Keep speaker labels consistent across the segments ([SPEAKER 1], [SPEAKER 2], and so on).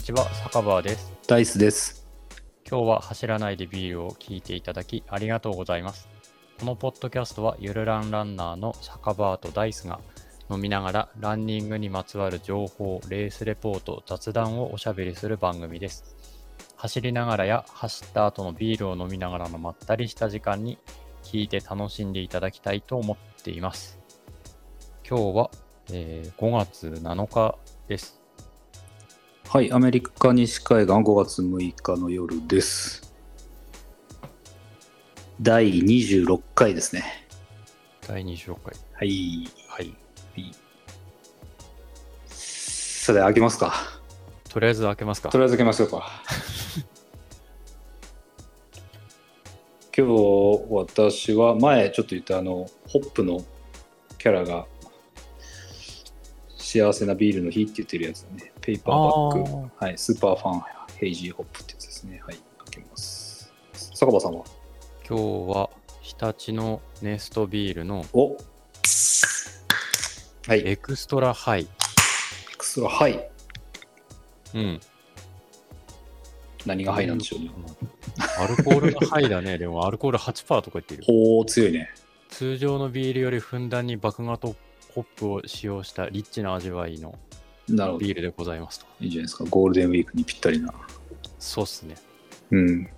[SPEAKER 1] ちは、酒場です。
[SPEAKER 2] ダイスです。
[SPEAKER 1] 今日は走らないでビールを聞いていただきありがとうございます。このポッドキャストはゆるランランナーの酒場とダイスが飲みながらランニングにまつわる情報、レースレポート、雑談をおしゃべりする番組です。走りながらや走った後のビールを飲みながらのまったりした時間に聞いて楽しんでいただきたいと思っています。今日は、えー5月7日です。
[SPEAKER 2] はい、アメリカ西海岸5月6日の夜です。第26回ですね。
[SPEAKER 1] 第26回。
[SPEAKER 2] はい。
[SPEAKER 1] はい。
[SPEAKER 2] さて、開けますか。
[SPEAKER 1] とりあえず開けますか
[SPEAKER 2] と。りあえず開けましょうか。 今日、私は前ちょっと言ったあの、ホップのキャラが幸せなビールの日って言ってるやつだね。ペーパーバッグ。
[SPEAKER 1] あー
[SPEAKER 2] はい、スーパーファンヘイジーホップってやつですね。はい、開けます。坂場さんは
[SPEAKER 1] 今日は日立のネストビールの
[SPEAKER 2] おはい、エ
[SPEAKER 1] エクストラハイ。
[SPEAKER 2] クストラハイ。
[SPEAKER 1] うん。
[SPEAKER 2] 何がハイなんでしょうね。
[SPEAKER 1] アルコールがハイだね。で もアルコール8%とか言ってるよ。
[SPEAKER 2] ほう、強いね。
[SPEAKER 1] 通常のビールよりふんだんに麦芽とホップを使用したリッチな味わいの
[SPEAKER 2] なるほど。い
[SPEAKER 1] ビールでございますと。
[SPEAKER 2] いんじゃないですか。ゴールデンウィークにぴったりな。
[SPEAKER 1] そうっすね。
[SPEAKER 2] うん。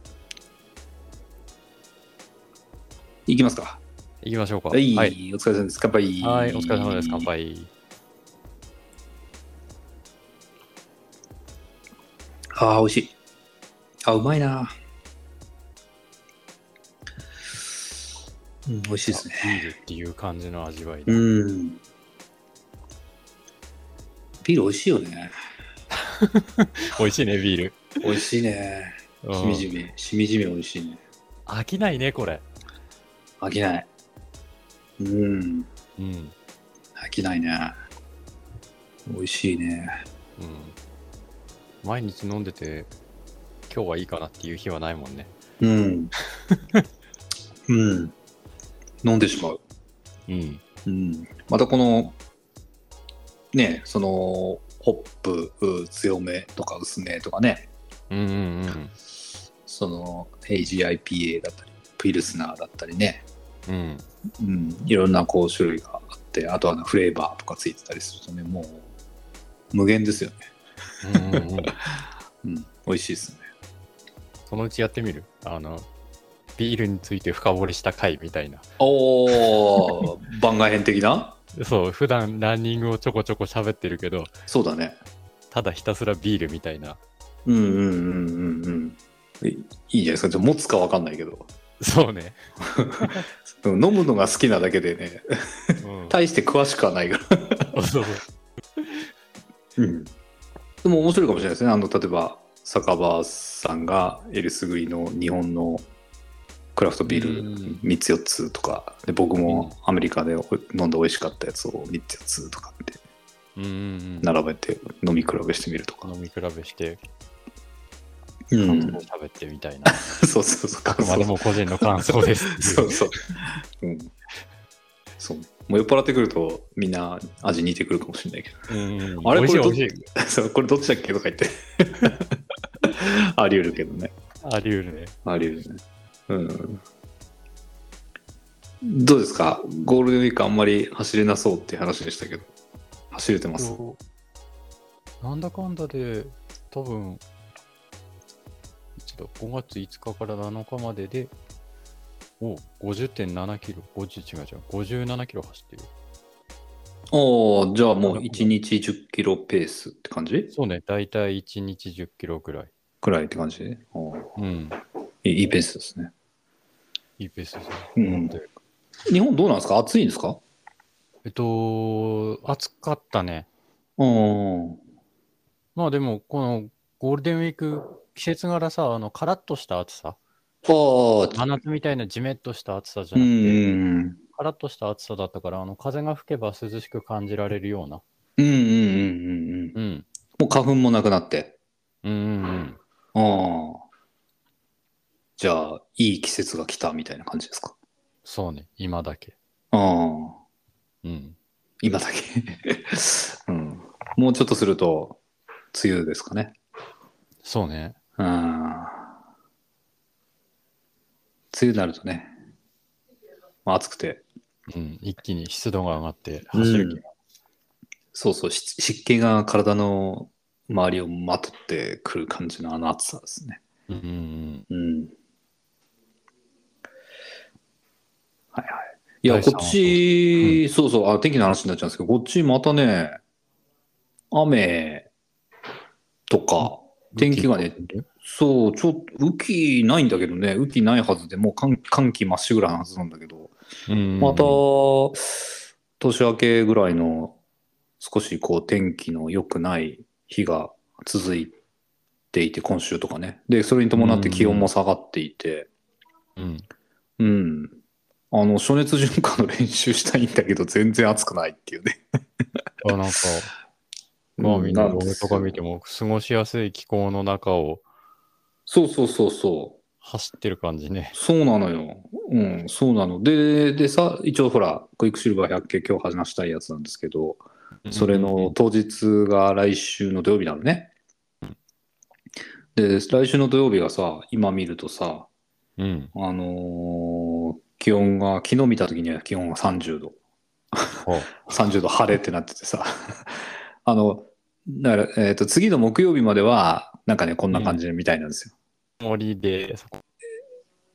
[SPEAKER 2] いきますか。
[SPEAKER 1] いきましょうか。
[SPEAKER 2] はい、
[SPEAKER 1] はい。
[SPEAKER 2] お疲れ様です。乾杯。
[SPEAKER 1] はいお疲れ様です。乾。杯。
[SPEAKER 2] ああ、美味しい。あうまいな。うん、美味しいですね。
[SPEAKER 1] ビールっていう感じの味わいだ。
[SPEAKER 2] うん。ビール美味しいよね。
[SPEAKER 1] 美味しいね、ビール。
[SPEAKER 2] 美味しいね。
[SPEAKER 1] うん
[SPEAKER 2] しみじみ、しみじみ美味しいね。
[SPEAKER 1] 飽きないね、これ。
[SPEAKER 2] 飽きない。うん。
[SPEAKER 1] うん。う
[SPEAKER 2] 飽きないね。美味しいね。
[SPEAKER 1] ん。毎日飲んでて、今日はいいかなっていう日はないもんね。
[SPEAKER 2] うん。うん。飲んでしまう。
[SPEAKER 1] うん。
[SPEAKER 2] うん。またこの、ね、その、ホップう強めとか薄めとかね、
[SPEAKER 1] うんうんうん。
[SPEAKER 2] その、AGIPA だったり、ピルスナーだったりね、
[SPEAKER 1] うん。
[SPEAKER 2] うん、いろんなこう種類があってあとはあのフレーバーとかついてたりするとねもう無限ですよね、
[SPEAKER 1] うんうんうん、
[SPEAKER 2] うん、美味しいですね
[SPEAKER 1] そのうちやってみるあの、ビールについて深掘りした回みたいな。
[SPEAKER 2] おお 番外編的な
[SPEAKER 1] そう、普段ランニングをちょこちょこ喋ってるけど、
[SPEAKER 2] そうだね
[SPEAKER 1] ただひたすらビールみたいな。
[SPEAKER 2] うんうんうんうんうんいいいじゃないですかちょっと持つか分かんないけど
[SPEAKER 1] そうね。
[SPEAKER 2] でも飲むのが好きなだけでね
[SPEAKER 1] うん、
[SPEAKER 2] 大して詳しくはないから、
[SPEAKER 1] そうそう。
[SPEAKER 2] うん、でも面白いかもしれないですねあの例えば酒場さんがエルスグリの日本のクラフトビール、
[SPEAKER 1] うん
[SPEAKER 2] 3つ4つとかで僕もアメリカで飲んで美味しかったやつを3つ4つとかって
[SPEAKER 1] うんうん
[SPEAKER 2] 並べて飲み比べしてみると
[SPEAKER 1] う
[SPEAKER 2] か
[SPEAKER 1] ん。、飲み比べして、感
[SPEAKER 2] うん
[SPEAKER 1] 想を喋ってみたいな。
[SPEAKER 2] そうそうそう
[SPEAKER 1] あくまでも個人の感想です。
[SPEAKER 2] そうそう、うん、そうもう酔っ払ってくるとみんな味似てくるかもしれないけど
[SPEAKER 1] うんうんうん
[SPEAKER 2] あれ
[SPEAKER 1] 美味しい美
[SPEAKER 2] これ
[SPEAKER 1] 味しい。
[SPEAKER 2] そうこれどっちだ っけとか言って あり得るけどね
[SPEAKER 1] あり得るね。
[SPEAKER 2] あり得るねうんどうですかゴールデンウィークあんまり走れなそうっていう話でしたけど走れてます
[SPEAKER 1] なんだかんだで、多分、一度5月5日から7日までで、おう50.7キロ、50違う違う、57キロ走ってる。
[SPEAKER 2] おおじゃあもう
[SPEAKER 1] なるほど
[SPEAKER 2] 1日10キロペースって感じ
[SPEAKER 1] そうね、だいたい1日10キロくらい。
[SPEAKER 2] くらいって感じでおー
[SPEAKER 1] うん、
[SPEAKER 2] いいいいペースですね。
[SPEAKER 1] いいペースですね。
[SPEAKER 2] うん日本どうなんですか暑いんですか
[SPEAKER 1] えっと、暑かったね。
[SPEAKER 2] うん。
[SPEAKER 1] まあでも、このゴールデンウィーク、季節柄さ、あの、カラッとした暑さ。
[SPEAKER 2] ああ、
[SPEAKER 1] 真夏みたいなジメッとした暑さじゃ
[SPEAKER 2] う
[SPEAKER 1] なくて、
[SPEAKER 2] ん。
[SPEAKER 1] カラッとした暑さだったから、あの、風が吹けば涼しく感じられるような。
[SPEAKER 2] うんうんうんうんうん。
[SPEAKER 1] うん。
[SPEAKER 2] もう花粉もなくなって。
[SPEAKER 1] うんうんうん、
[SPEAKER 2] ああ。じゃあ、いい季節が来たみたいな感じですか
[SPEAKER 1] そうね、今だけ。
[SPEAKER 2] ああ。
[SPEAKER 1] うん。
[SPEAKER 2] 今だけ、うん。もうちょっとすると、梅雨ですかね。
[SPEAKER 1] そうね。
[SPEAKER 2] うん。梅雨になるとね、まあ、暑くて、
[SPEAKER 1] うん。一気に湿度が上がって
[SPEAKER 2] うん
[SPEAKER 1] 走る気が。
[SPEAKER 2] そうそう、湿湿気が体の周りをまとってくる感じのあの暑さですね。
[SPEAKER 1] うん。うんうん、
[SPEAKER 2] うん。はいはい。いや、
[SPEAKER 1] 大した
[SPEAKER 2] こっち、そうそうあ、天気の話になっちゃうんですけど、こっちまたね、雨とか、天気がねそう、ちょっと、雨季ないんだけどね、雨季ないはずで、もう寒寒気まっしぐらなはずなんだけど、
[SPEAKER 1] うん。
[SPEAKER 2] また、年明けぐらいの、少しこう、天気の良くない日が続いていて、今週とかね。で、それに伴って気温も下がっていて、
[SPEAKER 1] うん。
[SPEAKER 2] うん。あの、暑熱順化の練習したいんだけど、全然暑くないっていうね。
[SPEAKER 1] あなんか、まあみんなログとか見て
[SPEAKER 2] も。
[SPEAKER 1] も、過ごしやすい気候の中を
[SPEAKER 2] そうそうそうそう。
[SPEAKER 1] 走ってる感じね。
[SPEAKER 2] そうなのよ。うん、そうなの。で、でさ、一応ほら、クイックシルバー100系今日話したいやつなんですけど、それの当日が来週の土曜日なのね。で、来週の土曜日がさ、今見るとさ、
[SPEAKER 1] うん、うん。
[SPEAKER 2] あのー気温が、昨日見た時には気温が30度、
[SPEAKER 1] は
[SPEAKER 2] 30度晴れってなっててさ、 あの、だから、えっ、と、次の木曜日までは、なんかね、こんな感じみたいなんですよ。
[SPEAKER 1] 曇りで、そこ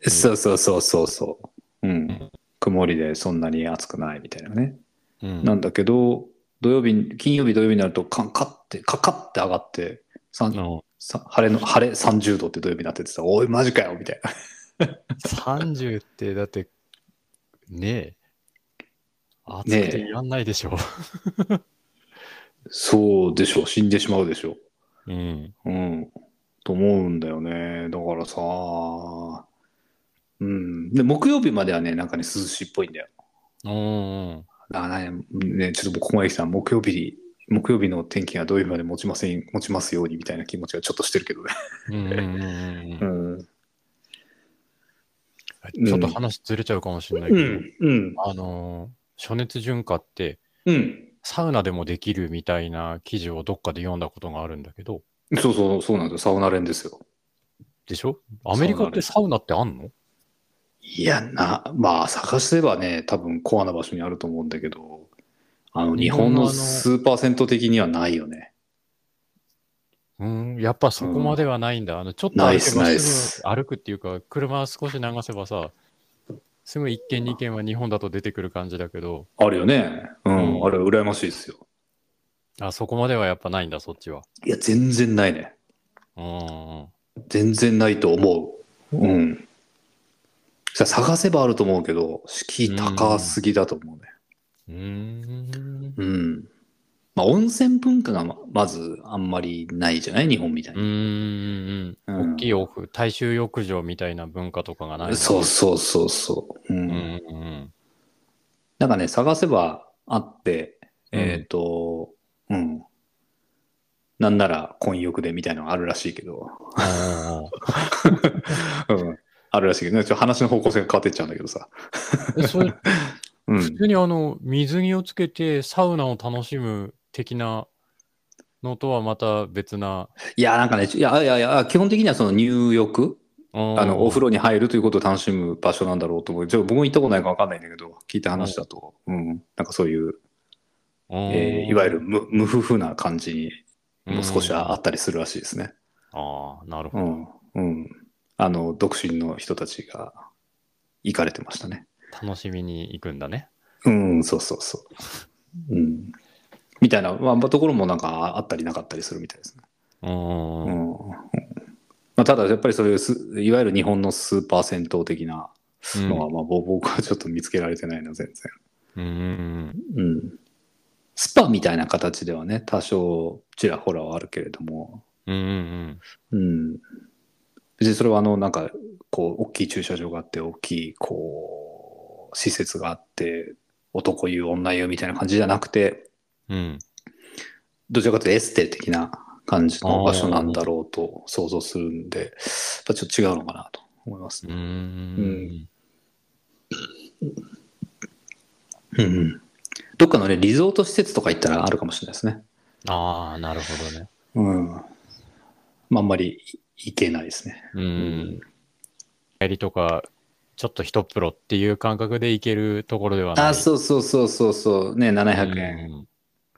[SPEAKER 2] そうそうそうそうそう。うん。曇りでそんなに暑くないみたいなね。
[SPEAKER 1] うん
[SPEAKER 2] なんだけど、土曜日、金曜日土曜日になると、カンカって、カカって上がって、さん
[SPEAKER 1] の
[SPEAKER 2] さ晴れの、晴れ30度って土曜日になっててさ、おい、マジかよみたいな。
[SPEAKER 1] 30って、だって、ねえ、暑く
[SPEAKER 2] ねえ
[SPEAKER 1] てやんないでしょ。
[SPEAKER 2] そうでしょ、死んでしまうでしょ。
[SPEAKER 1] うん。
[SPEAKER 2] うん。と思うんだよね。だからさ、うん。で、木曜日まではね、なんかね、涼しいっぽいんだよ。
[SPEAKER 1] うん。
[SPEAKER 2] だからね、ねちょっとここまで来たら木曜日、木曜日の天気がどういうふうまで持ちません、持ちますようにみたいな気持ちがちょっとしてるけどね。
[SPEAKER 1] うんうんうん
[SPEAKER 2] う
[SPEAKER 1] うんう
[SPEAKER 2] ん。
[SPEAKER 1] ん。ちょっと話ずれちゃうかもしれないうけど、
[SPEAKER 2] ん。うん。
[SPEAKER 1] あのー、暑熱順化って、
[SPEAKER 2] うん。
[SPEAKER 1] サウナでもできるみたいな記事をどっかで読んだことがあるんだけど、
[SPEAKER 2] そうそう、そうなんですよ。サウナ連ですよ。
[SPEAKER 1] でしょアメリカってサウナってあんの
[SPEAKER 2] いや、な、まあ、探せばね、多分コアな場所にあると思うんだけど、あの、日
[SPEAKER 1] 日本
[SPEAKER 2] 本の
[SPEAKER 1] のあの
[SPEAKER 2] スーパー銭湯的にはないよね。
[SPEAKER 1] うん、やっぱそこまではないんだ。あの、ちょっと
[SPEAKER 2] ナ
[SPEAKER 1] 歩
[SPEAKER 2] イ
[SPEAKER 1] け
[SPEAKER 2] ス
[SPEAKER 1] ば
[SPEAKER 2] ナイ
[SPEAKER 1] す
[SPEAKER 2] ス
[SPEAKER 1] ぐ歩くっていうか、車少し流せばさ、すぐ一軒二軒は日本だと出てくる感じだけど、
[SPEAKER 2] あるよね。うん。
[SPEAKER 1] うん
[SPEAKER 2] あれ、羨ましいですよ。
[SPEAKER 1] あ、そこまではやっぱないんだ、そっちは。
[SPEAKER 2] いや、全然ないね。
[SPEAKER 1] うんうん
[SPEAKER 2] 全然ないと思う。うん。さ探せばあると思うけど、敷居高すぎだと思うね。
[SPEAKER 1] うん。うーん。
[SPEAKER 2] うん。まあ、温泉文化がままずあんまりないじゃない日本みたいうに。
[SPEAKER 1] んうん
[SPEAKER 2] う
[SPEAKER 1] うん。
[SPEAKER 2] ん
[SPEAKER 1] 大きいお風、大衆浴場みたいな文化とかがない。
[SPEAKER 2] そうそうそうそう。う。
[SPEAKER 1] うんんうん うん。
[SPEAKER 2] なんかね、探せばあって、
[SPEAKER 1] うん
[SPEAKER 2] えっ、と、うん。なんなら混浴でみたいなのがあるらしいけど。
[SPEAKER 1] あ
[SPEAKER 2] うん。あるらしいけどね。ちょっと話の方向性が変わってっちゃうんだけどさ。
[SPEAKER 1] ーそれ
[SPEAKER 2] う
[SPEAKER 1] 普
[SPEAKER 2] ん。
[SPEAKER 1] 通にあの、水着をつけてサウナを楽しむ的なのとはまた別な。
[SPEAKER 2] いや、なんかね、いやいやいや、基本的にはその入浴
[SPEAKER 1] あ
[SPEAKER 2] あの、お風
[SPEAKER 1] 呂。
[SPEAKER 2] 呂に入るということを楽しむ場所なんだろうと思う。ちょっと僕も行ったことないから分かんないんだけど、聞いた話だと、うん、なんかそういう、えーいわゆる無無夫婦な感じにも少しはあ
[SPEAKER 1] あ
[SPEAKER 2] ったりするらしいですね。
[SPEAKER 1] あー、なるほ
[SPEAKER 2] う
[SPEAKER 1] ど。
[SPEAKER 2] ん。うん。あの、独身の人たちが行かれてましたね。
[SPEAKER 1] 楽しみに行くんだね。
[SPEAKER 2] うん、そうそうそう。うん。みたいな、まあ、ところもなんかあったりなかったりするみたいですね。
[SPEAKER 1] うん
[SPEAKER 2] う
[SPEAKER 1] うん。
[SPEAKER 2] ん。まあ、ただ、やっぱりそういうす、いわゆる日本のスーパー銭湯的なのは、まあ、僕はちょっと見つけられてないな、全然。
[SPEAKER 1] うんうん
[SPEAKER 2] うん。スパみたいな形ではね、多少ちらほらはあるけれども、
[SPEAKER 1] うんうん
[SPEAKER 2] うん。別にそれはあの、なんか、こう、大きい駐車場があって、大きい、こう、施設があって、男湯、女湯みたいな感じじゃなくて、
[SPEAKER 1] うんうん。
[SPEAKER 2] どちらかというとエステ的な感じの場所なんだろうと想像するんで、やっぱちょっと違うのかなと思います
[SPEAKER 1] う
[SPEAKER 2] ね。
[SPEAKER 1] ん
[SPEAKER 2] うんうん。どっかのね、リゾート施設とか行ったらあるかもしれないですね。
[SPEAKER 1] ああ、なるほどね。
[SPEAKER 2] うん。まあ、あんまりいけないですね。
[SPEAKER 1] う。。
[SPEAKER 2] うん
[SPEAKER 1] 帰りとか、ちょっと一プロっていう感覚で行けるところではない。
[SPEAKER 2] あ、そうそうそうそうそう。ね、700円、
[SPEAKER 1] 円。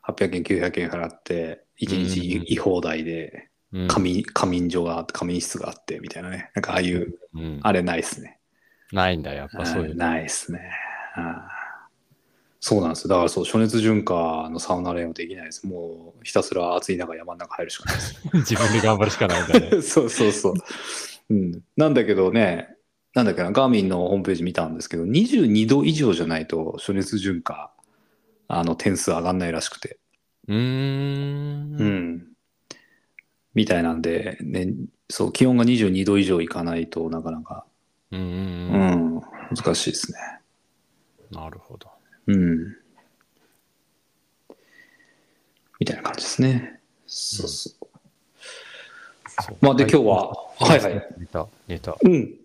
[SPEAKER 2] 800円、900円払って、1日
[SPEAKER 1] うん
[SPEAKER 2] 居放題で、
[SPEAKER 1] うん。
[SPEAKER 2] 仮眠、仮眠所があって、仮眠室があって、みたいなね。なんかああいう、
[SPEAKER 1] うん
[SPEAKER 2] あれないですね。
[SPEAKER 1] ないんだ、やっぱそういううんの。
[SPEAKER 2] ないですね。うんそうなんですよ。だからそう、暑熱順化のサウナレンはできないです。もうひたすら暑い中山の中入るしかないです。
[SPEAKER 1] 自分で頑張るしかないんだ ね。
[SPEAKER 2] そうそうそう。うん。なんだけどね、なんだっけな、ガーミンのホームページ見たんですけど、22度以上じゃないと暑熱順化、あの、点数上がんないらしくて。
[SPEAKER 1] うー。
[SPEAKER 2] うんん。みたいなんで、ね、そう、気温が22度以上いかないとなかなか、
[SPEAKER 1] うん。う。
[SPEAKER 2] うんん、難しいですね。
[SPEAKER 1] なるほど。
[SPEAKER 2] うん。みたいな感じですね。そうそう。
[SPEAKER 1] そう
[SPEAKER 2] まあ、で、今日は、はいはい。。
[SPEAKER 1] ネタ、ネタ。
[SPEAKER 2] うん。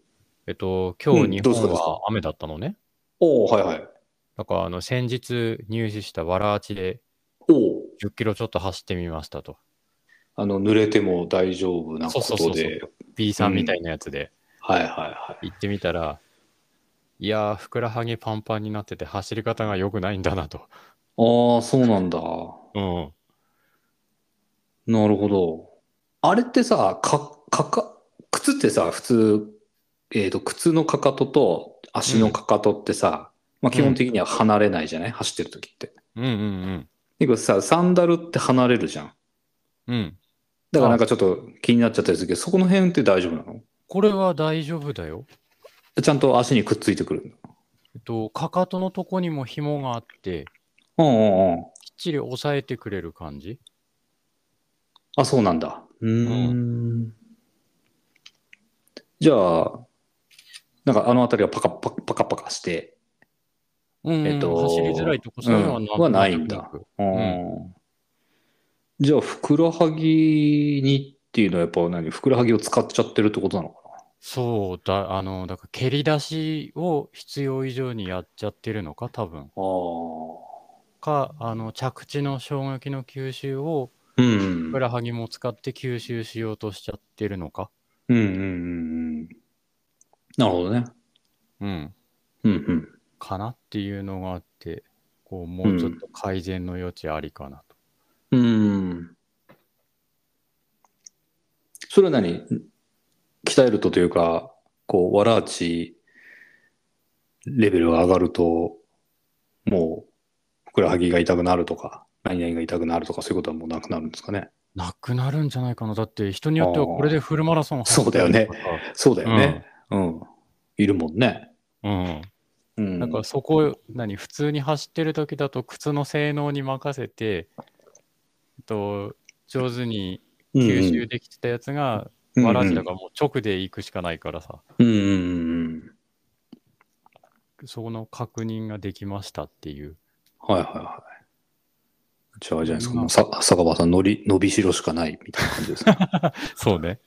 [SPEAKER 1] えっと、今
[SPEAKER 2] うん
[SPEAKER 1] 日日
[SPEAKER 2] どうです
[SPEAKER 1] 本
[SPEAKER 2] かどうですか
[SPEAKER 1] は雨だったのね。
[SPEAKER 2] おおはいはい。
[SPEAKER 1] だから、あの、先日入手したわらあちで
[SPEAKER 2] おお
[SPEAKER 1] 10キロちょっと走ってみましたと。
[SPEAKER 2] あの、濡れても大丈夫なこ
[SPEAKER 1] そうそ
[SPEAKER 2] と
[SPEAKER 1] うそう
[SPEAKER 2] で
[SPEAKER 1] そ。B さんみたいなやつで
[SPEAKER 2] はいはいはい。
[SPEAKER 1] 行ってみたら、いやー、ふくらはぎパンパンになってて走り方が良くないんだなと。
[SPEAKER 2] ああ、そうなんだ。
[SPEAKER 1] うん。
[SPEAKER 2] なるほど。あれってさ、か、かか、靴ってさ、普通、えっ、と、靴のかかとと足のかかとってさ、まあ基本的には離れないじゃない走ってる時って。
[SPEAKER 1] うんうん
[SPEAKER 2] で、これさ、サンダルって離れるじゃん。
[SPEAKER 1] うん。うん。
[SPEAKER 2] だからなんかちょっと気になっちゃったりするけど、そこの辺って大丈夫なの
[SPEAKER 1] これは大丈夫だよ。
[SPEAKER 2] ちゃんと足にくっついてくるんだ。
[SPEAKER 1] えっと、かかとのとこにも紐があって、
[SPEAKER 2] うんうんう
[SPEAKER 1] き
[SPEAKER 2] ん。
[SPEAKER 1] っちり押さえてくれる感じ。
[SPEAKER 2] あ、そうなんだ。うーん。じゃあ、なんかあの辺りがパカパカパカパカして、
[SPEAKER 1] うん、
[SPEAKER 2] えっと
[SPEAKER 1] 走りづらいとこ、そういうのは
[SPEAKER 2] うんはないんだ。うんじゃあ、ふくらはぎにっていうのはやっぱ何ふくらはぎを使っちゃってるってことなのか
[SPEAKER 1] そうだ、あの、だから蹴り出しを必要以上にやっちゃってるのか、多分。
[SPEAKER 2] な
[SPEAKER 1] か、あの、着地の衝撃の吸収を、
[SPEAKER 2] ああ。うん。
[SPEAKER 1] ふ
[SPEAKER 2] う
[SPEAKER 1] く
[SPEAKER 2] ん
[SPEAKER 1] らはぎも使って吸収しようとしちゃってるのか。
[SPEAKER 2] うんうんうん。なるほどね。
[SPEAKER 1] うん。
[SPEAKER 2] うんうん。
[SPEAKER 1] かなっていうのがあって、こう、もうちょっと改善の余地ありかなと。
[SPEAKER 2] うーん。それは何鍛えるとというか、こう、わらあちレベルが上がると、もう、ふくらはぎが痛くなるとか、何々が痛くなるとか、そういうことはもうなくなるんですかね。
[SPEAKER 1] なくなるんじゃないかな。だって、人によってはこれでフルマラソン走
[SPEAKER 2] そうだよね
[SPEAKER 1] ってるから
[SPEAKER 2] そうだよね。うん。いるもんね。
[SPEAKER 1] うん。
[SPEAKER 2] うん。
[SPEAKER 1] なんかそこを、何、普通に走ってる時だと靴の性能に任せて、えっと、上手に吸収できてたやつが、
[SPEAKER 2] うんうん
[SPEAKER 1] わらじだからもう直で行くしかないからさ、
[SPEAKER 2] うんうんうんうん。
[SPEAKER 1] そこの確認ができましたっていう。
[SPEAKER 2] はいはいはい。じゃあ、あれじゃないですか。もうさ、坂場さん、のり、伸びしろしかないみたいな感じですね。
[SPEAKER 1] そうね。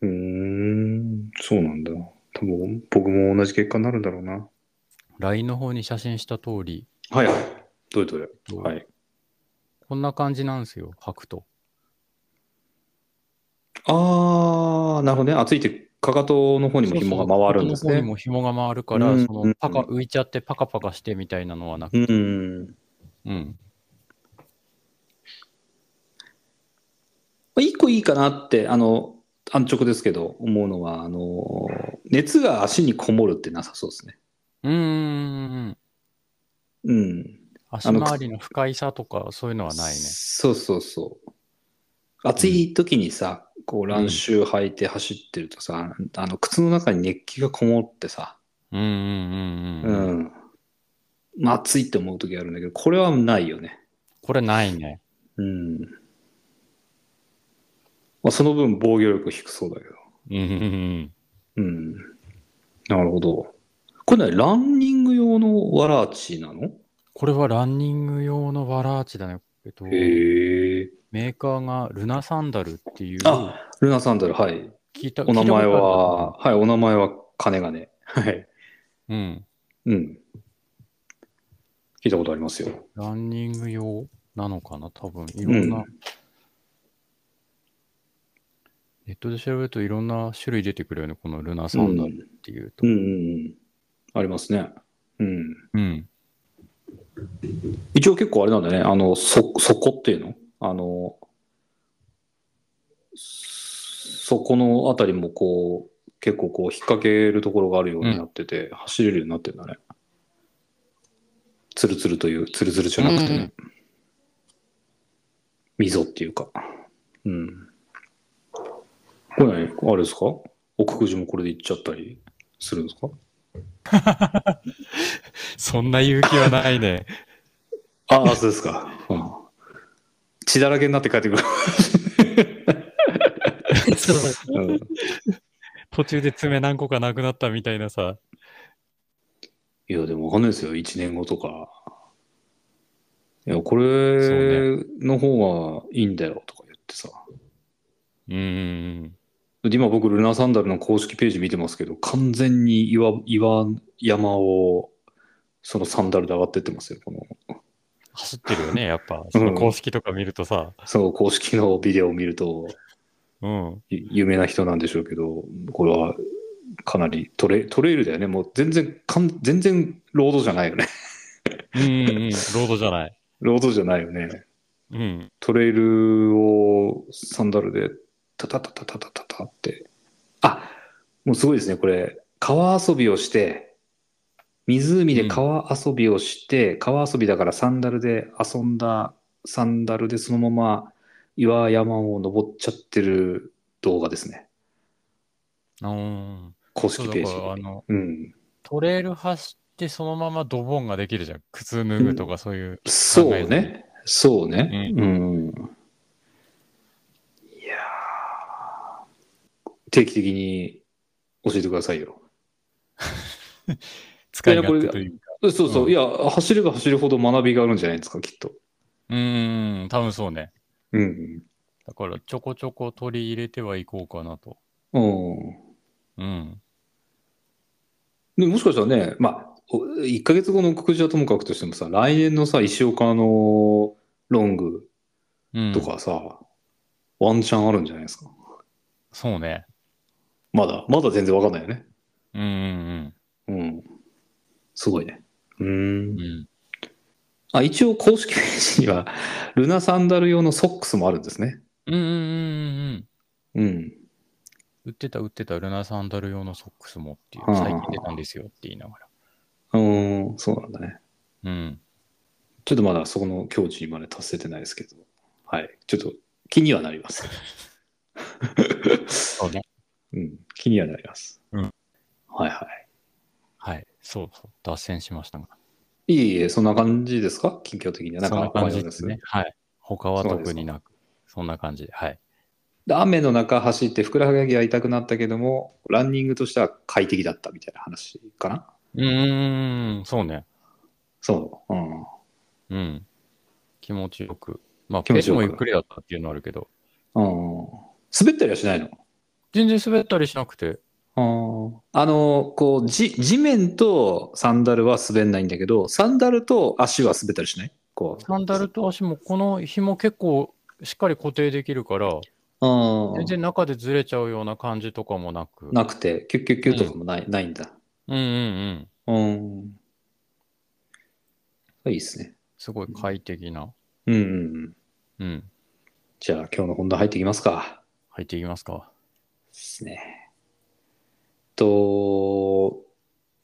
[SPEAKER 2] うーん、そうなんだ。多分僕も同じ結果になるんだろうな。
[SPEAKER 1] LINE の方に写真した通り、
[SPEAKER 2] はいはい。どれどれ。。
[SPEAKER 1] はいこんな感じなんですよ、履くと。
[SPEAKER 2] あー、なるほどね。あ、ついて、かかとの方にも紐が回るんです
[SPEAKER 1] そうそう
[SPEAKER 2] ね。
[SPEAKER 1] この方にも紐が回るから、
[SPEAKER 2] うん
[SPEAKER 1] そのパカ浮いちゃってパカパカしてみたいなのはなく、
[SPEAKER 2] うーん。
[SPEAKER 1] うん。
[SPEAKER 2] まあ一個いいかなって、あの、安直ですけど、思うのは、あの、熱が足にこもるってなさそうですね。
[SPEAKER 1] うーん。
[SPEAKER 2] うん。
[SPEAKER 1] 足回りの不快さとか、そういうのはないね。
[SPEAKER 2] そうそうそう。暑い時にさ、こう乱臭履いて走ってるとさ、あの靴の中に熱気がこもってさ、
[SPEAKER 1] うんうんうん
[SPEAKER 2] う
[SPEAKER 1] うん。うん、
[SPEAKER 2] ん。まあ暑いって思う時あるんだけど、これはないよね。
[SPEAKER 1] これないね。
[SPEAKER 2] うん。まあ、その分防御力低そうだけど。
[SPEAKER 1] うんうんうん。
[SPEAKER 2] うん。なるほど。これね、ランニング用のワラーチなの
[SPEAKER 1] これはランニング用のワラーチだね。えっと、メ
[SPEAKER 2] へえ。
[SPEAKER 1] ーカーがルナサンダルっていう、
[SPEAKER 2] あ、ルナサンダル、はい。
[SPEAKER 1] 聞いた
[SPEAKER 2] お名前、
[SPEAKER 1] 聞いたことあ
[SPEAKER 2] は、はい、お名前は金がね。はい。
[SPEAKER 1] るうん。
[SPEAKER 2] うん。聞いたことありますよ。
[SPEAKER 1] ランニング用なのかな多分、いろんな、
[SPEAKER 2] うん
[SPEAKER 1] ネットで調べるといろんな種類出てくるよね、このルナサ
[SPEAKER 2] う
[SPEAKER 1] ウ
[SPEAKER 2] ん。
[SPEAKER 1] ンダ
[SPEAKER 2] う
[SPEAKER 1] ーっ
[SPEAKER 2] ん
[SPEAKER 1] ていうと。
[SPEAKER 2] うんうん。ありますね。うん。
[SPEAKER 1] うん。
[SPEAKER 2] 一応結構あれなんだね。あの、そ、そこっていうのあの、そこのあたりもこう、結構こう、引っ掛けるところがあるようになってて、走れるようになってるんだね。ツルツルという、ツルツルじゃなくて
[SPEAKER 1] う
[SPEAKER 2] ね。溝っていうか。うん。これね、あれですか奥久慈もこれで行っちゃったりするんですか
[SPEAKER 1] そんな勇気はない ね。
[SPEAKER 2] ああ、そうですか。うん血だらけになって帰ってくる。うん
[SPEAKER 1] 途中で爪何個かなくなったみたいなさ。
[SPEAKER 2] いや、でもわかんないですよ。1年後とか。いや、こ
[SPEAKER 1] そ
[SPEAKER 2] れの方がいいんだよとか言ってさ。
[SPEAKER 1] うんうん
[SPEAKER 2] で今僕、ルナサンダルの公式ページ見てますけど、完全に岩、岩山を、そのサンダルで上がってってますよ。この、
[SPEAKER 1] 走ってるよ ね、やっぱ。その公式とか見るとさ。
[SPEAKER 2] その公式のビデオを見ると、
[SPEAKER 1] うん。
[SPEAKER 2] ゆ有名な人なんでしょうけど、これはかなりトレ、トレイルだよね。もう全然、かん全然ロードじゃないよね。
[SPEAKER 1] うんうんうん。ロードじゃない。
[SPEAKER 2] ロードじゃないよね。
[SPEAKER 1] うん。
[SPEAKER 2] トレイルをサンダルでタタタタタタタタって。あ、もうすごいですね、これ。川遊びをして、湖で川遊びをして、川遊びだからサンダルで遊んだ、サンダルでそのまま岩山を登っちゃってる動画ですね。
[SPEAKER 1] うん。
[SPEAKER 2] 公
[SPEAKER 1] そう
[SPEAKER 2] 式
[SPEAKER 1] だ
[SPEAKER 2] ペ
[SPEAKER 1] から
[SPEAKER 2] ー
[SPEAKER 1] あ
[SPEAKER 2] ジ。
[SPEAKER 1] の、
[SPEAKER 2] うん。
[SPEAKER 1] トレイル走ってそのままドボンができるじゃん。靴脱ぐとかそういう。
[SPEAKER 2] そうね。そうね。うん。いやー定期的に教えてくださいよ。
[SPEAKER 1] 使い勝手というか。
[SPEAKER 2] そうそう、
[SPEAKER 1] うん
[SPEAKER 2] いや、走れば走るほど学びがあるんじゃないですか、きっと。
[SPEAKER 1] うん。多分そうね。
[SPEAKER 2] うん。
[SPEAKER 1] だからちょこちょこ取り入れてはいこうかなと。
[SPEAKER 2] うん。
[SPEAKER 1] うん。
[SPEAKER 2] でもしかしたらね、まあ、お1ヶ月後の国じはともかくとしてもさ、来年のさ、石岡のロング
[SPEAKER 1] うん、
[SPEAKER 2] とかさ、ワンチャンあるんじゃないですか。
[SPEAKER 1] そうね。
[SPEAKER 2] まだ、まだ全然わかんないよね。
[SPEAKER 1] うんうん
[SPEAKER 2] うん。すごいね。うー
[SPEAKER 1] うんん。うん。
[SPEAKER 2] あ、一応公式ページには、ルナサンダル用のソックスもあるんですね。
[SPEAKER 1] うんうんうんうん。
[SPEAKER 2] うん。
[SPEAKER 1] 売ってた売ってたルナサンダル用のソックスもっていう
[SPEAKER 2] は。あ
[SPEAKER 1] 最近出たんですよって言いながら。
[SPEAKER 2] うーん、そうなんだね。
[SPEAKER 1] うん。
[SPEAKER 2] ちょっとまだそこの境地にまで達せてないですけど、はい。ちょっと気にはなります。
[SPEAKER 1] そうね。
[SPEAKER 2] うん、気にはなります。
[SPEAKER 1] うん
[SPEAKER 2] はいはい。
[SPEAKER 1] はい。そうそう。脱線しましたが。
[SPEAKER 2] いえいえ、そんな感じですか近況的には。なんか
[SPEAKER 1] そんな感じで
[SPEAKER 2] お
[SPEAKER 1] す
[SPEAKER 2] はよ
[SPEAKER 1] ね
[SPEAKER 2] う。
[SPEAKER 1] はい。他は特になく。そんな感じで。はい。
[SPEAKER 2] で雨の中走ってふくらはぎが痛くなったけども、ランニングとしては快適だったみたいな話かな
[SPEAKER 1] うーん。そうね。
[SPEAKER 2] そう。うん。
[SPEAKER 1] うん。気持ちよく。まあ、
[SPEAKER 2] 気
[SPEAKER 1] ペ
[SPEAKER 2] 持
[SPEAKER 1] ー
[SPEAKER 2] ち
[SPEAKER 1] ス
[SPEAKER 2] よく
[SPEAKER 1] もゆっくりだったっていうのはあるけど、
[SPEAKER 2] うん、滑ったりはしないの
[SPEAKER 1] 全然滑ったりしなくて。
[SPEAKER 2] ああの、こう、じ、地面とサンダルは滑んないんだけど、サンダルと足は滑ったりしないこう。
[SPEAKER 1] サンダルと足もこの紐結構しっかり固定できるから、
[SPEAKER 2] うん。
[SPEAKER 1] 全然中でずれちゃうような感じとかもなく。
[SPEAKER 2] なくて、キュッキュッキュッとかもない、ないんだ。
[SPEAKER 1] うんうんうん。
[SPEAKER 2] うん。いいですね。
[SPEAKER 1] すごい快適な。
[SPEAKER 2] うんうんうん。
[SPEAKER 1] うん。
[SPEAKER 2] じゃあ今日の本題入っていきますか。
[SPEAKER 1] 入っていきますか。
[SPEAKER 2] ですね。と、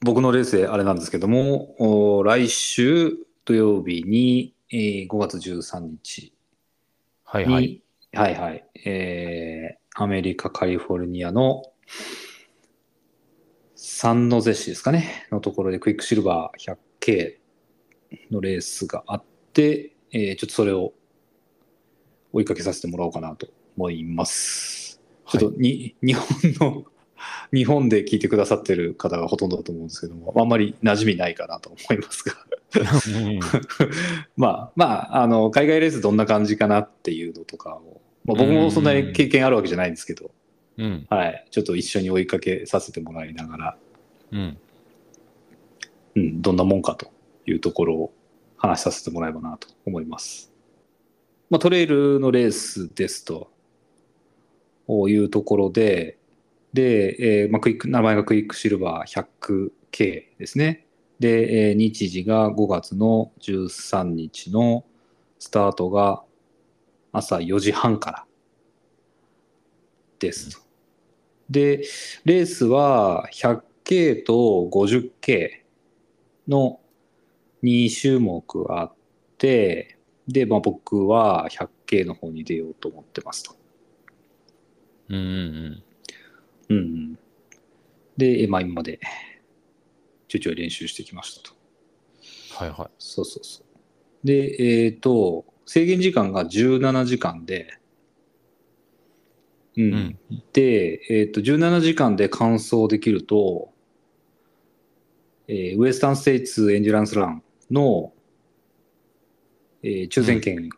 [SPEAKER 2] 僕のレースであれなんですけども、お来週土曜日に、えー5月13日
[SPEAKER 1] はい
[SPEAKER 2] に、
[SPEAKER 1] はい。
[SPEAKER 2] はいはい、えーアメリカ・カリフォルニアのサンノゼ市ですかね、のところでクイックシルバー 100K のレースがあって、えーちょっとそれを追いかけさせてもらおうかなと思います。ちょっとに、日本の、日本で聞いてくださってる方がほとんどだと思うんですけども、あんまり馴染みないかなと思いますが。
[SPEAKER 1] うん
[SPEAKER 2] まあまあ、あの、海外レースどんな感じかなっていうのとかを、まあ、僕もそんなに経験あるわけじゃないんですけど、
[SPEAKER 1] うん。
[SPEAKER 2] はい、ちょっと一緒に追いかけさせてもらいながら、
[SPEAKER 1] うん。
[SPEAKER 2] うん、どんなもんかというところを話しさせてもらえばなと思います。まあ、トレイルのレースですというところで、で、えーまあ、クイック名前がクイックシルバー 100K ですね。で、えー日時が5月の13日のスタートが朝4時半からですと。で、レースは 100K と 50K の2種目あって、で、まあ、僕は 100K の方に出ようと思ってますと。
[SPEAKER 1] うんうん
[SPEAKER 2] うんうん、で、えまあ、今までちょいちょい練習してきましたと。
[SPEAKER 1] はいはい。
[SPEAKER 2] そうそうそう。で、えっ、と、制限時間が17時間で、うん。
[SPEAKER 1] うん
[SPEAKER 2] で、えっ、と、17時間で完走できると、えーウエスタンステイツエンデュランスランの、えー抽選券、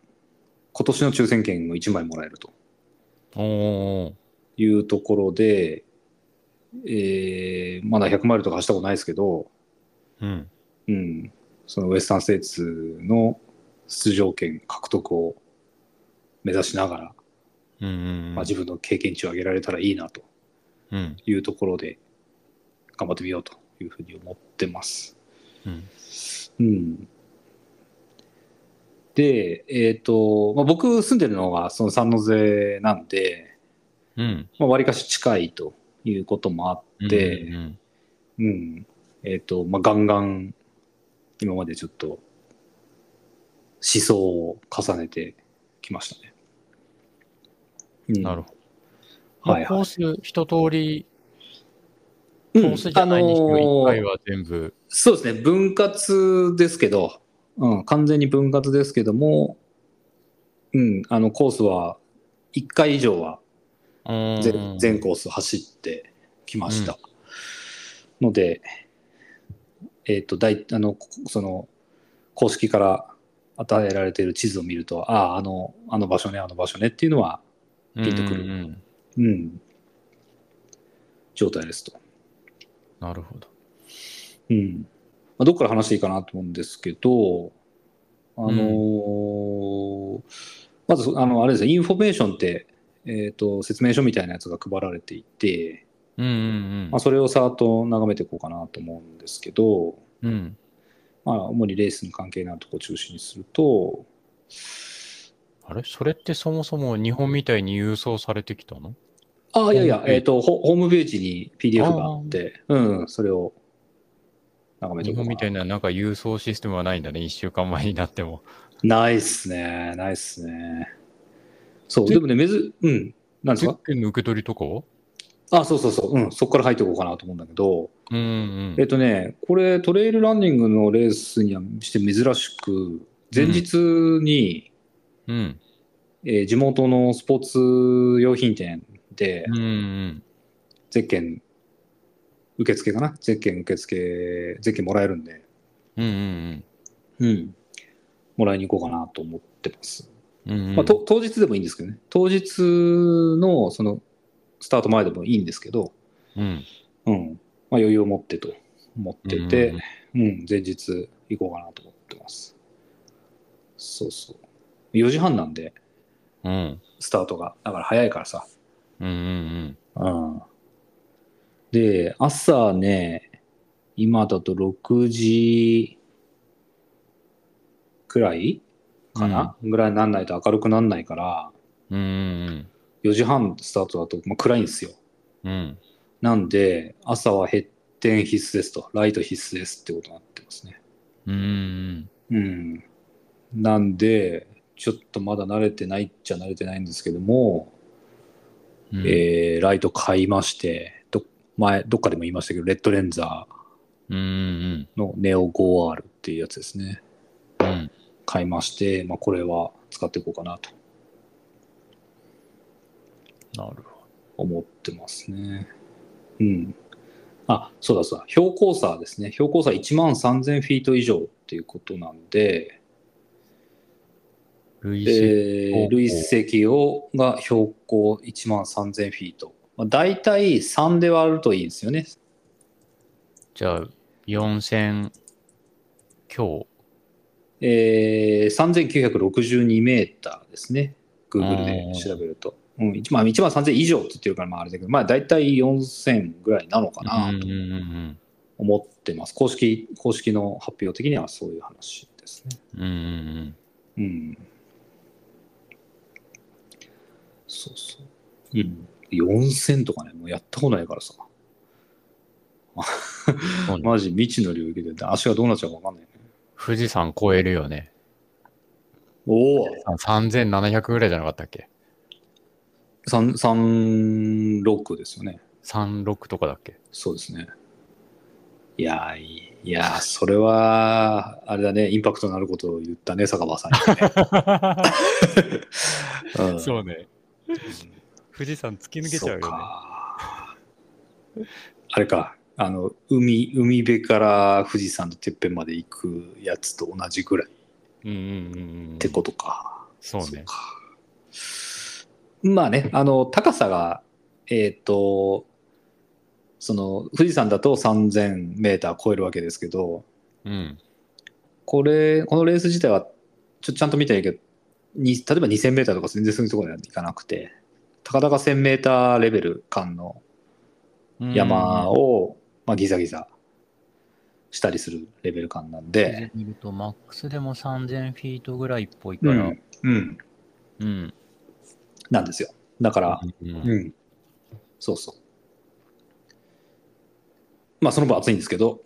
[SPEAKER 2] 今年の抽選券を1枚もらえると
[SPEAKER 1] おお
[SPEAKER 2] いうところで、えーまだ100マイルとか走ったことないですけど、
[SPEAKER 1] ー。うん。
[SPEAKER 2] うん、そのウエスタンステイツの出場権獲得を目指しながら、
[SPEAKER 1] うんうんうん。
[SPEAKER 2] まあ、自分の経験値を上げられたらいいなと
[SPEAKER 1] うん。
[SPEAKER 2] いうところで頑張ってみようというふうに思ってます。
[SPEAKER 1] うん。
[SPEAKER 2] うん、で、えっとまあ、僕住んでるのがその三ノ瀬なんで、
[SPEAKER 1] うん。
[SPEAKER 2] まあ、割かし近いということもあって、
[SPEAKER 1] うんうん
[SPEAKER 2] うん。えっ、と、まあ、ガンガン、今までちょっと、思想を重ねてきましたね。
[SPEAKER 1] うん、なる
[SPEAKER 2] ほ
[SPEAKER 1] ほど。
[SPEAKER 2] はいはい
[SPEAKER 1] コース、一通り、
[SPEAKER 2] ど
[SPEAKER 1] コースじゃないにし
[SPEAKER 2] あの
[SPEAKER 1] ろ、一
[SPEAKER 2] ー
[SPEAKER 1] 回は全部。
[SPEAKER 2] そうですね、分割ですけど、うん、完全に分割ですけども、うん、あの、コースは、1回以上は全
[SPEAKER 1] 全
[SPEAKER 2] 全コース走ってきました。ので、えっ、と、大あの、こその、公式から与えられている地図を見ると、ああ、あの、あの場所ね、あの場所ねっていうのは、ピンとくる
[SPEAKER 1] る。
[SPEAKER 2] うん、状態ですと。
[SPEAKER 1] なるほど。
[SPEAKER 2] うん。まあ、どっから話していいかなと思うんですけど、あのーまず、あの、あれですね、インフォメーションって、えっ、と、説明書みたいなやつが配られていて、
[SPEAKER 1] うんうん
[SPEAKER 2] まあ、それをさーっと眺めていこうかなと思うんですけど、
[SPEAKER 1] うん。うん。
[SPEAKER 2] まあ、主にレースに関係のあるとこを中心にすると、
[SPEAKER 1] あれそれってそもそも日本みたいに郵送されてきたの
[SPEAKER 2] ああ、いやいや
[SPEAKER 1] ホーム、ページ
[SPEAKER 2] えっ、と、ホホームページに PDF があって、うん、それを眺めて
[SPEAKER 1] 日
[SPEAKER 2] おこう
[SPEAKER 1] 本みた
[SPEAKER 2] か
[SPEAKER 1] いななんか郵送システムはないんだね。一週間前になっても。
[SPEAKER 2] な。ないっすね、ないっすね。そう、
[SPEAKER 1] で
[SPEAKER 2] でもね、めず、うん、なんです
[SPEAKER 1] ゼッ
[SPEAKER 2] か
[SPEAKER 1] ケンの受け取りとかは
[SPEAKER 2] あ、そうそうそう、うん、そこから入っていこうかなと思うんだけど、
[SPEAKER 1] うんう
[SPEAKER 2] えっ、
[SPEAKER 1] ん。
[SPEAKER 2] とね、これ、トレイルランニングのレースにはして珍しく、前日に、
[SPEAKER 1] うん。
[SPEAKER 2] えー地元のスポーツ用品店で、
[SPEAKER 1] うんうん。
[SPEAKER 2] ゼッケン受付かなゼッケン受付、ゼッケンもらえるんで、
[SPEAKER 1] うんうん
[SPEAKER 2] うん。もらいに行こうかなと思ってます。
[SPEAKER 1] うん。うんうん
[SPEAKER 2] まあ、と当日でもいいんですけどね。当日の、その、スタート前でもいいんですけど、
[SPEAKER 1] うん。
[SPEAKER 2] うん。まあ、余裕を持ってと思って
[SPEAKER 1] う
[SPEAKER 2] て
[SPEAKER 1] ん、
[SPEAKER 2] うん、前日行こうかなと思ってます。そうそう。4時半なんで、
[SPEAKER 1] うんうん。
[SPEAKER 2] スタートが。だから早いからさ。
[SPEAKER 1] うんうん
[SPEAKER 2] うんで、朝ね、今だと6時くらいかな、ぐらいになんないと明るくなんないから、
[SPEAKER 1] うん。うんうん
[SPEAKER 2] 4時半スタートだと、まあ、暗いんですよ。
[SPEAKER 1] うん。うん。
[SPEAKER 2] なんで、朝は減点必須ですと、ライト必須ですってことになってますね。
[SPEAKER 1] うんうん
[SPEAKER 2] うん。なんで、ちょっとまだ慣れてないっちゃ慣れてないんですけども、
[SPEAKER 1] うん。
[SPEAKER 2] えーライト買いまして、ど前、どっかでも言いましたけど、レッドレンザ
[SPEAKER 1] う
[SPEAKER 2] ー、
[SPEAKER 1] んうん
[SPEAKER 2] のネオ 5R っていうやつですね。
[SPEAKER 1] うん。うん。
[SPEAKER 2] 買いまして、まあ、これは使っていこうかなと
[SPEAKER 1] なるほど。
[SPEAKER 2] 思ってますね。うん。あ、そうだそうだ。標高差ですね。標高差1万3000フィート以上っていうことなんで、
[SPEAKER 1] 類似
[SPEAKER 2] えー、
[SPEAKER 1] お
[SPEAKER 2] 累積をが標高1万3000フィート。まあ、大体3で割るといいんですよね。
[SPEAKER 1] じゃあ、4000強
[SPEAKER 2] えー、3962メーターですね。Google
[SPEAKER 1] うん
[SPEAKER 2] で調べると。うん、1万、1万3000以上って言ってるから、まああれだけど、まあ大体4000ぐらいなのかな
[SPEAKER 1] うん
[SPEAKER 2] と
[SPEAKER 1] うんうん
[SPEAKER 2] 思ってます。公式、公式の発表的にはそういう話ですね。
[SPEAKER 1] うんうんうん
[SPEAKER 2] うん。そうそう。うん。4000とかね、もうやったことないからさ。
[SPEAKER 1] うんそうね
[SPEAKER 2] マジ未知の領域で足がどうなっちゃうかわかんないね。
[SPEAKER 1] 富士山超えるよね。
[SPEAKER 2] おお
[SPEAKER 1] あ3700ぐらいじゃなかったっけ
[SPEAKER 2] !36 ですよね。
[SPEAKER 1] ?36 とかだっけ
[SPEAKER 2] そうですね。いやー、いいいやー、それは、あれだね、インパクトのあることを言ったね、坂場さんに、 ねうん。
[SPEAKER 1] そうね。富士山突き抜けちゃう
[SPEAKER 2] そう
[SPEAKER 1] よ
[SPEAKER 2] か あれか、あの、海、海辺から富士山のてっぺんまで行くやつと同じぐらいっ
[SPEAKER 1] ね。うんうんうんうん。
[SPEAKER 2] てことか。
[SPEAKER 1] そうね。
[SPEAKER 2] そうかまあね、あの、高さが、えっ、と、その、富士山だと3000メーター超えるわけですけど、
[SPEAKER 1] うん。
[SPEAKER 2] これ、このレース自体は、ちょっとちゃんと見てないけど、に例えば2000メーターとか全然そういうところにはいかなくて、たかだか1000メーターレベル間の山
[SPEAKER 1] を。
[SPEAKER 2] を、まあ、ギザギザしたりするレベル間なんで、
[SPEAKER 1] 見ると、マックスでも3000フィートぐらいっぽいか
[SPEAKER 2] う
[SPEAKER 1] ら。
[SPEAKER 2] ん、うん、
[SPEAKER 1] うん。
[SPEAKER 2] なんですよ。だから、
[SPEAKER 1] うん
[SPEAKER 2] うん、そうそう。まあ、その分暑いんですけど、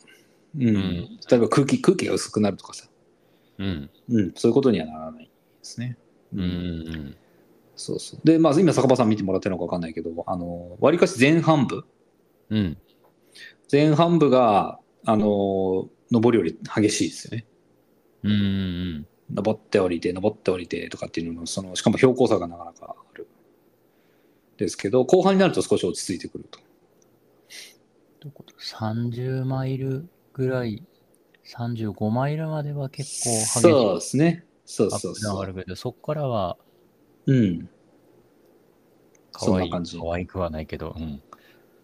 [SPEAKER 2] うん、
[SPEAKER 1] ん
[SPEAKER 2] 例えば空気、空気が薄くなるとかさ、
[SPEAKER 1] うん。
[SPEAKER 2] うん、そういうことにはならないですね。
[SPEAKER 1] うんうん
[SPEAKER 2] そうそう。で、まあ、今、坂場さん見てもらってるのか分かんないけど、あの、わりかし前半部、
[SPEAKER 1] うん。うん。
[SPEAKER 2] 前半部が、あの、上りより激しいですよね。
[SPEAKER 1] うんうん
[SPEAKER 2] 登って降りて、登って降りてとかっていうのも、その、しかも標高差がなかなかある。ですけど、後半になると少し落ち着いてくると。
[SPEAKER 1] どういうこと30マイルぐらい、35マイルまでは結構激しい。
[SPEAKER 2] そうですね。そう
[SPEAKER 1] ア
[SPEAKER 2] そ
[SPEAKER 1] ッ
[SPEAKER 2] う
[SPEAKER 1] プダウン
[SPEAKER 2] そ
[SPEAKER 1] あ
[SPEAKER 2] う。
[SPEAKER 1] るけど、そこからは
[SPEAKER 2] うん。
[SPEAKER 1] 可愛
[SPEAKER 2] そん
[SPEAKER 1] い
[SPEAKER 2] な感じ
[SPEAKER 1] 可愛くはないけど、うん。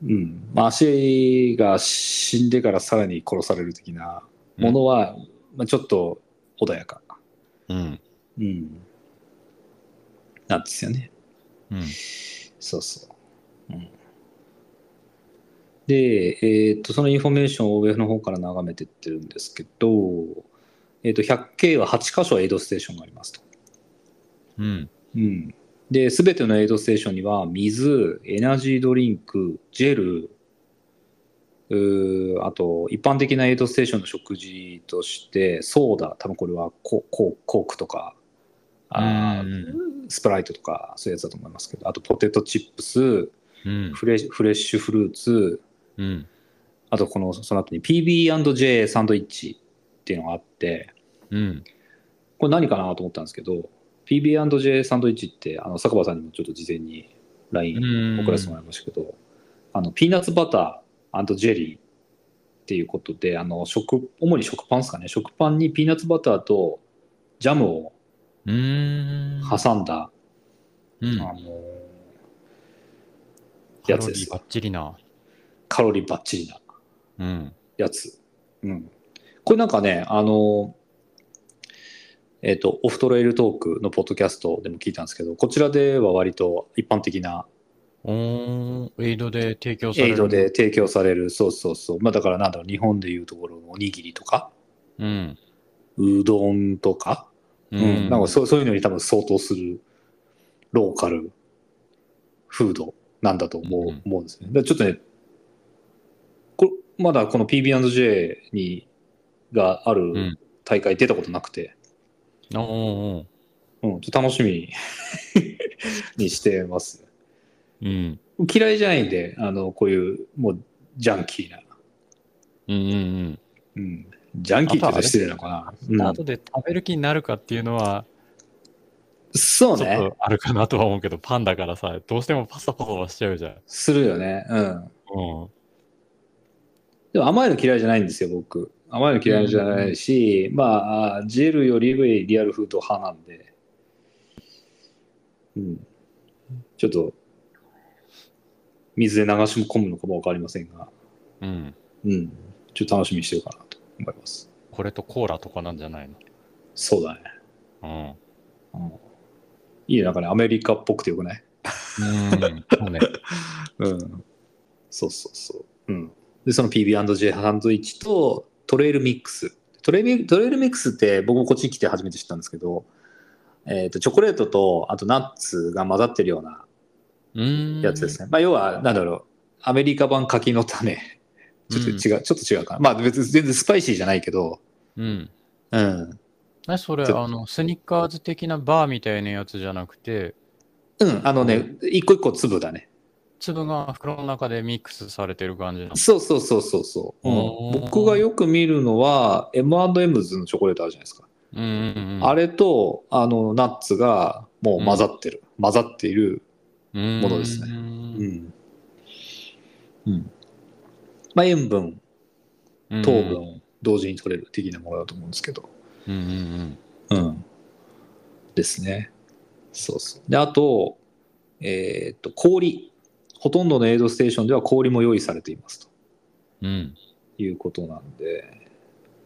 [SPEAKER 2] うん。まあ、足が死んでからさらに殺される的なものは、まあ、ちょっと穏やか。
[SPEAKER 1] うん。
[SPEAKER 2] うん。なんですよね。
[SPEAKER 1] うん。
[SPEAKER 2] そうそう。うん、で、えーっと、そのインフォメーションを上の方から眺めてってるんですけど、えーっと、100K は8箇所エイドステーションがありますと。
[SPEAKER 1] うん。
[SPEAKER 2] うん。で、すべてのエイドステーションには、水、エナジードリンク、ジェル、うーあと、一般的なエイドステーションの食事として、ソーダ、多分これはコココークとか、あー
[SPEAKER 1] うん
[SPEAKER 2] スプライトとか、そういうやつだと思いますけど、あとポテトチップス、
[SPEAKER 1] うん。
[SPEAKER 2] フレフレッシュフルーツ、
[SPEAKER 1] うん。
[SPEAKER 2] あとこのその後に PB&J サンドイッチっていうのがあって、
[SPEAKER 1] うん。
[SPEAKER 2] これ何かなと思ったんですけど、PB&J サンドイッチって、あの、坂場さんにもちょっと事前に LINE
[SPEAKER 1] うん。
[SPEAKER 2] 送らせてもらいましたけど、あの、ピーナッツバタージェリーっていうことで、あの、食、主に食パンですかね、食パンにピーナッツバターとジャムを
[SPEAKER 1] うーん。
[SPEAKER 2] 挟んだ、
[SPEAKER 1] うん。
[SPEAKER 2] あの、やつです
[SPEAKER 1] カロリーバッチリな。
[SPEAKER 2] カロリーバッチリな
[SPEAKER 1] うん。
[SPEAKER 2] やつ。うん。これなんかね、あの、えっ、と、オフトレイルトークのポッドキャストでも聞いたんですけど、こちらでは割と一般的な
[SPEAKER 1] おー、エイドで提供され
[SPEAKER 2] エ
[SPEAKER 1] る。
[SPEAKER 2] イドで。提供される、そうそうそう。まあだからなんだろう、日本でいうところのおにぎりとか、
[SPEAKER 1] うん。
[SPEAKER 2] うどんとか、
[SPEAKER 1] う
[SPEAKER 2] うん、なんかそうそういうのに多分相当するローカルフードなんだと思う,、
[SPEAKER 1] うん
[SPEAKER 2] 思うんですね。だからちょっとね、これまだこの PB&J にがあ
[SPEAKER 1] ん
[SPEAKER 2] る大会出たことなくて、
[SPEAKER 1] おーおー
[SPEAKER 2] うんちょっと楽しみ ににしてます。
[SPEAKER 1] うん。
[SPEAKER 2] 嫌いじゃないんで、あのこういうもうジャンキーな、
[SPEAKER 1] うんうんうん。
[SPEAKER 2] うん、ジャンキーって言うと失礼なのかな。
[SPEAKER 1] あ
[SPEAKER 2] う
[SPEAKER 1] とで食べる気になるかっていうのは、
[SPEAKER 2] んそう
[SPEAKER 1] ち
[SPEAKER 2] ね。
[SPEAKER 1] ょっとあるかなとは思うけど、パンだからさ、どうしてもパサパサしちゃうじゃん。
[SPEAKER 2] するよね。う
[SPEAKER 1] う
[SPEAKER 2] ん。
[SPEAKER 1] ん。
[SPEAKER 2] でも甘いの嫌いじゃないんですよ、僕。甘いの嫌いじゃないし、まああー、ジェルより上リアルフード派なんで。うん。ちょっと、水で流し込むのかもわかりませんが、
[SPEAKER 1] うん。
[SPEAKER 2] うん。ちょっと楽しみにしてるかなと思います。
[SPEAKER 1] これとコーラとかなんじゃないの
[SPEAKER 2] そうだね。
[SPEAKER 1] うん。
[SPEAKER 2] うんいいねなんかね、アメリカっぽくてよくない
[SPEAKER 1] うん。そう ね。
[SPEAKER 2] うん。そうそうそう。うん。で、その PB&J サンドイッチとトレイルミックス。トレイルトレイルミックスって僕もこっちに来て初めて知ったんですけど、えっとチョコレートとあとナッツが混ざってるような
[SPEAKER 1] うん。
[SPEAKER 2] やつですね。まあ、要は、なんだろう、アメリカ版柿の種。ちょっと違う、ちょっと違うかな。まあ別に全然スパイシーじゃないけど、
[SPEAKER 1] うん。
[SPEAKER 2] うん。
[SPEAKER 1] 何それ、
[SPEAKER 2] ちょ
[SPEAKER 1] あの、スニッカーズ的なバーみたいなやつじゃなくて、
[SPEAKER 2] うん、あのね、一個一個粒だね。
[SPEAKER 1] 粒が袋の中でミックスされてる感じなの。
[SPEAKER 2] そうそうそうそうそう。
[SPEAKER 1] お
[SPEAKER 2] う
[SPEAKER 1] ー
[SPEAKER 2] ん、僕がよく見るのは、M&M's のチョコレートあるじゃないですか。
[SPEAKER 1] うんうんうん。
[SPEAKER 2] あれと、あの、ナッツがもう混ざってる。混ざっている。
[SPEAKER 1] も
[SPEAKER 2] ものですねう
[SPEAKER 1] ね。
[SPEAKER 2] ん。うん。まあ、塩分、
[SPEAKER 1] うん
[SPEAKER 2] 糖分、同時に取れる的なものだと思うんですけど。
[SPEAKER 1] うんうん
[SPEAKER 2] うん。ですね。そうそう。で、あと、えーっと、氷。ほとんどのエイドステーションでは氷も用意されていますと
[SPEAKER 1] うん。うん。
[SPEAKER 2] いうことなんで、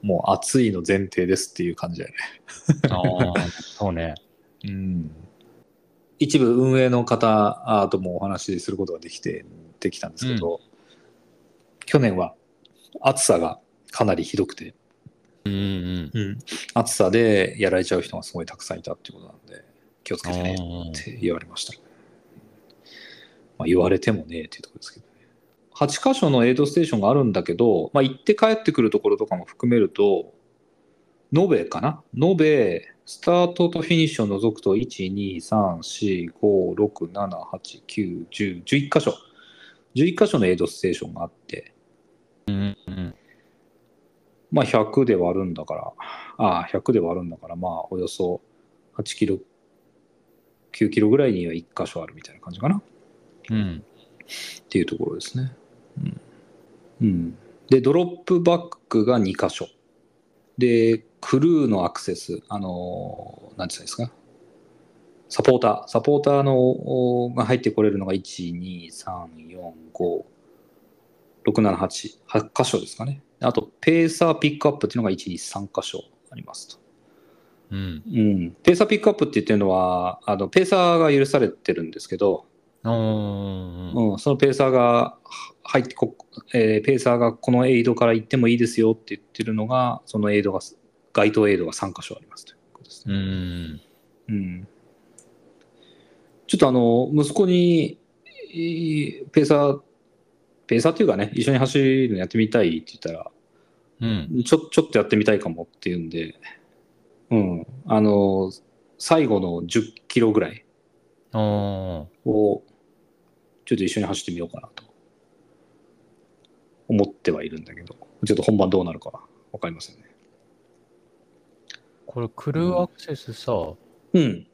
[SPEAKER 2] もう暑いの前提ですっていう感じだよね。
[SPEAKER 1] ああ、そうね。
[SPEAKER 2] うん。一部運営の方あともお話しすることができて、できたんですけど、去年は暑さがかなりひどくて、
[SPEAKER 1] うん うん。
[SPEAKER 2] 暑さでやられちゃう人がすごいたくさんいたっていうことなんで、気をつけてね
[SPEAKER 1] あ
[SPEAKER 2] って言われました。まあ、言われてもねっていうところですけどね。8箇所のエイドステーションがあるんだけど、まあ、行って帰ってくるところとかも含めると、延べかな延べ、スタートとフィニッシュを除くと、1、2、3、4、5、6、7、8、9、10、11箇所。11箇所のエイドステーションがあって、
[SPEAKER 1] うんうん
[SPEAKER 2] まあ100で割るんだから、ああ、100で割るんだから、まあおよそ8キロ、9キロぐらいには1箇所あるみたいな感じかな。
[SPEAKER 1] うん。
[SPEAKER 2] っていうところですね。うん。うん、で、ドロップバックが2箇所。で、クルーのアクセス、あのーなんて言うんですか、サポーター、サポーターのおが入ってこれるのが1、2、3、4、5、6、7、8、8箇所ですかね。あと、ペーサーピックアップっていうのが1、2、3箇所ありますと。
[SPEAKER 1] うん。
[SPEAKER 2] うん。ペーサーピックアップって言ってるのは、あの、ペーサーが許されてるんですけど、
[SPEAKER 1] うん。
[SPEAKER 2] うん、そのペーサーがは入ってこ、えーペーサーがこのエイドから行ってもいいですよって言ってるのが、そのエイドが、該当エイドが3箇所ありますということです
[SPEAKER 1] う
[SPEAKER 2] ね。
[SPEAKER 1] ん。
[SPEAKER 2] うんちょっとあの、息子に、えーペーサー、ペーサーっていうかね、一緒に走るのやってみたいって言ったら、
[SPEAKER 1] うん。
[SPEAKER 2] ちょちょっとやってみたいかもっていうんで、うん、あの、最後の10キロぐらい
[SPEAKER 1] あ
[SPEAKER 2] を、ちょっと一緒に走ってみようかなと思ってはいるんだけど、ちょっと本番どうなるかは分かりませんね。
[SPEAKER 1] これ、クルーアクセスさ、
[SPEAKER 2] うん。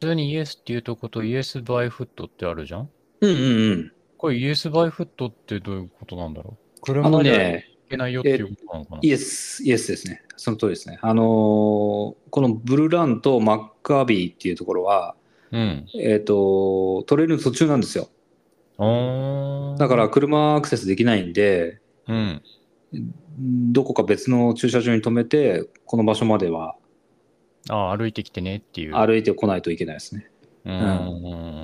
[SPEAKER 1] 普通にイエスっていうとことイエスバイフットってあるじゃん
[SPEAKER 2] うんうんうん。
[SPEAKER 1] これイエスバイフットってどういうことなんだろう
[SPEAKER 2] あの
[SPEAKER 1] 車で
[SPEAKER 2] ね、
[SPEAKER 1] 行けないよっていうことなのかな
[SPEAKER 2] イエス、イエスですね。その通りですね。あのーこのブルーランとマッカービーっていうところは、
[SPEAKER 1] うん。
[SPEAKER 2] えっ、と、トレイルの途中なんですよ。
[SPEAKER 1] ああ。
[SPEAKER 2] だから、車アクセスできないんで、
[SPEAKER 1] うん。
[SPEAKER 2] どこか別の駐車場に止めて、この場所までは
[SPEAKER 1] ああ、歩いてきてねっていう。る。
[SPEAKER 2] 歩いてこないといけないですね。
[SPEAKER 1] うん。う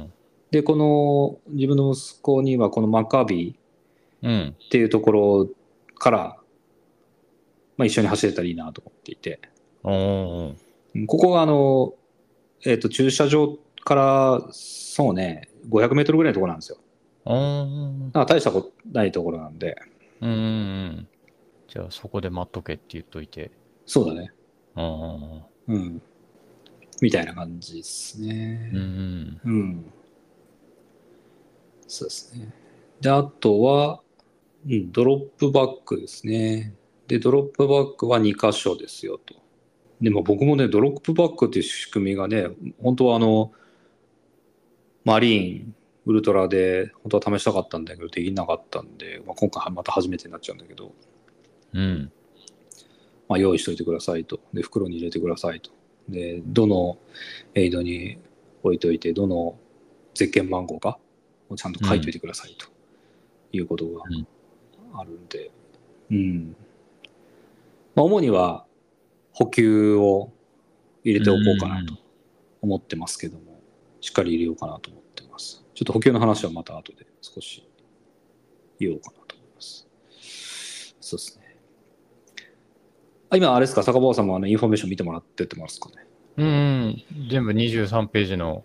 [SPEAKER 1] ん
[SPEAKER 2] で、この自分の息子にはこのマッカービー、
[SPEAKER 1] うん。
[SPEAKER 2] っていうところから、まあ、一緒に走れたらいいなと思っていて、
[SPEAKER 1] うん。
[SPEAKER 2] うんここはあの、えっ、と、駐車場から、そうね、500メートルぐらいのところなんですよ。
[SPEAKER 1] うん。
[SPEAKER 2] なんか大したことないところなんで、
[SPEAKER 1] うんうんうん。じゃあそこで待っとけって言っといて。
[SPEAKER 2] そうだね。
[SPEAKER 1] うん。
[SPEAKER 2] うん。みたいな感じです
[SPEAKER 1] うんう
[SPEAKER 2] ね。
[SPEAKER 1] ん。
[SPEAKER 2] うん。そうですね。で、あとは、うん、ドロップバックですね。で、ドロップバックは2箇所ですよと。でも僕もね、ドロップバックっていう仕組みがね、本当はあの、マリーン、ウルトラで、本当は試したかったんだけど、できなかったんで、まあ、今回はまた初めてになっちゃうんだけど、
[SPEAKER 1] うん。
[SPEAKER 2] まあ、用意しといてくださいと。で、袋に入れてくださいと。で、どのエイドに置いといて、どのゼッケン番号かをちゃんと書いといてくださいと、いうことが
[SPEAKER 1] うん
[SPEAKER 2] あるんで、うん。まあ、主には補給を入れておこうかなと思ってますけども、しっかり入れようかなと思ってます。ちょっと補給の話はまた後で少し言おうかなと思います。そうですね。あ今、あれですか、坂本さんもあのインフォメーション見てもらってってますかね。
[SPEAKER 1] うんうん。全部23ページの。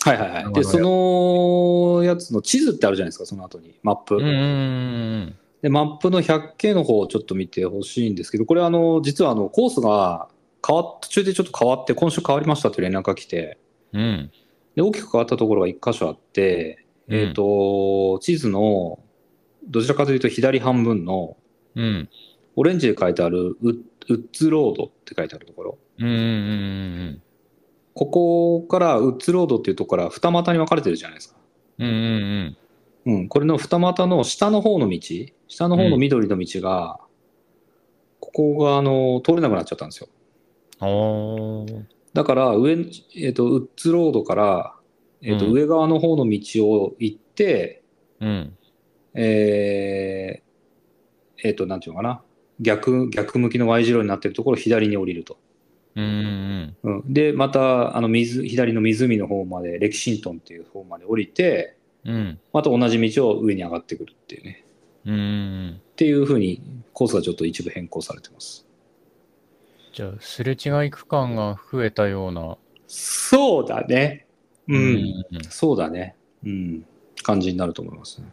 [SPEAKER 2] はいはいはい。で、
[SPEAKER 1] なる
[SPEAKER 2] そのやつの地図ってあるじゃないですか、その後に、マップ。
[SPEAKER 1] うんうんうん
[SPEAKER 2] で、マップの 100K の方をちょっと見てほしいんですけど、これあの、実はあの、コースが変わっ、途中でちょっと変わって、今週変わりましたという連絡が来て、
[SPEAKER 1] うん。うん。
[SPEAKER 2] で、大きく変わったところが1箇所あって、
[SPEAKER 1] うん
[SPEAKER 2] えっ、と、地図の、どちらかというと左半分の、
[SPEAKER 1] うん。
[SPEAKER 2] オレンジで書いてあるウッ、ウッズロードって書いてあるところ。
[SPEAKER 1] うんうんうん
[SPEAKER 2] ここから、ウッズロードっていうところから二股に分かれてるじゃないですか。
[SPEAKER 1] うん。うんうん
[SPEAKER 2] うん、これの二股の下の方の道、下の方の緑の道が、ここがあの通れなくなっちゃったんですよ。
[SPEAKER 1] うん。おー。
[SPEAKER 2] だから上、えっとウッズロードから、えっと
[SPEAKER 1] うん
[SPEAKER 2] 上側の方の道を行って、
[SPEAKER 1] うん。
[SPEAKER 2] えーえっとなんていうのかな逆逆向きの Y 字路になってるところを左に降りると。
[SPEAKER 1] うんうん
[SPEAKER 2] うん、でまたあの水左の湖の方まで歴神トンっていう方まで降りて
[SPEAKER 1] うん。うん。
[SPEAKER 2] また同じ道を上に上がってくるっていうね。
[SPEAKER 1] うんうん。
[SPEAKER 2] っていうふうにコースがちょっと一部変更されてます。
[SPEAKER 1] じゃあ、すれ違い区間が増えたような。
[SPEAKER 2] そうだね。うん。
[SPEAKER 1] うん
[SPEAKER 2] そうだね。うん。感じになると思いますね。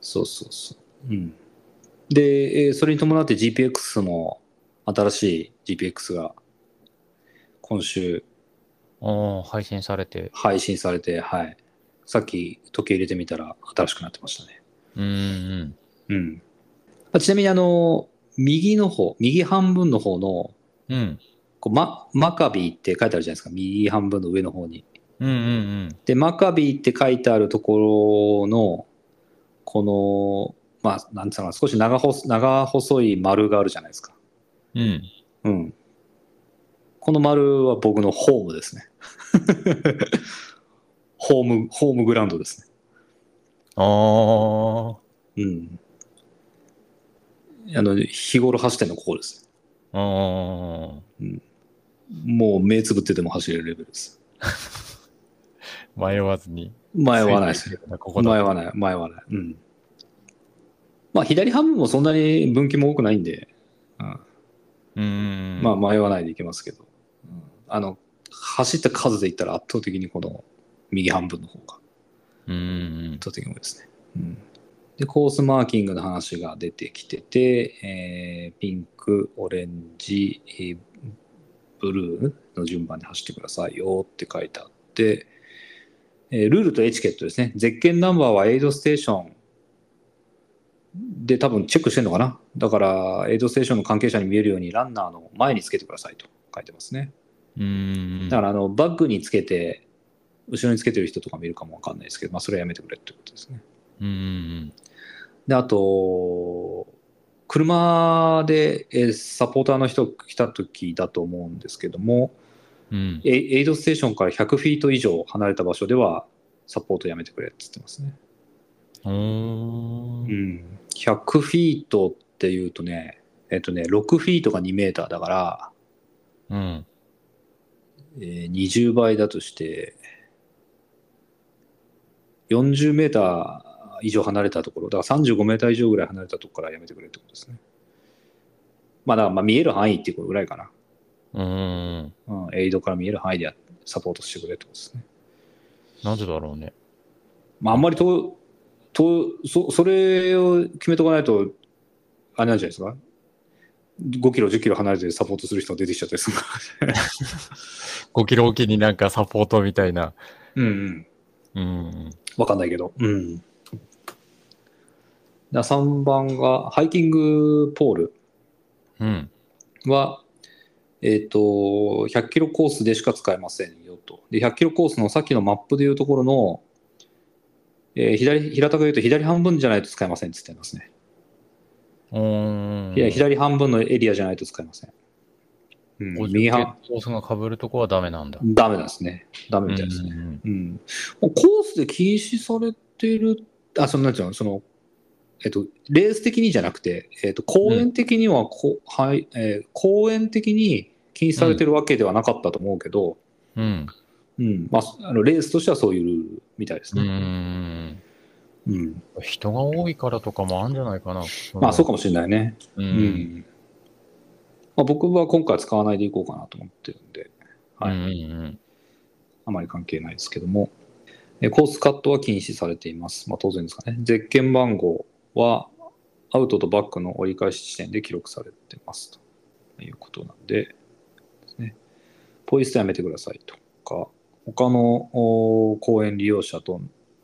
[SPEAKER 2] そうそうそう。うん。で、えーそれに伴って GPX も、新しい GPX が今週
[SPEAKER 1] ああ、配信されて。
[SPEAKER 2] 配信されて、はい。さっき時計入れてみたら新しくなってましたね。
[SPEAKER 1] うんうん。
[SPEAKER 2] うん。あちなみにあの、右の方、右半分の方の
[SPEAKER 1] うん。
[SPEAKER 2] こうママカビーって書いてあるじゃないですか右半分の上の方に
[SPEAKER 1] うんうん
[SPEAKER 2] でマカビーって書いてあるところのこのまあなんつうのかな少し長細長細い丸があるじゃないですか
[SPEAKER 1] うん。うん。
[SPEAKER 2] うんこの丸は僕のホーム ですねホームホームグラウンドです
[SPEAKER 1] あ
[SPEAKER 2] ねうんあの日頃走ってんのここです
[SPEAKER 1] あ。ああ。
[SPEAKER 2] もう目つぶってても走れるレベルです
[SPEAKER 1] 迷わずに。
[SPEAKER 2] 迷わないです
[SPEAKER 1] ここだ。
[SPEAKER 2] 迷わない、迷わない。うん。まあ、左半分もそんなに分岐も多くないんで、うん
[SPEAKER 1] うんうん。
[SPEAKER 2] まあ、迷わないでいけますけど、うんあの、走った数で言ったら圧倒的にこの右半分の方が
[SPEAKER 1] うんうん
[SPEAKER 2] 圧倒的に多いですね。うん。で、コースマーキングの話が出てきてて、えーピンク、オレンジ、えーブルーの順番で走ってくださいよって書いてあって、えールールとエチケットですね。ゼッケンナンバーはエイドステーションで多分チェックしてんのかな。だから、エイドステーションの関係者に見えるようにランナーの前につけてくださいと書いてますね。
[SPEAKER 1] うん。うん
[SPEAKER 2] だからあのバッグにつけて後ろにつけてる人とかもいるかもわかんないですけど、まあ、それはやめてくれってことですね。
[SPEAKER 1] うんうん。
[SPEAKER 2] であと車でえーサポーターの人来た時だと思うんですけども
[SPEAKER 1] うん。
[SPEAKER 2] エイエイドステーションから100フィート以上離れた場所ではサポートやめてくれって言ってますね。
[SPEAKER 1] お
[SPEAKER 2] う
[SPEAKER 1] ー
[SPEAKER 2] ん、100フィートっていうとねえっとね6フィートが2メーターだから、
[SPEAKER 1] うん。
[SPEAKER 2] えー20倍だとして、40メーター以上離れたところ、だから35メーター以上ぐらい離れたところからやめてくれってことですね。まあ、だからまあ見える範囲っていうことぐらいかな。
[SPEAKER 1] うん。
[SPEAKER 2] うん、エイドから見える範囲でやサポートしてくれってことですね。
[SPEAKER 1] なぜだろうね。
[SPEAKER 2] まあ、あんまりととそ、それを決めとかないと、あれなんじゃないですか。5キロ、10キロ離れてサポートする人が出てきちゃったりする か
[SPEAKER 1] 5キロおきになんかサポートみたいな。
[SPEAKER 2] ら。うん
[SPEAKER 1] う
[SPEAKER 2] うん。
[SPEAKER 1] ん。
[SPEAKER 2] わかんないけど。うん。だ3番が、ハイキングポール
[SPEAKER 1] うん。
[SPEAKER 2] は、えっ、と、100キロコースでしか使えませんよと。で、100キロコースのさっきのマップでいうところの、えー左、平たく言うと左半分じゃないと使えませんって言ってますね。
[SPEAKER 1] うん。
[SPEAKER 2] いや、左半分のエリアじゃないと使えません。うん、右半、
[SPEAKER 1] コースが被るとこはダメなんだ。
[SPEAKER 2] ダメなんですね。ダメみたいですね。うん、もうコースで禁止されてる、あ、そのなんていうの、その、えっと、レース的にじゃなくて、えっと、公園的にはこ、はい、えー公園的に禁止されてるわけではなかったと思うけど、
[SPEAKER 1] うん。
[SPEAKER 2] うんまあ、あのレースとしてはそういうルールみたいです
[SPEAKER 1] う
[SPEAKER 2] ね。
[SPEAKER 1] ん。
[SPEAKER 2] うん
[SPEAKER 1] 人が多いからとかもあるんじゃないかな。
[SPEAKER 2] まあそうかもしれないね。
[SPEAKER 1] う。
[SPEAKER 2] うんまあ、僕は今回使わないでいこうかなと思ってるんで、
[SPEAKER 1] うん。う
[SPEAKER 2] はい
[SPEAKER 1] ん。
[SPEAKER 2] あまり関係ないですけども、えコースカットは禁止されています。まあ、当然ですかね。ゼッケン番号はアウトとバックの折り返し地点で記録されてますということなんで、ですね、ポイ捨てやめてくださいとか、他のお公園利用者と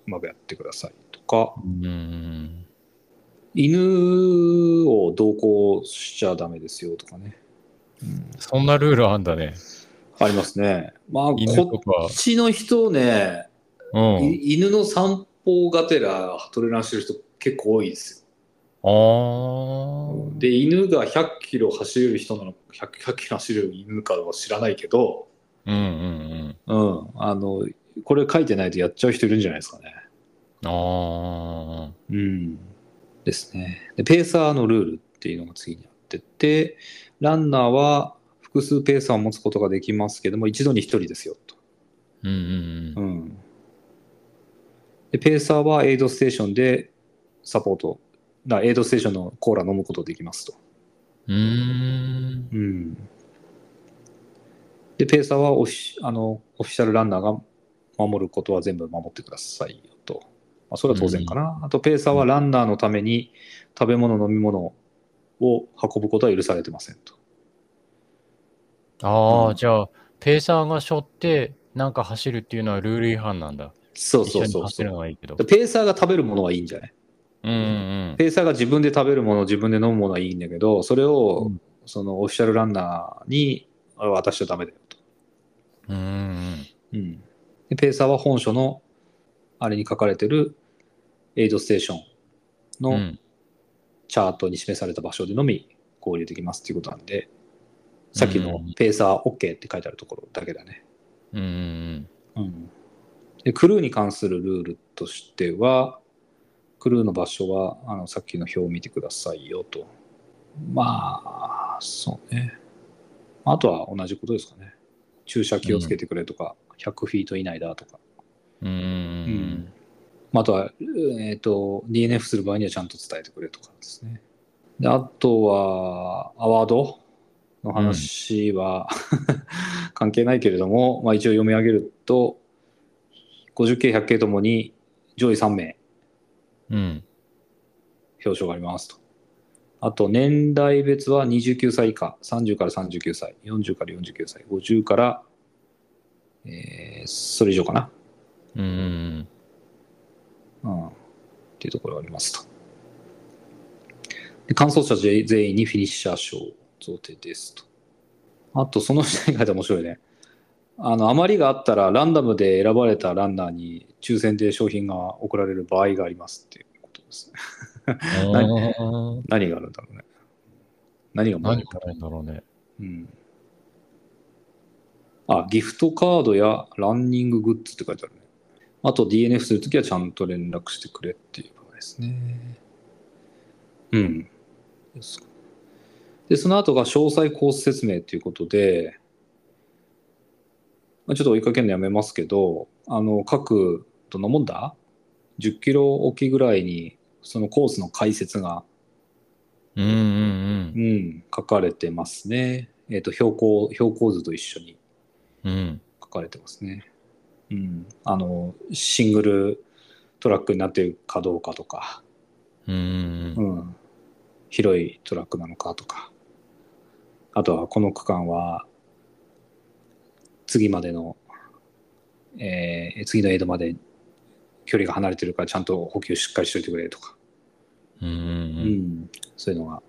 [SPEAKER 2] うまくやってくださいとか、
[SPEAKER 1] うん。うん。
[SPEAKER 2] 犬を同行しちゃダメですよとかね。うん
[SPEAKER 1] そんなルールあんだね。
[SPEAKER 2] ありますね。まあ、
[SPEAKER 1] 犬
[SPEAKER 2] こと
[SPEAKER 1] か
[SPEAKER 2] っ。ちの人ね、
[SPEAKER 1] うん。
[SPEAKER 2] い犬の散歩がてらトレランしてる人結構多いです
[SPEAKER 1] あ
[SPEAKER 2] よ。
[SPEAKER 1] ー。
[SPEAKER 2] で、犬が100キロ走れる人なのか、100, 100キロ走れる犬かは知らないけど、
[SPEAKER 1] うんうん
[SPEAKER 2] うん、あの、これ書いてないとやっちゃう人いるんじゃないですかね。
[SPEAKER 1] うん。あ
[SPEAKER 2] うん。ですね。で、ペーサーのルールっていうのが次にあってて、ランナーは複数ペーサーを持つことができますけども、一度に一人ですよ、と。
[SPEAKER 1] ー。うんうんう。
[SPEAKER 2] うんん、でペーサーはエイドステーションでサポートだエイドステーションのコーラ飲むことできますと、
[SPEAKER 1] うーん。
[SPEAKER 2] うん、でペーサーはオフィシあのオフィシャルランナーが守ることは全部守ってくださいよと、まあ、それは当然かな、あとペーサーはランナーのために食べ物飲み物を運ぶことは許されてませんと
[SPEAKER 1] あ
[SPEAKER 2] う
[SPEAKER 1] あ、
[SPEAKER 2] ん
[SPEAKER 1] じゃあ、ペーサーが背負って、なんか走るっていうのはルール違反なんだ。
[SPEAKER 2] そう
[SPEAKER 1] 一
[SPEAKER 2] そ
[SPEAKER 1] 緒
[SPEAKER 2] う
[SPEAKER 1] に
[SPEAKER 2] そう
[SPEAKER 1] 走
[SPEAKER 2] そ
[SPEAKER 1] るの
[SPEAKER 2] う
[SPEAKER 1] はいいけど
[SPEAKER 2] で。ペーサーが食べるものはいいんじゃない
[SPEAKER 1] うんうん
[SPEAKER 2] ペーサーが自分で食べるもの、自分で飲むものはいいんだけど、それ
[SPEAKER 1] う
[SPEAKER 2] を、
[SPEAKER 1] ん
[SPEAKER 2] そのオフィシャルランナーにあ渡しちゃダメだよと。
[SPEAKER 1] うん。うん
[SPEAKER 2] うん、でペーサーは本書の、あれに書かれてるエイドステーション
[SPEAKER 1] うんう
[SPEAKER 2] の
[SPEAKER 1] ん。
[SPEAKER 2] チャートに示された場所でのみ合流できますっていうことなんで、さっき
[SPEAKER 1] う
[SPEAKER 2] の
[SPEAKER 1] ん
[SPEAKER 2] ペーサー OK って書いてあるところだけだね。
[SPEAKER 1] うんうん
[SPEAKER 2] うん、でクルーに関するルールとしてはクルーの場所はあのさっきの表を見てくださいよとまあそうねあとは同じことですかね駐車気をつけてくれとか、100フィート以内だとか、
[SPEAKER 1] うん。うんうん
[SPEAKER 2] まあ、あとは、えっと DNF する場合にはちゃんと伝えてくれとかですねであとはアワードの話は、 関係ないけれども、まあ、一応読み上げると 50K、100K ともに上位3名
[SPEAKER 1] うん。うん。
[SPEAKER 2] 表彰がありますと。あと、年代別は29歳以下、30から39歳、40から49歳、50から、えーそれ以上かな、
[SPEAKER 1] うんうん
[SPEAKER 2] うん、っていうところがありますと。で、完走者全全員にフィニッシャー賞贈呈ですと。あと、その下に書いて面白いね。あの、余りがあったら、ランダムで選ばれたランナーに抽選で商品が贈られる場合がありますっていうことですね。
[SPEAKER 1] うん。
[SPEAKER 2] 何があるんだろうね。何がもらえ
[SPEAKER 1] 何
[SPEAKER 2] る
[SPEAKER 1] かなんだろうね。
[SPEAKER 2] うん。あ、ギフトカードやランニンググッズって書いてあるね。あと DNF するときはちゃんと連絡してくれっていう場合ですね。うん。ですで、その後が詳細コース説明ということで、まあ、ちょっと追いかけるのやめますけど、あの、各、どんなもんだ ?10 キロおきぐらいに、そのコースの解説が
[SPEAKER 1] うんうん
[SPEAKER 2] うん、書かれてますね。えっ、と、標高、標高図と一緒に
[SPEAKER 1] うん。うん。
[SPEAKER 2] 書かれてますね。うん。あの、シングルトラックになってるかどうかとか、
[SPEAKER 1] うんうんう。
[SPEAKER 2] うんん。広いトラックなのかとか。あとは、この区間は、次までの、えー次のエイドまで距離が離れてるから、ちゃんと補給しっかりしといてくれとか。
[SPEAKER 1] うんうん
[SPEAKER 2] う
[SPEAKER 1] うん。
[SPEAKER 2] ん、そういうのが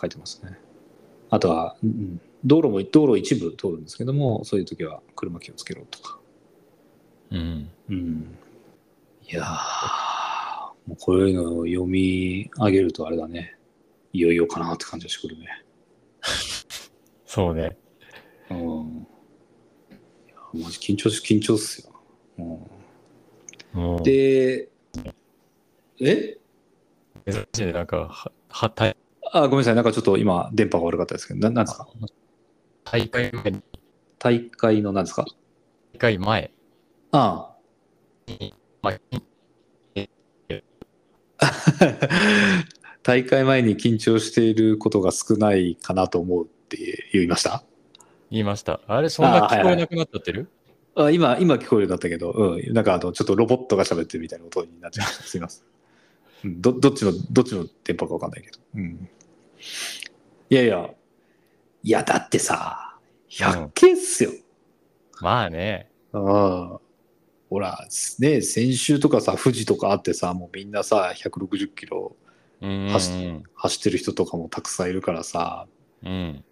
[SPEAKER 2] 書いてますね。あとは、うん、道路も道路一部通るんですけども、そういう時は車気をつけろとか。
[SPEAKER 1] うん。
[SPEAKER 2] うん、いやー、もうこういうのを読み上げるとあれだね。いよいよかなって感じがしてくるね。
[SPEAKER 1] そうね。
[SPEAKER 2] うん。いやマジ緊張し、緊張っすよ。う
[SPEAKER 1] うん
[SPEAKER 2] ん、で、え
[SPEAKER 1] 珍しいねなんか、は、はた、
[SPEAKER 2] あ、ごめんなさい。なんかちょっと今、電波が悪かったですけど、ななんですか
[SPEAKER 1] 大会前に、
[SPEAKER 2] 大会の何ですか
[SPEAKER 1] 大会前、
[SPEAKER 2] あ
[SPEAKER 1] まあ、
[SPEAKER 2] あ 大会前に緊張していることが少ないかなと思うって言いました
[SPEAKER 1] 言いました。あれ、そんな聞こえなくなっちゃってる
[SPEAKER 2] あ今、今聞こえるようになったけど、うん、なんかあの、ちょっとロボットが喋ってるみたいな音になっちゃいま した。すいません。うんど、どっちの、どっちの電波かわかんないけど。うん。いやいや、いや、だってさ、100件っすよ。
[SPEAKER 1] まあね。
[SPEAKER 2] ああ。ほら、ね、先週とかさ、富士とかあってさ、もうみんなさ、160キロ
[SPEAKER 1] うん
[SPEAKER 2] 走っ走ってる人とかもたくさんいるからさ、
[SPEAKER 1] うん。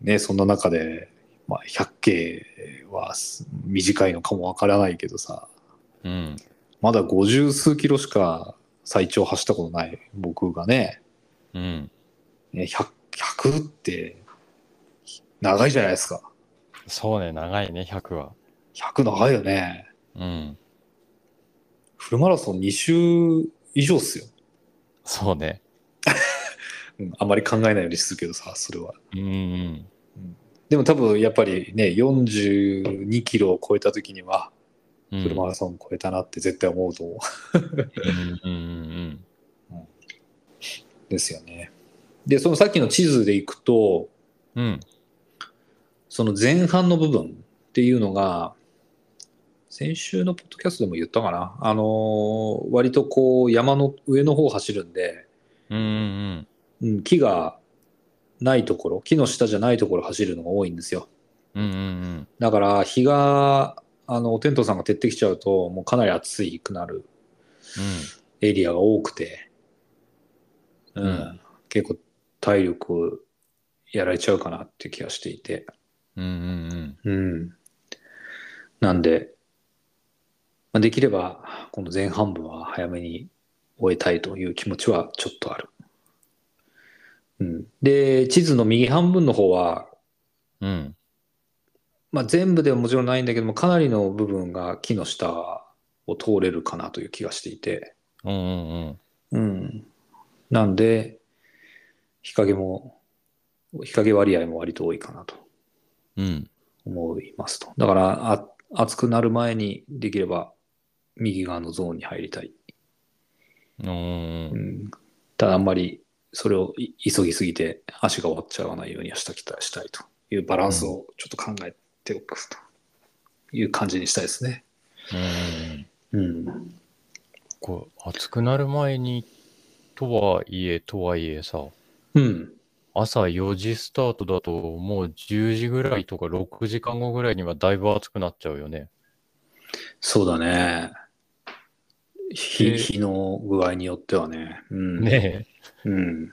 [SPEAKER 2] ね、そんな中で、まあ、100系はす短いのかもわからないけどさ、
[SPEAKER 1] うん。
[SPEAKER 2] まだ50数キロしか最長走ったことない僕がね、
[SPEAKER 1] うん。
[SPEAKER 2] ね 100, 100って長いじゃないですか。
[SPEAKER 1] そうね、長いね、100は。
[SPEAKER 2] 100長いよね。
[SPEAKER 1] うん。
[SPEAKER 2] フルマラソン2周以上っすよ。
[SPEAKER 1] そうね。
[SPEAKER 2] うん、あまり考えないようにするけどさ、それは。
[SPEAKER 1] うんうん。
[SPEAKER 2] でも多分やっぱりね、42キロを超えた時には、
[SPEAKER 1] うん
[SPEAKER 2] フルマラソン超えたなって絶対思うと思
[SPEAKER 1] うんうんうん
[SPEAKER 2] うんですよね。で、そのさっきの地図でいくと、
[SPEAKER 1] うん。うん。
[SPEAKER 2] その前半の部分っていうのが、先週のポッドキャストでも言ったかな、あのー割とこう山の上の方を走るんで、
[SPEAKER 1] うんうん
[SPEAKER 2] うん、木がないところ、木の下じゃないところ走るのが多いんですよ。
[SPEAKER 1] うん。うんうん
[SPEAKER 2] だから日が、あの、お天道さんが照ってきちゃうと、もうかなり暑いくなるエリアが多くて、うん、
[SPEAKER 1] うん
[SPEAKER 2] 結構体力やられちゃうかなって気がしていて、
[SPEAKER 1] うん。うんうんうん。
[SPEAKER 2] うん。なんで、まあ、できれば、この前半部は早めに終えたいという気持ちはちょっとある。うん、で、地図の右半分の方は、
[SPEAKER 1] うん。
[SPEAKER 2] まあ、全部ではもちろんないんだけども、かなりの部分が木の下を通れるかなという気がしていて、
[SPEAKER 1] うんうんうん。
[SPEAKER 2] うん。なんで、日陰も、日陰割合も割と多いかなと
[SPEAKER 1] うん。
[SPEAKER 2] 思いますと。だから、あ暑くなる前にできれば右側のゾーンに入りたい。
[SPEAKER 1] うんうんう。
[SPEAKER 2] うんん、ただ、あんまりそれをい急ぎすぎて足が終わっちゃわないようにはしたきたしたいというバランスをちょっと考えておくという感じにしたいですね。
[SPEAKER 1] うん
[SPEAKER 2] うん。
[SPEAKER 1] こう暑くなる前にとはいえとはいえさ
[SPEAKER 2] うん。
[SPEAKER 1] 朝4時スタートだともう10時ぐらいとか6時間後ぐらいにはだいぶ暑くなっちゃうよね。
[SPEAKER 2] そうだね。日
[SPEAKER 1] で
[SPEAKER 2] 日の具合によってはね。うん、
[SPEAKER 1] ねえ
[SPEAKER 2] うん。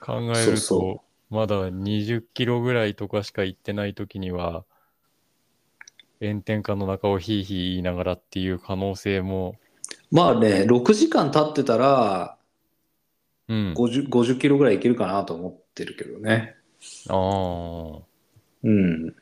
[SPEAKER 1] 考え
[SPEAKER 2] そ
[SPEAKER 1] る
[SPEAKER 2] う
[SPEAKER 1] と
[SPEAKER 2] そ
[SPEAKER 1] まだ20キロぐらいとかしか行ってない時には炎天下の中をヒーヒー言いながらっていう可能性も、
[SPEAKER 2] まあね、6時間経ってたら
[SPEAKER 1] うん、
[SPEAKER 2] 50、50キロぐらいいけるかなと思ってるけどね。
[SPEAKER 1] ああ
[SPEAKER 2] うん。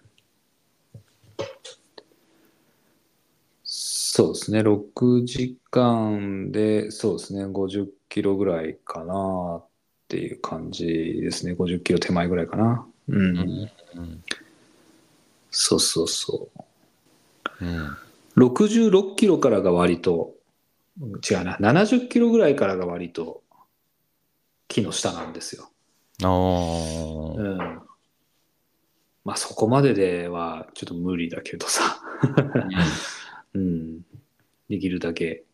[SPEAKER 2] そうですね、6時間で、そうですね、50キロぐらいかなっていう感じですね。50キロ手前ぐらいかな。うん。
[SPEAKER 1] うんうん
[SPEAKER 2] そうそうそう。
[SPEAKER 1] うん
[SPEAKER 2] 66キロからが割と、うん違うな、70キロぐらいからが割と、木の下なんですよ。
[SPEAKER 1] あー
[SPEAKER 2] うん。まあそこまでではちょっと無理だけどさ、うん。できるだけ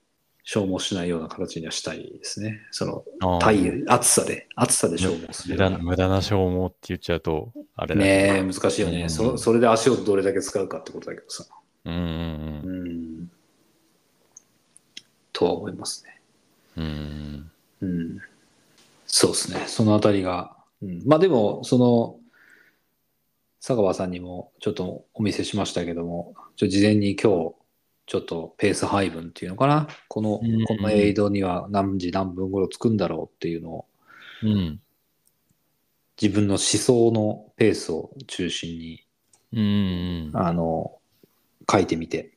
[SPEAKER 2] 消耗しないような形にはしたいですね。その、
[SPEAKER 1] あー
[SPEAKER 2] 体温、暑さで、暑さで消耗す
[SPEAKER 1] 無
[SPEAKER 2] る
[SPEAKER 1] 駄
[SPEAKER 2] よう
[SPEAKER 1] な
[SPEAKER 2] な。
[SPEAKER 1] 無駄な消耗って言っちゃうと、あれだけ
[SPEAKER 2] ねえ、難しいよね、
[SPEAKER 1] うん
[SPEAKER 2] そ。それで足をどれだけ使うかってことだけどさ。
[SPEAKER 1] ど。うんうん
[SPEAKER 2] うん。とは思いますね。
[SPEAKER 1] うん。うん
[SPEAKER 2] うんそうですね、そのあたりが。うん、まあでも、その、佐川さんにもちょっとお見せしましたけども、ちょ事前に今日、ちょっとペース配分っていうのかな、この
[SPEAKER 1] うんうん
[SPEAKER 2] このエイドには何時何分頃着くんだろうっていうのを、
[SPEAKER 1] うん。
[SPEAKER 2] 自分の思想のペースを中心に、
[SPEAKER 1] うん
[SPEAKER 2] あの、書いてみて、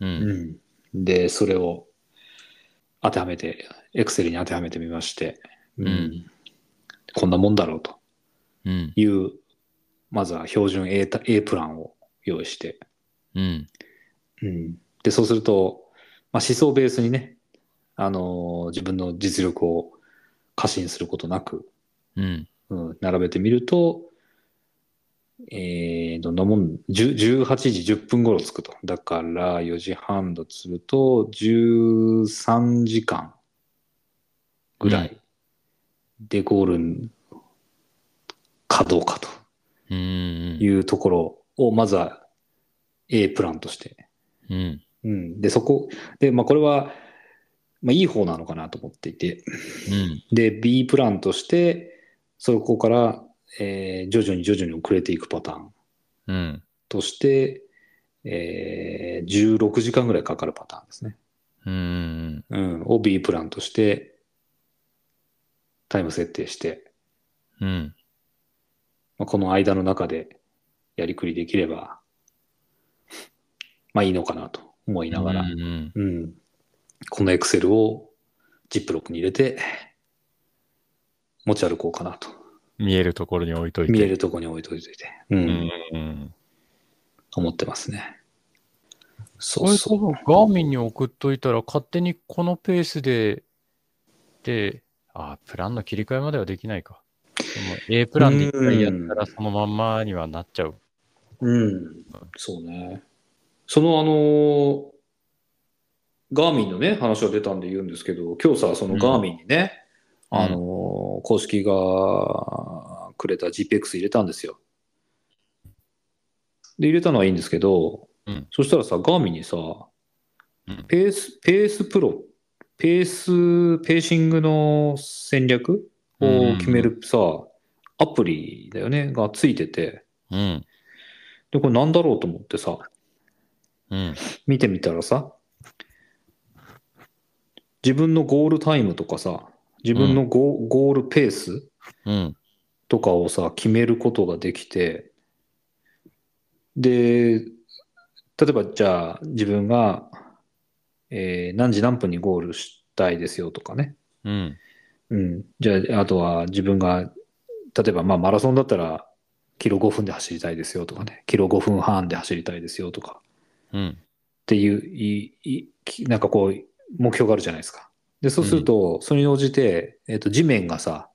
[SPEAKER 1] うん。う
[SPEAKER 2] うんん、で、それを当てはめて、エクセルに当てはめてみまして、
[SPEAKER 1] うん
[SPEAKER 2] こんなもんだろうと。
[SPEAKER 1] うん。
[SPEAKER 2] いうまずは標準 A, た A プランを用意して、
[SPEAKER 1] うん。
[SPEAKER 2] うん、でそうすると、まあ、思想をベースにね、あのー自分の実力を過信することなく、
[SPEAKER 1] うん。
[SPEAKER 2] うん、並べてみると、えー、どんなもん、10 18時10分頃着くと。だから、4時半だとすると、13時間ぐらいでゴールかどうかと
[SPEAKER 1] うん。うん
[SPEAKER 2] いうところを、まずは A プランとして
[SPEAKER 1] うん。
[SPEAKER 2] うん、で、そこ、で、まあ、これは、まあ、いい方なのかなと思っていて、
[SPEAKER 1] うん。
[SPEAKER 2] で、B プランとして、そこから、えー徐々に徐々に遅れていくパターン
[SPEAKER 1] うん。
[SPEAKER 2] として、えー16時間ぐらいかかるパターンですね。
[SPEAKER 1] うん。
[SPEAKER 2] うん、を B プランとして、タイム設定して、
[SPEAKER 1] うん。
[SPEAKER 2] まあ、この間の中でやりくりできれば、まあいいのかなと思いながら、
[SPEAKER 1] うん。
[SPEAKER 2] うん。このエクセルをジップロックに入れて、持ち歩こうかなと。
[SPEAKER 1] 見えるところに置いといて。
[SPEAKER 2] 見えるとこに置いといて、うん、
[SPEAKER 1] うん。うん。
[SPEAKER 2] 思ってますね。そ
[SPEAKER 1] こ
[SPEAKER 2] う
[SPEAKER 1] れ
[SPEAKER 2] そ
[SPEAKER 1] 多
[SPEAKER 2] う。
[SPEAKER 1] 分、ガーミンに送っといたら、勝手にこのペースで、で、あ、プランの切り替えまではできないか。でも A プランで一回やったら、そのまんまにはなっちゃう。
[SPEAKER 2] うん。そうね。そのあのーガーミンのね、話が出たんで言うんですけど、今日さ、そのガーミンにね、
[SPEAKER 1] うん
[SPEAKER 2] あのー公式がくれた GPX 入れたんですよ。で、入れたのはいいんですけど、
[SPEAKER 1] うん
[SPEAKER 2] そしたらさ、ガーミンにさ、
[SPEAKER 1] ん
[SPEAKER 2] ペース、ペースプロ、ペース、ペーシングの戦略を決めるさ、アプリだよね、がついてて、
[SPEAKER 1] うん。
[SPEAKER 2] で、これなんだろうと思ってさ、
[SPEAKER 1] うん。
[SPEAKER 2] 見てみたらさ、自分のゴールタイムとかさ、自分のゴ,、ゴールペース
[SPEAKER 1] うん。
[SPEAKER 2] とかをさ、決めることができて、で、例えばじゃあ自分が、えー何時何分にゴールしたいですよとかね。
[SPEAKER 1] うん。
[SPEAKER 2] うん。じゃあ、あとは自分が、例えばまあマラソンだったら、キロ5分で走りたいですよとかね。キロ5分半で走りたいですよとか。
[SPEAKER 1] うん。
[SPEAKER 2] っていう、いいきなんかこう、目標があるじゃないですか。で、そうすると、それに応じて、えっ、と、地面がさ、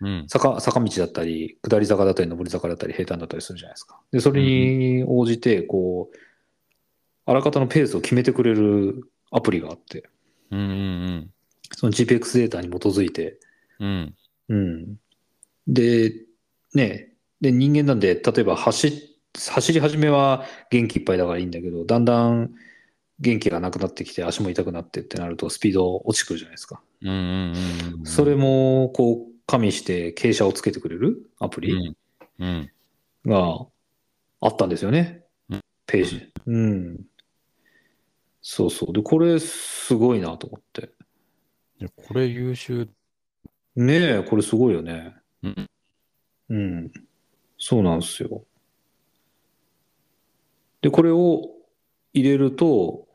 [SPEAKER 1] うん。
[SPEAKER 2] 坂、坂道だったり、下り坂だったり、上り坂だったり、平坦だったりするじゃないですか。で、それに応じて、こう、あらかたのペースを決めてくれるアプリがあって、
[SPEAKER 1] うん。うん。
[SPEAKER 2] その GPX データに基づいて、
[SPEAKER 1] うん。
[SPEAKER 2] うん。で、ね、で、人間なんで、例えば走っ、走り始めは元気いっぱいだからいいんだけど、だんだん元気がなくなってきて、足も痛くなってってなると、スピード落ちてくるじゃないですか。
[SPEAKER 1] うん。うん。うん。
[SPEAKER 2] それも、こう、加味して、傾斜をつけてくれるアプリ
[SPEAKER 1] うん。うん。
[SPEAKER 2] があったんですよね
[SPEAKER 1] うん。
[SPEAKER 2] ページ。うん。そうそう。で、これ、すごいなと思って。
[SPEAKER 1] いやこれ優秀。
[SPEAKER 2] ねえ、これすごいよね。
[SPEAKER 1] うん。
[SPEAKER 2] うん。そうなんですよ。で、これを入れると、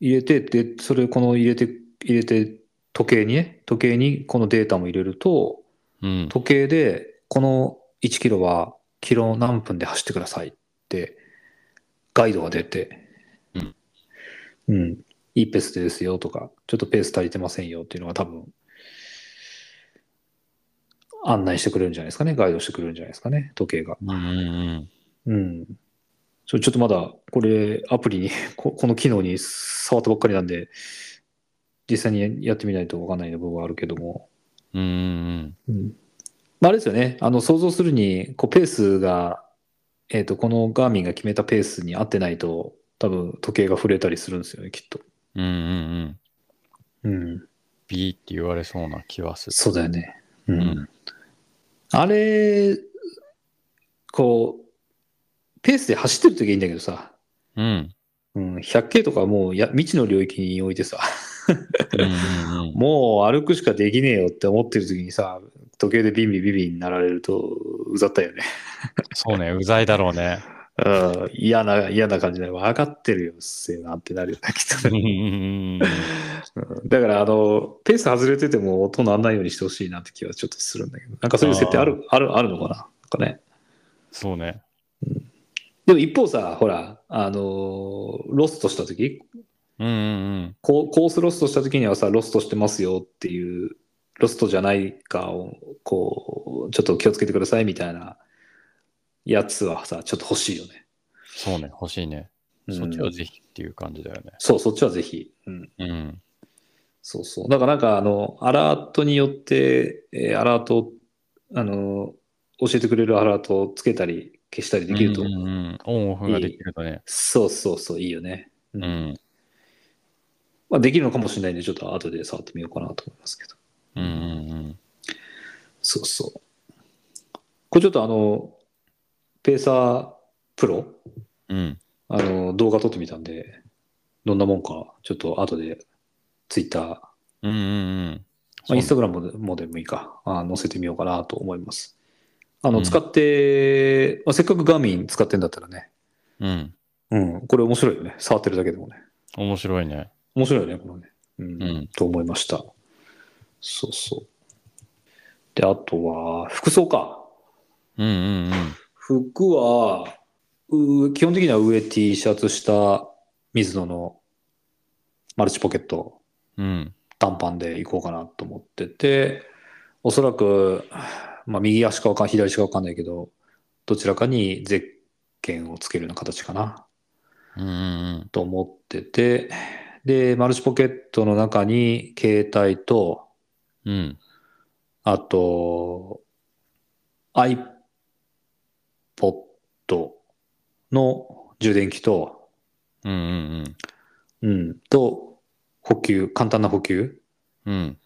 [SPEAKER 2] 入れて、で、それ、この入れて、入れて、時計にね、時計にこのデータも入れると、
[SPEAKER 1] うん。
[SPEAKER 2] 時計で、この1キロは、キロ何分で走ってくださいって、ガイドが出て、
[SPEAKER 1] うん。
[SPEAKER 2] うん。いいペースですよとか、ちょっとペース足りてませんよっていうのが多分、案内してくれるんじゃないですかね。ガイドしてくれるんじゃないですかね。時計が。
[SPEAKER 1] うん。うん。
[SPEAKER 2] うん。それちょっとまだ、これ、アプリにこ、この機能に触ったばっかりなんで、実際にやってみないとわかんない部分はあるけども。
[SPEAKER 1] うん。うん。
[SPEAKER 2] うん。まあ、あれですよね。あの、想像するに、こう、ペースが、えっ、と、このガーミンが決めたペースに合ってないと、多分、時計が震えたりするんですよね、きっと。
[SPEAKER 1] うん。うん。うん。
[SPEAKER 2] うん。
[SPEAKER 1] B って言われそうな気はする。
[SPEAKER 2] そうだよね。う。
[SPEAKER 1] うんん。
[SPEAKER 2] あれ、こう、ペースで走ってる時はいいんだけどさ、
[SPEAKER 1] うん。
[SPEAKER 2] うん、100K とかもうや未知の領域においてさ、
[SPEAKER 1] うんうん
[SPEAKER 2] もう歩くしかできねえよって思ってる時にさ、時計でビンビンビンビンになられると、うざったよね。
[SPEAKER 1] そうね、うざいだろうね。
[SPEAKER 2] うん、嫌な、嫌な感じだよ。分かってるよ、うっせえなってなるよ ね、きっと
[SPEAKER 1] う
[SPEAKER 2] ね。
[SPEAKER 1] ん
[SPEAKER 2] うんだから、あの、ペース外れてても音なんないようにしてほしいなって気はちょっとするんだけど、なんかそういう設定ある、ある、あるのかななんかね。
[SPEAKER 1] そうね。
[SPEAKER 2] でも一方さ、ほら、あのーロストした時
[SPEAKER 1] うんうん
[SPEAKER 2] コ、コースロストした時にはさ、ロストしてますよっていう、ロストじゃないかを、こう、ちょっと気をつけてくださいみたいなやつはさ、ちょっと欲しいよね。
[SPEAKER 1] うん。そうね、欲しいね。
[SPEAKER 2] うん
[SPEAKER 1] そっちはぜひっていう感じだよね。
[SPEAKER 2] そう、そっちはぜひ。うん。
[SPEAKER 1] うん。
[SPEAKER 2] そうそう。だからなんか、あの、アラートによって、えーアラートを、あの、教えてくれるアラートをつけたり消したりできると、
[SPEAKER 1] うんうんうんオンオフができるとね。
[SPEAKER 2] そうそうそう、いいよね。う
[SPEAKER 1] う。ん。
[SPEAKER 2] まあ、できるのかもしれないんで、ちょっと後で触ってみようかなと思いますけど。
[SPEAKER 1] うんうんうん。
[SPEAKER 2] そうそう。これちょっとあの、ペーサープロ、
[SPEAKER 1] うん。
[SPEAKER 2] あの、動画撮ってみたんで、どんなもんか、ちょっと後で、ツイッター、ま
[SPEAKER 1] うんうん
[SPEAKER 2] あ、
[SPEAKER 1] うん。
[SPEAKER 2] インスタグラムもでもいいか、あ載せてみようかなと思います。あ
[SPEAKER 1] う
[SPEAKER 2] の、
[SPEAKER 1] ん
[SPEAKER 2] 使って、まあ、せっかくガーミン使ってんだったらね、
[SPEAKER 1] うん。
[SPEAKER 2] うん、これ面白いよね。触ってるだけでもね。
[SPEAKER 1] 面白いね。
[SPEAKER 2] 面白いよね、このね。うん。
[SPEAKER 1] うん
[SPEAKER 2] と思いました。そうそう。で、あとは、服装か。
[SPEAKER 1] うんうんうん。
[SPEAKER 2] 服は、う基本的には上 T シャツ、下、水野のマルチポケット、
[SPEAKER 1] うん。
[SPEAKER 2] 短パンで行こうかなと思ってて、おそらく、まあ、右足かわかん、左足かわかんないけど、どちらかにゼッケンをつけるような形かな。
[SPEAKER 1] うんうん
[SPEAKER 2] と思ってて、で、マルチポケットの中に携帯と、
[SPEAKER 1] うん。うん。
[SPEAKER 2] あと、iPod の充電器と、
[SPEAKER 1] うんうん
[SPEAKER 2] うん、と、補給、簡単な補給。
[SPEAKER 1] うん。うん。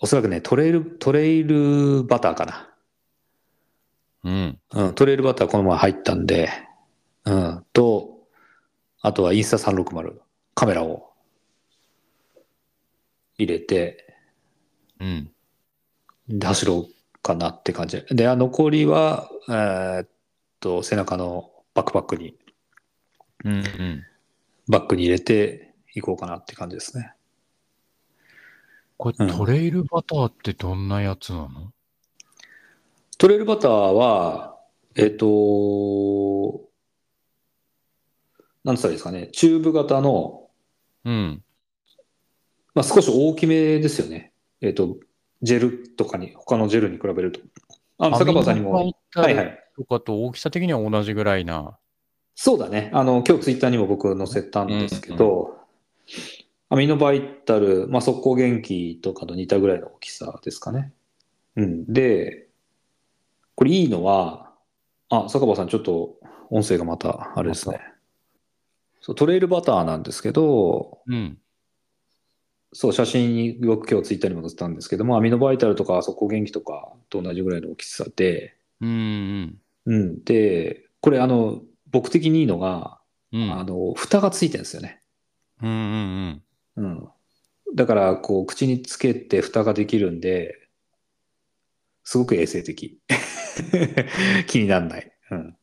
[SPEAKER 2] おそらくね、トレイル、トレイルバターかな。
[SPEAKER 1] うん。
[SPEAKER 2] うん、トレイルバターこの前入ったんで、うん、と、あとはインスタ360、カメラを入れて、
[SPEAKER 1] うん。
[SPEAKER 2] で走ろうかなって感じ。で、あ残りは、えーっと、背中のバックパックに、
[SPEAKER 1] うんうん。
[SPEAKER 2] バックに入れていこうかなって感じですね。
[SPEAKER 1] こ
[SPEAKER 2] う
[SPEAKER 1] れ、
[SPEAKER 2] ん
[SPEAKER 1] トレイルバターってどんなやつなの
[SPEAKER 2] トレイルバターは、えーっと、なんつったらいいですかね、チューブ型の、
[SPEAKER 1] うん。
[SPEAKER 2] まあ、少し大きめですよね。えーっと、ジェルとかに、他のジェルに比べると。あの、坂場さんに
[SPEAKER 1] アミ
[SPEAKER 2] も。
[SPEAKER 1] ノ
[SPEAKER 2] は
[SPEAKER 1] 酸
[SPEAKER 2] いはい。
[SPEAKER 1] とかと大きさ的には同じぐらいな。
[SPEAKER 2] そうだね。あの、今日ツイッターにも僕載せたんですけど、アミノバイタル、まあ、速攻元気とかと似たぐらいの大きさですかね。うん。で、これいいのは、あ、坂場さん、ちょっと音声がまた、あれですね。そう、トレイルバターなんですけど、
[SPEAKER 1] うん。
[SPEAKER 2] そう、写真によく今日ツイッターにも載せたんですけども、アミノバイタルとか速攻元気とかと同じぐらいの大きさで、
[SPEAKER 1] うんうん。
[SPEAKER 2] うん。で、これ、あの、僕的にいいのが、
[SPEAKER 1] うん。
[SPEAKER 2] あの、蓋がついてるんですよね。
[SPEAKER 1] うんうん
[SPEAKER 2] うん。だから、こう、口につけて蓋ができるんで、すごく衛生的。 気にならない。うん。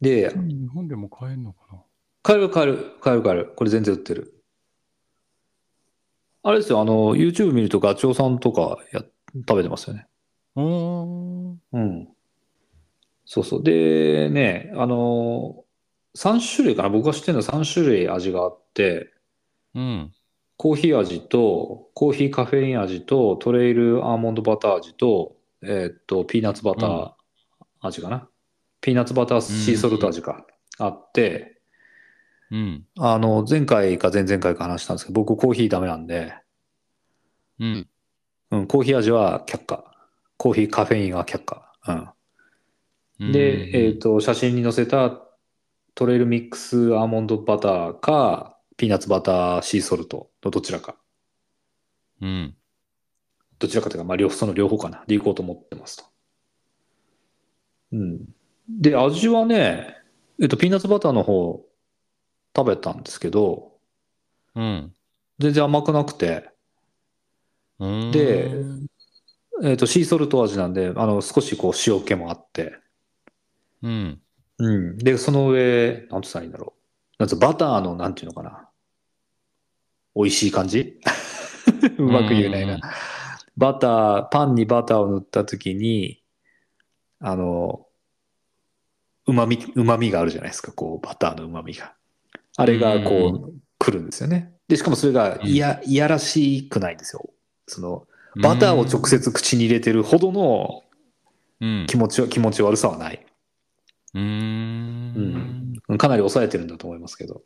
[SPEAKER 2] で
[SPEAKER 1] う、ん。日本でも買えるのかな
[SPEAKER 2] 買える買える、買える買える。これ全然売ってる。あれですよ、あの、YouTube 見るとガチョウさんとかや、食べてますよね。
[SPEAKER 1] うーん。
[SPEAKER 2] うん。そうそう。で、ね、あの、3種類かな。僕が知ってるのは3種類味があって、
[SPEAKER 1] うん。
[SPEAKER 2] コーヒー味と、コーヒーカフェイン味と、トレイルアーモンドバター味と、えーっと、ピーナッツバター味かな。ピーナッツバターシーソルト味か。あって、
[SPEAKER 1] うん。
[SPEAKER 2] あの、前回か前々回か話したんですけど、僕コーヒーダメなんで、
[SPEAKER 1] うん。
[SPEAKER 2] うん、コーヒー味は却下。コーヒーカフェインは却下。うん。で、えーっと、写真に載せたトレイルミックスアーモンドバターか、ピーナッツバターシーソルトのどちらか。
[SPEAKER 1] うん。
[SPEAKER 2] どちらかというか、まあ、両その両方かな。で行こうと思ってますと。うん。で、味はね、えっと、ピーナッツバターの方、食べたんですけど、
[SPEAKER 1] うん。
[SPEAKER 2] 全然甘くなくて、
[SPEAKER 1] うん。
[SPEAKER 2] でえっと、シーソルト味なんで、あの、少しこう、塩気もあって、
[SPEAKER 1] うん。
[SPEAKER 2] うん。で、その上、なんて言ったらいいんだろう。なんつうバターの、なんていうのかな。美味しい感じ うまく言えない
[SPEAKER 1] うん
[SPEAKER 2] な。バター、パンにバターを塗った時に、あの、うまみ、うまみがあるじゃないですか、こう、バターのうまみが。あれが、こう、来るんですよね。で、しかもそれが、いや、いやらしくないんですよ。その、バターを直接口に入れてるほどの
[SPEAKER 1] うん
[SPEAKER 2] 気持ちは、気持ち悪さはない。
[SPEAKER 1] うーん
[SPEAKER 2] かなり抑えてるんだと思いますけど。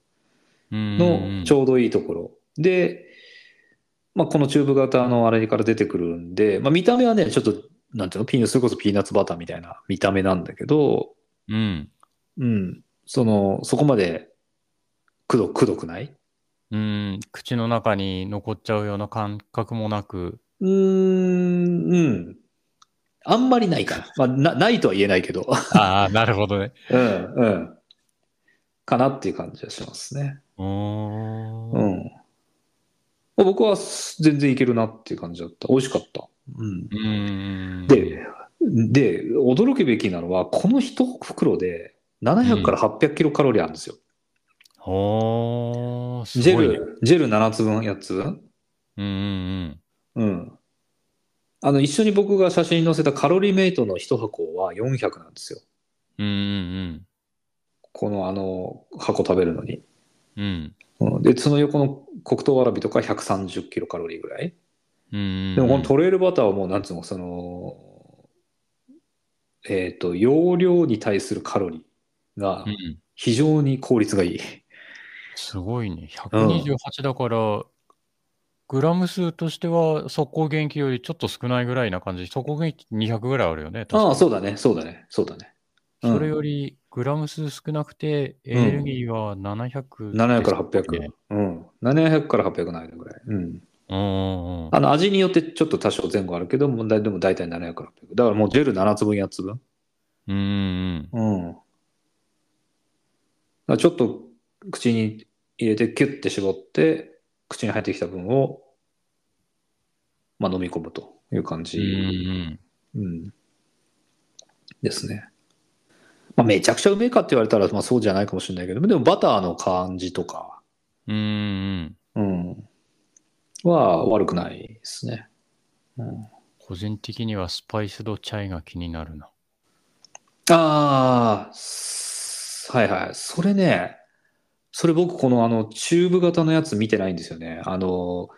[SPEAKER 1] うん
[SPEAKER 2] のちょうどいいところ。で、まあ、このチューブ型のあれから出てくるんで、まあ、見た目はね、ちょっと、なんていうの、ピーナそれこそピーナッツバターみたいな見た目なんだけど、
[SPEAKER 1] うん
[SPEAKER 2] うん、その、そこまで、くど、くどくない
[SPEAKER 1] うん口の中に残っちゃうような感覚もなく
[SPEAKER 2] うーん、うん。あんまりないかな。まあ、なないとは言えないけど、
[SPEAKER 1] ああなるほどね
[SPEAKER 2] うん、うん。かなっていう感じはしますね。
[SPEAKER 1] うー
[SPEAKER 2] うんん。まあ僕は全然いけるなっていう感じだった。美味しかった。うん。
[SPEAKER 1] うん
[SPEAKER 2] で、で、驚くべきなのは、この一袋で700から800キロカロリーあるんですよ。
[SPEAKER 1] おーす
[SPEAKER 2] ジェ
[SPEAKER 1] ごいね
[SPEAKER 2] ル、ジェル7つ分やつ。
[SPEAKER 1] うんうん
[SPEAKER 2] うん。あの、一緒に僕が写真に載せたカロリーメイトの一箱は400なんですよ。
[SPEAKER 1] うんうん
[SPEAKER 2] このあの、箱食べるのに。
[SPEAKER 1] うんうん
[SPEAKER 2] うん、で、その横の黒糖わらびとか130キロカロリーぐらい。
[SPEAKER 1] うん
[SPEAKER 2] でもこのトレイルバターはもう、なんつうの、その、えっ、と、容量に対するカロリーが
[SPEAKER 1] うん
[SPEAKER 2] 非常に効率がいい。
[SPEAKER 1] すごいね。128だから、グラム数としては速攻元気よりちょっと少ないぐらいな感じ。速攻元気200ぐらいあるよね。確か
[SPEAKER 2] ああ、そうだね、そうだね、そうだね。うん
[SPEAKER 1] それよりグラム数少なくて、エネルギーは700、
[SPEAKER 2] 700から
[SPEAKER 1] ね
[SPEAKER 2] 800。。うん。700から800の間ぐらい。うん。
[SPEAKER 1] うんうん
[SPEAKER 2] あの、味によってちょっと多少前後あるけど、もうだいでも大体700から800。だからもうジェル7つ分、8つ分。
[SPEAKER 1] うん。うん
[SPEAKER 2] うん。だからちょっと口に入れて、キュッて絞って、口に入ってきた分を、まあ飲み込むという
[SPEAKER 1] う
[SPEAKER 2] 感
[SPEAKER 1] ん。うん
[SPEAKER 2] じ。うん。ですね。まあめちゃくちゃうめえかって言われたら、まあそうじゃないかもしれないけど、でもバターの感じとか、
[SPEAKER 1] うん。うん
[SPEAKER 2] うん。は悪くないですね。うん、
[SPEAKER 1] 個人的にはスパイスドチャイが気になるな。
[SPEAKER 2] ああ、すはいはい。それね、それ僕このあのチューブ型のやつ見てないんですよね。あの、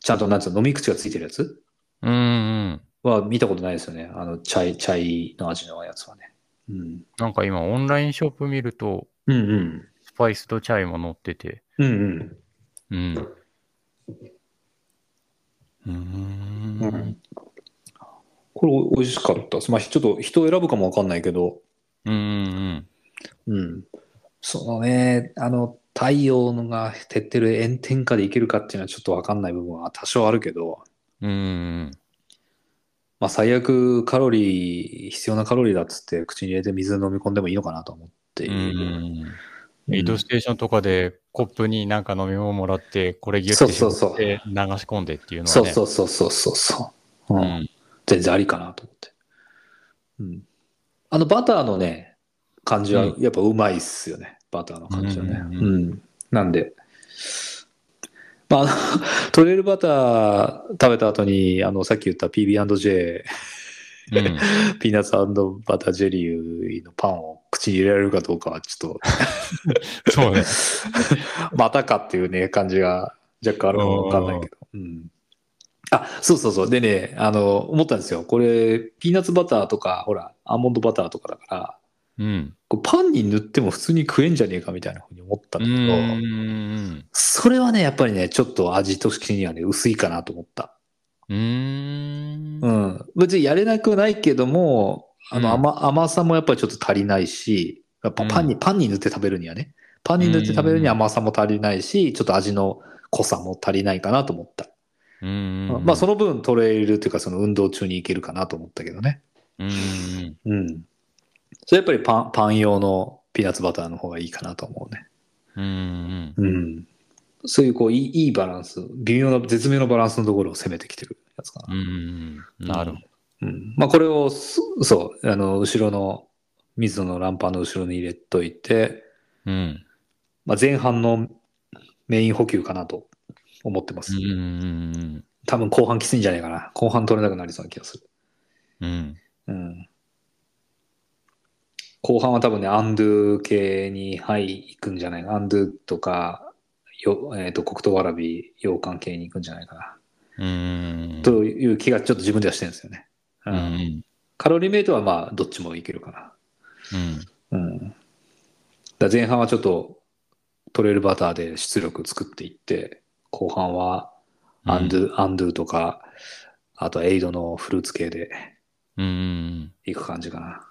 [SPEAKER 2] ちゃんとなんつうの飲み口がついてるやつ
[SPEAKER 1] うんうん。
[SPEAKER 2] は見たことないですよね。あの、チャイ、チャイの味のやつはね。うん。
[SPEAKER 1] なんか今オンラインショップ見ると、
[SPEAKER 2] うんうん。
[SPEAKER 1] スパイスドチャイも載ってて。
[SPEAKER 2] うんうん。
[SPEAKER 1] うん。うーん。
[SPEAKER 2] うんこれお美味しかったです。まあ、ちょっと人を選ぶかもわかんないけど、
[SPEAKER 1] うんうん
[SPEAKER 2] うん。そのね、あの、太陽のが照ってる炎天下でいけるかっていうのはちょっとわかんない部分は多少あるけど、
[SPEAKER 1] うん。うんうん
[SPEAKER 2] まあ最悪カロリー、必要なカロリーだっつって口に入れて水飲み込んでもいいのかなと思ってい
[SPEAKER 1] うん。う
[SPEAKER 2] る。
[SPEAKER 1] ん
[SPEAKER 2] うん
[SPEAKER 1] 移動ステーションとかでコップになんか飲み物もらって、これギュッ
[SPEAKER 2] そう
[SPEAKER 1] て
[SPEAKER 2] そう
[SPEAKER 1] 絞
[SPEAKER 2] そう
[SPEAKER 1] って流し込んでっていうのは
[SPEAKER 2] そう
[SPEAKER 1] ね。
[SPEAKER 2] そううそうそうそうそう、うん
[SPEAKER 1] ん。
[SPEAKER 2] 全然ありかなと思って。うん。あのバターのね、感じは
[SPEAKER 1] う
[SPEAKER 2] やっぱうまいっすよね。バターの感じはね。
[SPEAKER 1] う
[SPEAKER 2] うんん
[SPEAKER 1] うん
[SPEAKER 2] なんで、まああの、 トレイルバター食べた後に、あの、さっき言った PB&J
[SPEAKER 1] うん
[SPEAKER 2] ピーナッツバタージェリーのパンを口に入れられるかどうかはちょっと、
[SPEAKER 1] そうね。
[SPEAKER 2] またかっていうね、感じが若干あるかもわかんないけど。うん。あ、そうそうそう。でね、あの、思ったんですよ。これ、ピーナッツバターとか、ほら、アーモンドバターとかだから、
[SPEAKER 1] うん。
[SPEAKER 2] こうパンに塗っても普通に食えんじゃねえかみたいなふうに思ったん
[SPEAKER 1] う
[SPEAKER 2] だけど、
[SPEAKER 1] ん。
[SPEAKER 2] それはね、やっぱりね、ちょっと味としてにはね、薄いかなと思った。
[SPEAKER 1] うん。
[SPEAKER 2] う。ん。別にやれなくないけども、あ
[SPEAKER 1] う
[SPEAKER 2] の
[SPEAKER 1] ん
[SPEAKER 2] 甘、甘さもやっぱりちょっと足りないし、やっぱパンに、パンに塗って食べるにはね、パンに塗って食べるには甘さも足りないし、ちょっと味の濃さも足りないかなと思った。
[SPEAKER 1] うん。
[SPEAKER 2] まあ、その分トレイルっていうか、その運動中に行けるかなと思ったけどね。
[SPEAKER 1] うん。
[SPEAKER 2] うん。それやっぱりパン、パン用のピーナッツバターの方がいいかなと思うね。
[SPEAKER 1] うん。
[SPEAKER 2] うん。そういうこう、いいいいバランス、微妙な、絶妙なバランスのところを攻めてきてるやつかな。
[SPEAKER 1] うん。なるほど。
[SPEAKER 2] うんまあ、これをす、そう、あの、後ろの、水野のランパーの後ろに入れといて、
[SPEAKER 1] うん。
[SPEAKER 2] まあ、前半のメイン補給かなと思ってます。
[SPEAKER 1] うん。
[SPEAKER 2] 多分後半きついんじゃないかな。後半取れなくなりそうな気がする。
[SPEAKER 1] うん。
[SPEAKER 2] うん。後半は多分ね、アンドゥ系に、はい、行くんじゃないかな。アンドゥとか、よえっ、と、黒糖わらび、洋館系に行くんじゃないかな。
[SPEAKER 1] うーん。
[SPEAKER 2] という気がちょっと自分ではしてるんですよね。う
[SPEAKER 1] うんん。
[SPEAKER 2] カロリーメイトはまあ、どっちもいけるか
[SPEAKER 1] うん。
[SPEAKER 2] な。うん。だから前半はちょっと、トレイルバターで出力作っていって、後半はアンドゥ、アンドゥとか、あとはエイドのフルーツ系で
[SPEAKER 1] うん。
[SPEAKER 2] 行く感じかな。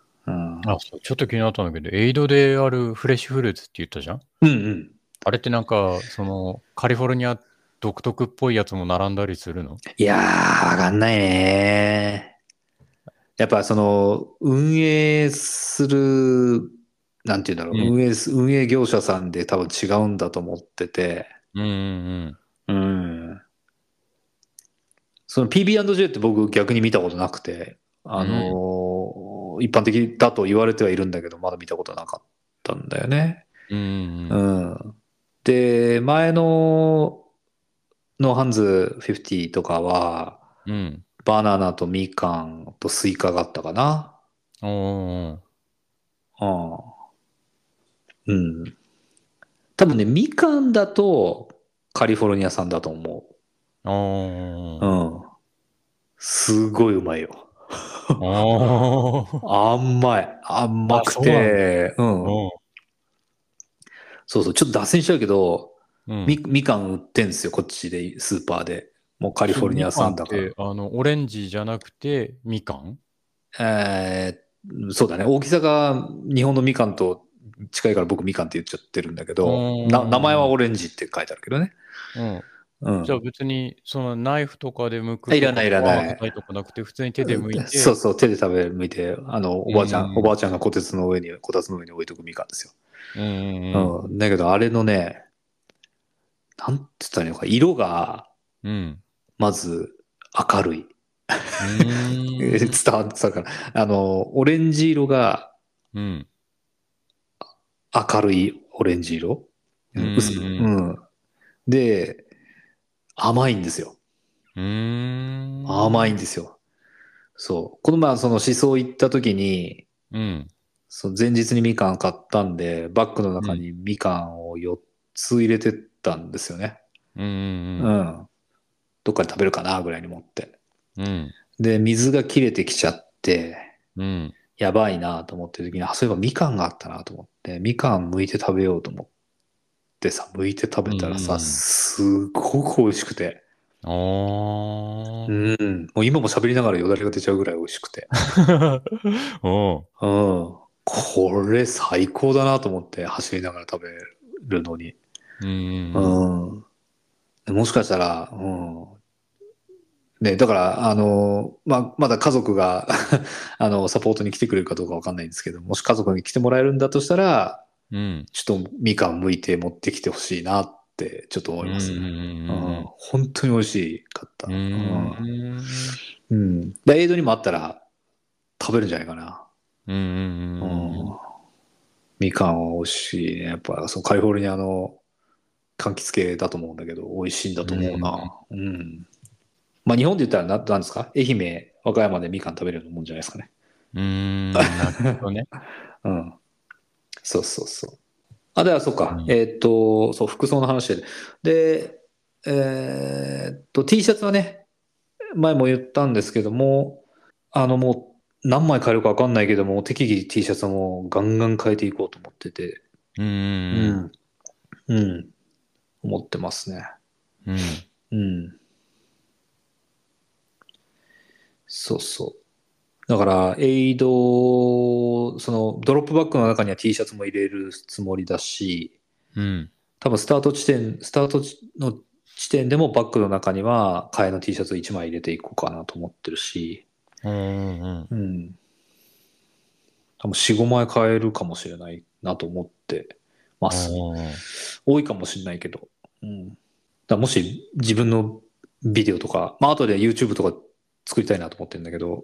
[SPEAKER 1] あ、そうちょっと気になったんだけど、エイドであるフレッシュフルーツって言ったじゃん
[SPEAKER 2] うん。うんうん。
[SPEAKER 1] あれってなんか、その、カリフォルニア独特っぽいやつも並んだりするの
[SPEAKER 2] いやー、わかんないね。やっぱその、運営する、なんて言うんだろう、
[SPEAKER 1] うん
[SPEAKER 2] 運営す、運営業者さんで多分違うんだと思ってて、
[SPEAKER 1] うんうん
[SPEAKER 2] うん。その PB&J って僕逆に見たことなくて、あのー一般的だと言われてはいるんだけど、まだ見たことなかったんだよね。
[SPEAKER 1] うん。うんう
[SPEAKER 2] うんん。で、前の、ノーハンズ50とかは、
[SPEAKER 1] うん。
[SPEAKER 2] バナナとみかんとスイカがあったかな。
[SPEAKER 1] うん。おー
[SPEAKER 2] うん。うん。多分ね、みかんだとカリフォルニア産だと思
[SPEAKER 1] お
[SPEAKER 2] う。
[SPEAKER 1] ー
[SPEAKER 2] うん。すごいうまいよ。
[SPEAKER 1] おー
[SPEAKER 2] 甘い。甘くて。うん。
[SPEAKER 1] おー
[SPEAKER 2] そうそう。ちょっと脱線しちゃうけど、
[SPEAKER 1] うん
[SPEAKER 2] み、みかん売ってんすよ。こっちで、スーパーで。もうカリフォルニア産だから。
[SPEAKER 1] みかんってあの、オレンジじゃなくて、みかん
[SPEAKER 2] えーそうだね。大きさが日本のみかんと近いから僕みかんって言っちゃってるんだけど
[SPEAKER 1] う、ん
[SPEAKER 2] な名前はオレンジって書いてあるけどね。
[SPEAKER 1] うん。
[SPEAKER 2] うん
[SPEAKER 1] じゃ。あ別に、そのナイフとかで剥くと
[SPEAKER 2] あ
[SPEAKER 1] か。
[SPEAKER 2] いらないいらない
[SPEAKER 1] いとかなくて、普通に手で剥いて。
[SPEAKER 2] そうそう、手で食べる、剥いて、あの、おばあちゃ、
[SPEAKER 1] うんん
[SPEAKER 2] おばあちゃんがこてつの上に、こたつの上に置いとくみかんです
[SPEAKER 1] うんうんう
[SPEAKER 2] よ。うん。だけど、あれのね、なんて言ったらいいのか、色が、
[SPEAKER 1] ん。うん。
[SPEAKER 2] まず、明るい。
[SPEAKER 1] う
[SPEAKER 2] 伝
[SPEAKER 1] ーん
[SPEAKER 2] わったから。あの、オレンジ色が
[SPEAKER 1] うん。
[SPEAKER 2] 明るいオレンジ色。
[SPEAKER 1] うん
[SPEAKER 2] 薄うん。で、甘いんですよ。
[SPEAKER 1] うーん。
[SPEAKER 2] 甘
[SPEAKER 1] い。
[SPEAKER 2] いんですよ。そう。この前、その思想行った時に、
[SPEAKER 1] うん。
[SPEAKER 2] その前日にみかん買ったんで、バッグの中にみかんを4つ入れてったんですよね。
[SPEAKER 1] うん
[SPEAKER 2] う
[SPEAKER 1] うん
[SPEAKER 2] ん。どっかで食べるかなぐらいに持って。
[SPEAKER 1] うん。うん。
[SPEAKER 2] で、水が切れてきちゃって、
[SPEAKER 1] うん。
[SPEAKER 2] やばいなと思ってる時に、あ、そういえばみかんがあったなと思って、みかん剥いて食べようと思ってさ、剥いて食べたら
[SPEAKER 1] うん
[SPEAKER 2] さ、すっごく美味しくて。
[SPEAKER 1] お
[SPEAKER 2] う
[SPEAKER 1] ー。
[SPEAKER 2] ん。もう今も喋りながらよだれが出ちゃうぐらい美味しくて。
[SPEAKER 1] おう
[SPEAKER 2] うん。これ最高だなと思って走りながら食べるのに。
[SPEAKER 1] うん
[SPEAKER 2] う
[SPEAKER 1] うん
[SPEAKER 2] ん。でもしかしたら、うん。ね、だから、あの、まあ、まだ家族が、 あの、サポートに来てくれるかどうかわかんないんですけど、もし家族に来てもらえるんだとしたら、
[SPEAKER 1] うん。
[SPEAKER 2] ちょっとみかん剥いて持ってきてほしいなって、ちょっと思います
[SPEAKER 1] うんう
[SPEAKER 2] ね。うん
[SPEAKER 1] うん
[SPEAKER 2] 本当に美味しかった。
[SPEAKER 1] うん。うん
[SPEAKER 2] うんでエイドにもあったら食べるんじゃないかな。
[SPEAKER 1] うんうん
[SPEAKER 2] う
[SPEAKER 1] うん
[SPEAKER 2] んみかんは美味しいね。やっぱそのカリフォルニアの柑橘系だと思うんだけど、美味しいんだと思うな。うん。まあ日本で言ったらななんですか愛媛、和歌山でみかん食べるようなもんじゃないですかね。
[SPEAKER 1] うーん。なるほどね。
[SPEAKER 2] うん。そうそうそう。あ、では、そうか。
[SPEAKER 1] うん
[SPEAKER 2] えーっと、そう、服装の話で。で、えーっと、T シャツはね、前も言ったんですけども、あの、もう、何枚買えるか分かんないけども、適宜 T シャツはもうガンガン変えていこうと思ってて、
[SPEAKER 1] うんう
[SPEAKER 2] う
[SPEAKER 1] ん。
[SPEAKER 2] うん。思ってますね。
[SPEAKER 1] うん。
[SPEAKER 2] うん。そうそう。だから、エイド、その、ドロップバッグの中には T シャツも入れるつもりだし、
[SPEAKER 1] うん。
[SPEAKER 2] 多分スタート地点、スタートの地点でもバッグの中には、替えの T シャツを1枚入れていこうかなと思ってるし、
[SPEAKER 1] うんうん。
[SPEAKER 2] うん。多分4、5枚買えるかもしれないなと思ってます。
[SPEAKER 1] おー
[SPEAKER 2] 多いかもしれないけど、うん、だからもし自分のビデオとか、まあ後で YouTube とか作りたいなと思ってるんだけど、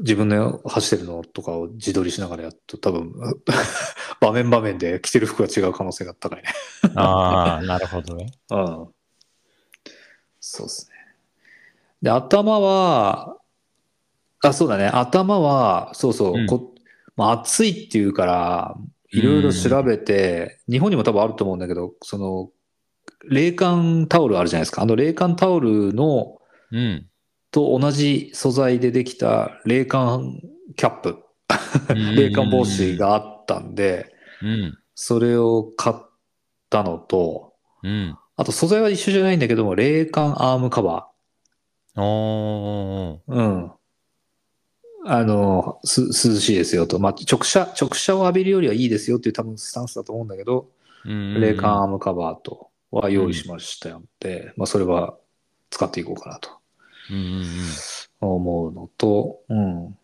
[SPEAKER 2] 自分の走ってるのとかを自撮りしながらやっと多分、 場面場面で着てる服が違う可能性が高いね。
[SPEAKER 1] ああ、なるほどね。
[SPEAKER 2] うん。そうですね。で、頭は、あ、そうだね。頭は、そうそう、
[SPEAKER 1] うん
[SPEAKER 2] こまあ、暑いっていうから、いろいろ調べて、日本にも多分あると思うんだけど、その、冷感タオルあるじゃないですか。あの冷感タオルの、
[SPEAKER 1] うん。
[SPEAKER 2] と同じ素材でできた冷感キャップ、冷感帽子があったんで、
[SPEAKER 1] うん。
[SPEAKER 2] それを買ったのと、
[SPEAKER 1] うん。
[SPEAKER 2] あと素材は一緒じゃないんだけども、冷感アームカバ
[SPEAKER 1] おー。
[SPEAKER 2] ー。うん。あの、す、涼しいですよと。まあ、直射、直射を浴びるよりはいいですよっていう多分スタンスだと思うんだけど、
[SPEAKER 1] うん
[SPEAKER 2] 冷感アームカバーとは用意しましたよって、まあ、それは使っていこうかなと
[SPEAKER 1] うんうんうん。
[SPEAKER 2] 思うのと、うん。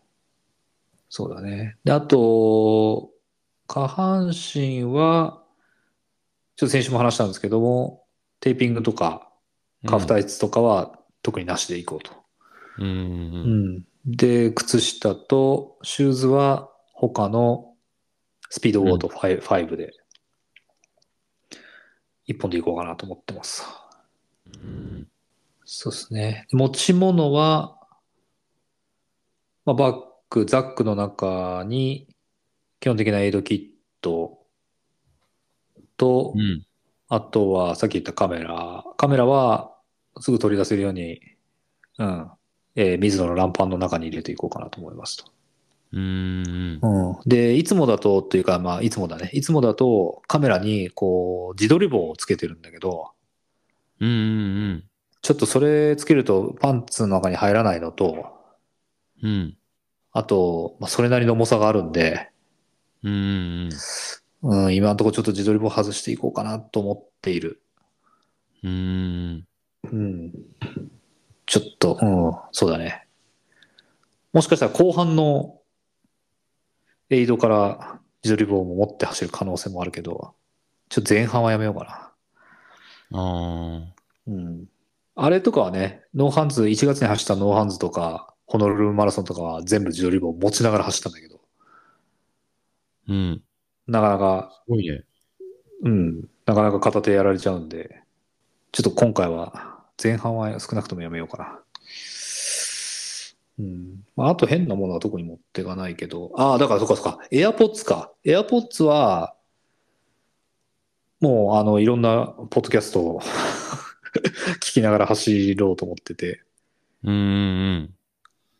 [SPEAKER 2] そうだね。で、あと、下半身は、ちょっと先週も話したんですけども、テーピングとか、カフタイツとかは特になしでいこうと。
[SPEAKER 1] うんうん
[SPEAKER 2] う
[SPEAKER 1] うん。
[SPEAKER 2] ん。で、靴下とシューズは他のスピードウォード5 5で、一本でいこうかなと思ってます。
[SPEAKER 1] うん
[SPEAKER 2] そうですね。持ち物は、まあ、バッグ、ザックの中に、基本的なエイドキットと、
[SPEAKER 1] うん。
[SPEAKER 2] あとは、さっき言ったカメラ。カメラは、すぐ取り出せるように、うん。えー、水野のランパンの中に入れていこうかなと思いますと。
[SPEAKER 1] うんうん。
[SPEAKER 2] うん。で、いつもだと、っていうか、まあ、いつもだね。いつもだと、カメラに、こう、自撮り棒をつけてるんだけど、
[SPEAKER 1] うんうん
[SPEAKER 2] ちょっとそれつけると、パンツの中に入らないのと、
[SPEAKER 1] うん。うん。
[SPEAKER 2] あと、まあ、それなりの重さがあるんで、
[SPEAKER 1] うんうんうん。
[SPEAKER 2] うん、今のところちょっと自撮り棒外していこうかなと思っている。
[SPEAKER 1] うん。
[SPEAKER 2] うん。ちょっと、うん、そうだね。もしかしたら後半のエイドから自撮り棒も持って走る可能性もあるけど、ちょっと前半はやめようか
[SPEAKER 1] あ
[SPEAKER 2] な。うん。あれとかはね、ノーハンズ、1月に走ったノーハンズとか、ホノルルマラソンとかは全部自撮り棒持ちながら走ったんだけど、
[SPEAKER 1] ー。うん。
[SPEAKER 2] なかなか
[SPEAKER 1] すごいね。
[SPEAKER 2] うん、なかなか片手やられちゃうんで、ちょっと今回は、前半は少なくともやめようかな。うん。まあ、あと変なものは特に持っていかないけど、ああ、だからそっかそっか、AirPods か。AirPods は、もう、あの、いろんなポッドキャストを 聞きながら走ろうと思ってて、
[SPEAKER 1] うんうん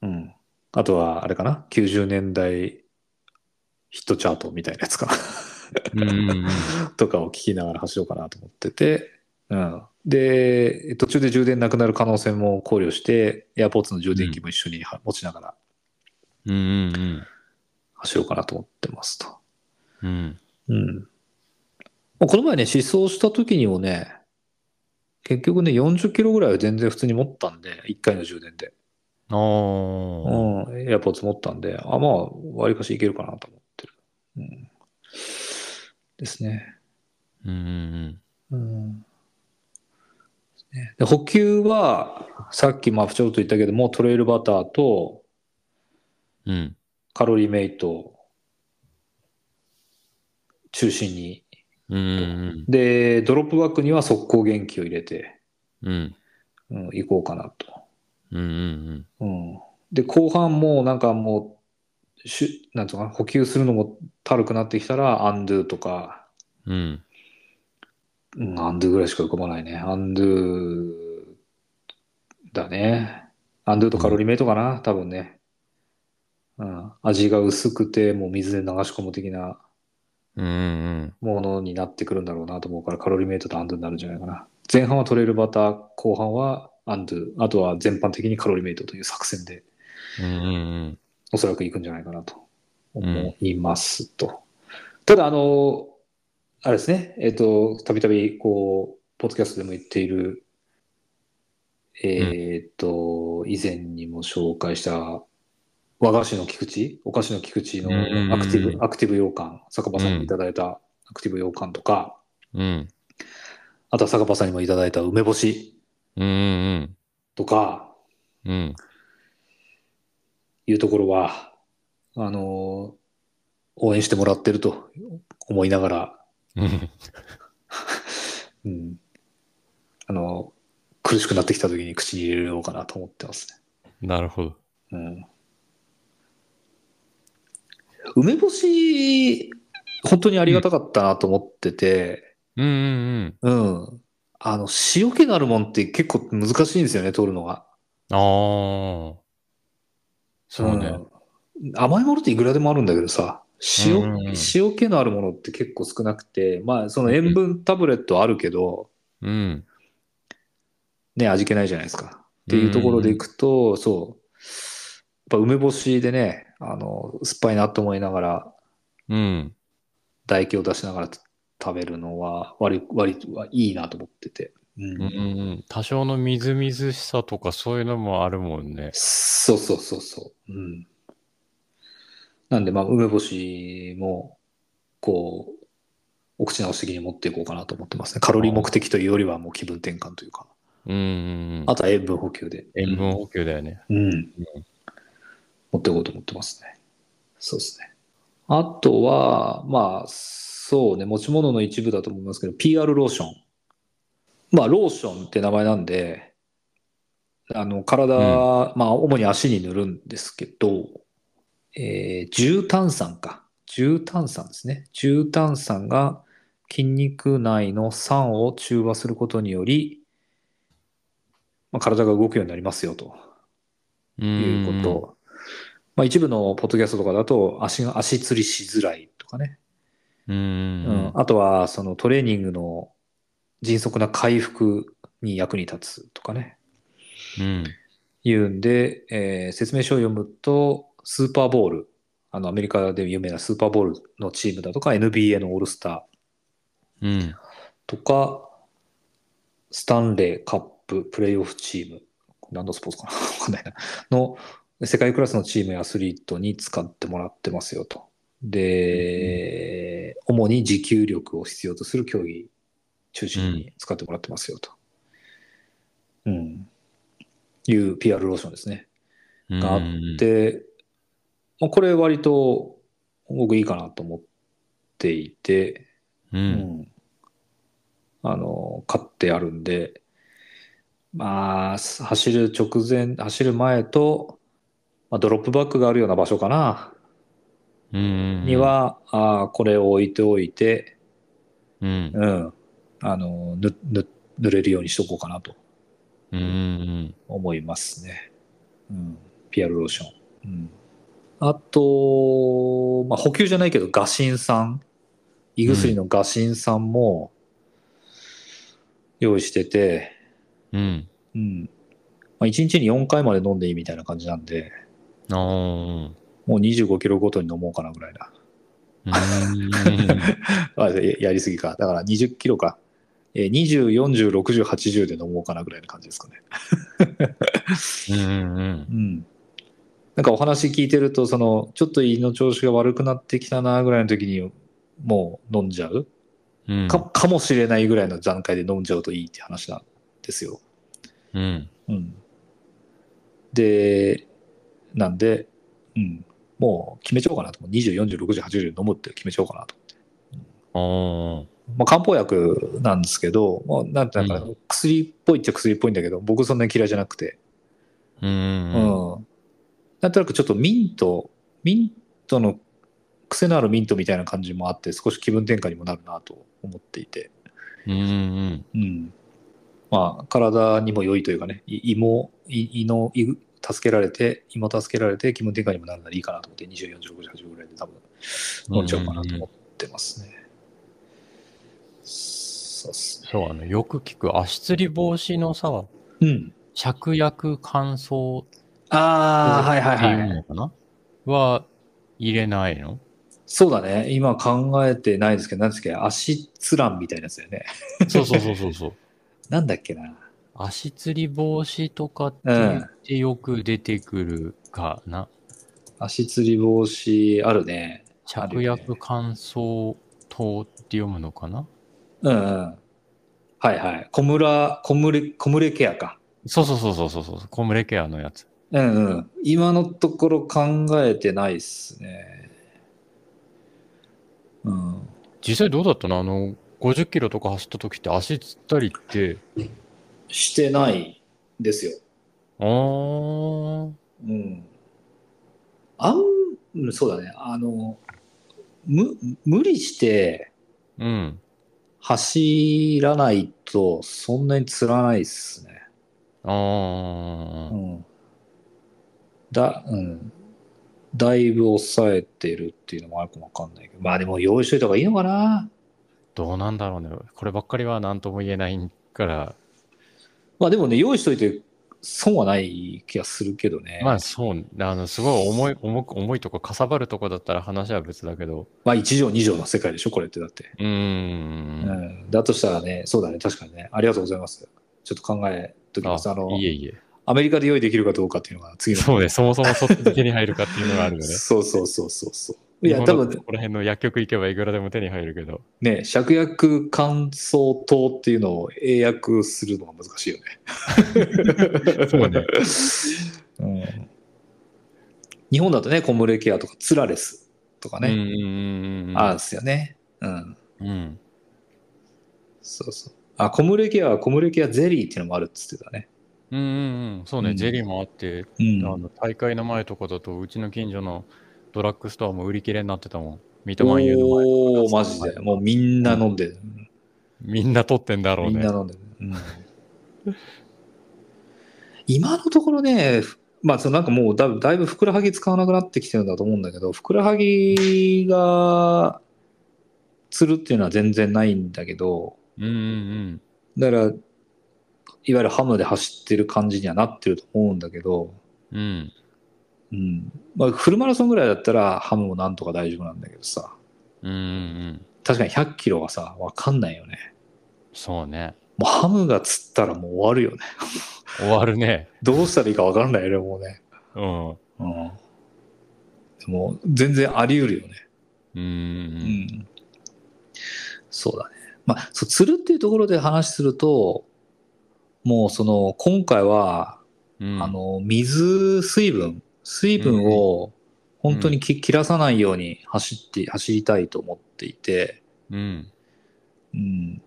[SPEAKER 2] うん。あとは、あれかな ?90 年代ヒットチャートみたいなやつかな。
[SPEAKER 1] うん。うんうんうん。
[SPEAKER 2] とかを聞きな がら走ろうかなと思ってて、うん、で途中で充電なくなる可能性も考慮して AirPods の充電器も一緒には持ちながら
[SPEAKER 1] うんうん
[SPEAKER 2] 走ろうかなと思ってますと、
[SPEAKER 1] うん。うん。
[SPEAKER 2] うん、まあこの前ね試走した時にもね結局ね40キロぐらいは全然普通に持ったんで1回の充電で、
[SPEAKER 1] あ
[SPEAKER 2] う
[SPEAKER 1] ー。
[SPEAKER 2] ん、AirPods 持ったんであまあわりかしいけるかなと思ってる、うん、ですね
[SPEAKER 1] うんうん
[SPEAKER 2] うんで補給は、さっきまあちょろっと言ったけども、トレイルバターと
[SPEAKER 1] うん。うん。
[SPEAKER 2] カロリーメイト中心に。
[SPEAKER 1] うんうん
[SPEAKER 2] で、ドロップバッグには速攻元気を入れて、
[SPEAKER 1] うん。うん
[SPEAKER 2] うん、行こうかなと。
[SPEAKER 1] うんうん
[SPEAKER 2] うん、で、後半もうなんかもう、しゅなんつうのかな、補給するのもたるくなってきたら、アンドゥとか、
[SPEAKER 1] うん。うん。
[SPEAKER 2] うん、アンドゥぐらいしか浮かばないね。アンドゥだね。アンドゥとカロリーメイトかな、多分ね。うん。味が薄くて、もう水で流し込む的な
[SPEAKER 1] うんうん
[SPEAKER 2] ものになってくるんだろうなと思うから、カロリーメイトとアンドゥになるんじゃないかな。前半はトレイルバター、後半はアンドゥ、あとは全般的にカロリーメイトという作戦で、
[SPEAKER 1] うん。うんうん
[SPEAKER 2] おそらくいくんじゃないかなと
[SPEAKER 1] うん
[SPEAKER 2] 思いますと。ただ、あの、あれですね、えっ、と、たびたび、こう、ポッドキャストでも言っている、えっ、と、以前にも紹介した、和菓子の菊池、お菓子の菊池
[SPEAKER 1] うんうんうん
[SPEAKER 2] のアクティブ、アクティブ羊羹、酒場さんにいただいたアクティブ羊羹とか、
[SPEAKER 1] うん。うん。
[SPEAKER 2] あとは酒場さんにもいただいた梅干し
[SPEAKER 1] うんうん
[SPEAKER 2] とか、
[SPEAKER 1] うん。 うん。
[SPEAKER 2] いうところは、あの、応援してもらってると思いながら、
[SPEAKER 1] うん
[SPEAKER 2] うん。あの、苦しくなってきた時に口に入れようかなと思ってます
[SPEAKER 1] なるほど。
[SPEAKER 2] ね。うん。梅干し、本当にありがたかったなと思ってて、
[SPEAKER 1] うんうん
[SPEAKER 2] うん。あの、塩気があるもんって結構難しいんですよね、取るのが。
[SPEAKER 1] うん。ああ。そうね。
[SPEAKER 2] うん甘いものっていくらでもあるんだけどさ、塩、
[SPEAKER 1] うんうんうん
[SPEAKER 2] 塩気のあるものって結構少なくて、まあ、その塩分タブレットはあるけど、
[SPEAKER 1] うん。
[SPEAKER 2] ね、味気ないじゃないですか。っていうところでいくと、そう。やっぱ梅干しでね、あの、酸っぱいなと思いながら、
[SPEAKER 1] うん。
[SPEAKER 2] 唾液を出しながら食べるのは割、割とはいいなと思ってて。うん
[SPEAKER 1] うんうんうん。多少のみずみずしさとかそういうのもあるもんね。
[SPEAKER 2] そうそうそうそう。うん。なんで、まあ、梅干しも、こう、お口直し的に持っていこうかなと思ってますね。カロリー目的というよりはもう気分転換というか。
[SPEAKER 1] うんうんうん。
[SPEAKER 2] あとは塩分補給で。
[SPEAKER 1] 塩分補給だよね。
[SPEAKER 2] うん。持っていこうと思ってますね。そうですね。あとは、まあ、そうね、持ち物の一部だと思いますけど、PR ローション。まあ、ローションって名前なんで、あの、体、まあ、主に足に塗るんですけど、えー重炭酸か。重炭酸ですね。重炭酸が筋肉内の酸を中和することにより、まあ、体が動くようになりますよと。
[SPEAKER 1] うん
[SPEAKER 2] いううんこと。まあ、一部のポッドキャストとかだと足が、足つりしづらいとかね。
[SPEAKER 1] うん
[SPEAKER 2] う
[SPEAKER 1] うんんうん。
[SPEAKER 2] あとは、そのトレーニングの迅速な回復に役に立つとかね。
[SPEAKER 1] うん。
[SPEAKER 2] 言うんで、えー説明書を読むと、スーパーボール、あの、アメリカで有名なスーパーボールのチームだとか、NBA のオールスター、
[SPEAKER 1] うん。
[SPEAKER 2] とか、スタンレーカッププレイオフチーム、ランドスポーツかな わかんないな。の、世界クラスのチームやアスリートに使ってもらってますよと。で、主に持久力を必要とする競技中心に使ってもらってますよと。うん。いう PR ローションですね。
[SPEAKER 1] うん
[SPEAKER 2] があっ。で、まあ、これ割と僕いいかなと思っていて、
[SPEAKER 1] う。
[SPEAKER 2] うんんあの、買ってあるんで、まあ、す走る直前、走る前と、まあ、ドロップバッグがあるような場所かな、
[SPEAKER 1] うんうん。
[SPEAKER 2] に、は、あーこれを置いておいて、
[SPEAKER 1] うん。
[SPEAKER 2] うん、あの、ぬ、ぬ、濡れるようにしとこうかなと
[SPEAKER 1] うんうん
[SPEAKER 2] 思いますね。うん。PR ローション。うん。あと、まあ、補給じゃないけど、ガシン酸。胃薬のガシン酸も用意してて、
[SPEAKER 1] うん。うん。
[SPEAKER 2] うん。まあ、1日に4回まで飲んでいいみたいな感じなんで、
[SPEAKER 1] あー
[SPEAKER 2] もう25キロごとに飲もうかなぐらいな。
[SPEAKER 1] うん。
[SPEAKER 2] あややりすぎか。だから20キロか。えー20、40、60、80で飲もうかなぐらいな感じですかね。
[SPEAKER 1] うんうん
[SPEAKER 2] うん。なんかお話聞いてると、その、ちょっと胃の調子が悪くなってきたなぐらいの時に、もう飲んじゃう、
[SPEAKER 1] うん。
[SPEAKER 2] かかもしれないぐらいの段階で飲んじゃうといいって話なんですよ。
[SPEAKER 1] うん。
[SPEAKER 2] うん。で、なんで、うん、もう決めちゃおうかなと。20、40、60、80飲むって決めちゃおうかなと。
[SPEAKER 1] あー
[SPEAKER 2] まあ、漢方薬なんですけど、まあ、なんてなんか
[SPEAKER 1] う
[SPEAKER 2] 薬っぽいっちゃ薬っぽいんだけど、僕そんなに嫌いじゃなくて、
[SPEAKER 1] うん
[SPEAKER 2] う
[SPEAKER 1] うん。
[SPEAKER 2] ん。なんとなくちょっとミント、ミントの癖のあるミントみたいな感じもあって、少し気分転換にもなるなと思っていて、
[SPEAKER 1] うんうん
[SPEAKER 2] うん。まあ、体にも良いというかね、い胃も、胃胃の、胃助けられて、胃も助けられて気分転換にもなるならいいかなと思って、24、45、80ぐらいで多分飲んじゃおうかなと思ってますね。そうっすね。
[SPEAKER 1] そう、あの、よく聞く足つり防止のさ、
[SPEAKER 2] うん。
[SPEAKER 1] 芍薬乾燥って
[SPEAKER 2] ああ、はいはいいうはい。
[SPEAKER 1] のかなは入れないの
[SPEAKER 2] そうだね。今考えてないですけど、なんですけど、足つらんみたいなやつだよね。
[SPEAKER 1] そうそうそうそうそう。
[SPEAKER 2] なんだっけな。
[SPEAKER 1] 足つり防止とかって
[SPEAKER 2] う
[SPEAKER 1] 言
[SPEAKER 2] ん
[SPEAKER 1] ってよく出てくるかな。
[SPEAKER 2] 足つり防止あるね。ある
[SPEAKER 1] 芍
[SPEAKER 2] よね
[SPEAKER 1] 薬乾燥糖って読むのかな
[SPEAKER 2] うんうん。はいはい。小村、小村、小村ケアか。
[SPEAKER 1] そうそうそうそうそうそう。コムレケアのやつ。
[SPEAKER 2] うんうん。今のところ考えてないっすね。うん。
[SPEAKER 1] 実際どうだったのあの、50キロとか走った時って足つったりって、
[SPEAKER 2] してないんですよ。
[SPEAKER 1] あー、
[SPEAKER 2] うん。あん、うんそうだね。あの、む、無理して
[SPEAKER 1] うん。
[SPEAKER 2] 走らないと、そんなに釣らないっすね。
[SPEAKER 1] あ
[SPEAKER 2] う
[SPEAKER 1] ー
[SPEAKER 2] ん。だ、うん。だいぶ抑えてるっていうのもあるかもわかんないけど。まあでも用意しといた方がいいのかな。
[SPEAKER 1] どうなんだろうね。こればっかりは何とも言えないから、
[SPEAKER 2] まあでもね、用意しといて損はない気がするけどね。
[SPEAKER 1] まあそう、あの、すごい重い、重く、重いとこ、かさばるとこだったら話は別だけど、
[SPEAKER 2] まあ1畳2畳の世界でしょ、これってだって。
[SPEAKER 1] うー。
[SPEAKER 2] うんん。だとしたらね、そうだね、確かにね。ありがとうございます。ちょっと考えときます。あ
[SPEAKER 1] あ
[SPEAKER 2] の、
[SPEAKER 1] いえいえ。
[SPEAKER 2] アメリカで用意できるかどうかっていうのが次の。
[SPEAKER 1] そうね、そもそもそっちに手に入るかっていうのがあるよね。
[SPEAKER 2] そうそうそうそう そう。いや、
[SPEAKER 1] 日
[SPEAKER 2] 多
[SPEAKER 1] 本の
[SPEAKER 2] 分
[SPEAKER 1] ここら辺の薬局行けばいくらでも手に入るけ ど。
[SPEAKER 2] ね、芍薬乾燥糖っていうのを英訳するのが難しいよね。
[SPEAKER 1] そうね
[SPEAKER 2] うん日本だとね、コムレケアとかツラレスとか
[SPEAKER 1] うん
[SPEAKER 2] ね、
[SPEAKER 1] うんうんうん。
[SPEAKER 2] あるんですよね。うん。
[SPEAKER 1] うん。
[SPEAKER 2] そうそう。あ、コムレケアはコムレケアゼリーっていうのもあるっつってたね。
[SPEAKER 1] うんうんうん。そうね、
[SPEAKER 2] うん
[SPEAKER 1] ジェリーもあって、
[SPEAKER 2] う
[SPEAKER 1] あ
[SPEAKER 2] ん。
[SPEAKER 1] の大会の前とかだと、うちの近所のドラッグストアも売り切れになってたもん。三笘湯の前。
[SPEAKER 2] おー、マジで。もうみんな飲んでる。
[SPEAKER 1] みんな取ってんだろう
[SPEAKER 2] みん
[SPEAKER 1] ね
[SPEAKER 2] な。飲んでる。うん、今のところね、まあ、そのなんかもうだだいぶふくらはぎ使わなくなってきてるんだと思うんだけど、ふくらはぎがつるっていうのは全然ないんだけど、
[SPEAKER 1] うんうん
[SPEAKER 2] だから、いわゆるハムで走ってる感じにはなってると思うんだけど、
[SPEAKER 1] うん。うん。
[SPEAKER 2] うん。まあ、フルマラソンぐらいだったらハムもなんとか大丈夫なんだけどさ、
[SPEAKER 1] うんうんうん。
[SPEAKER 2] 確かに100キロはさ、わかんないよね。
[SPEAKER 1] そうね。
[SPEAKER 2] もうハムがつったらもう終わるよね。
[SPEAKER 1] 終わるね。
[SPEAKER 2] どうしたらいいかわかんないよね、もうね。
[SPEAKER 1] うん。うん
[SPEAKER 2] うんでも全然あり得るよね。
[SPEAKER 1] うん
[SPEAKER 2] う
[SPEAKER 1] うん。
[SPEAKER 2] ん。そうだね。まあ、そう、釣るっていうところで話すると、もうその、今回は、
[SPEAKER 1] うん
[SPEAKER 2] あの、水、水分、水分を本当にき、切らさないように走って、走りたいと思っていて、
[SPEAKER 1] うん。
[SPEAKER 2] うん。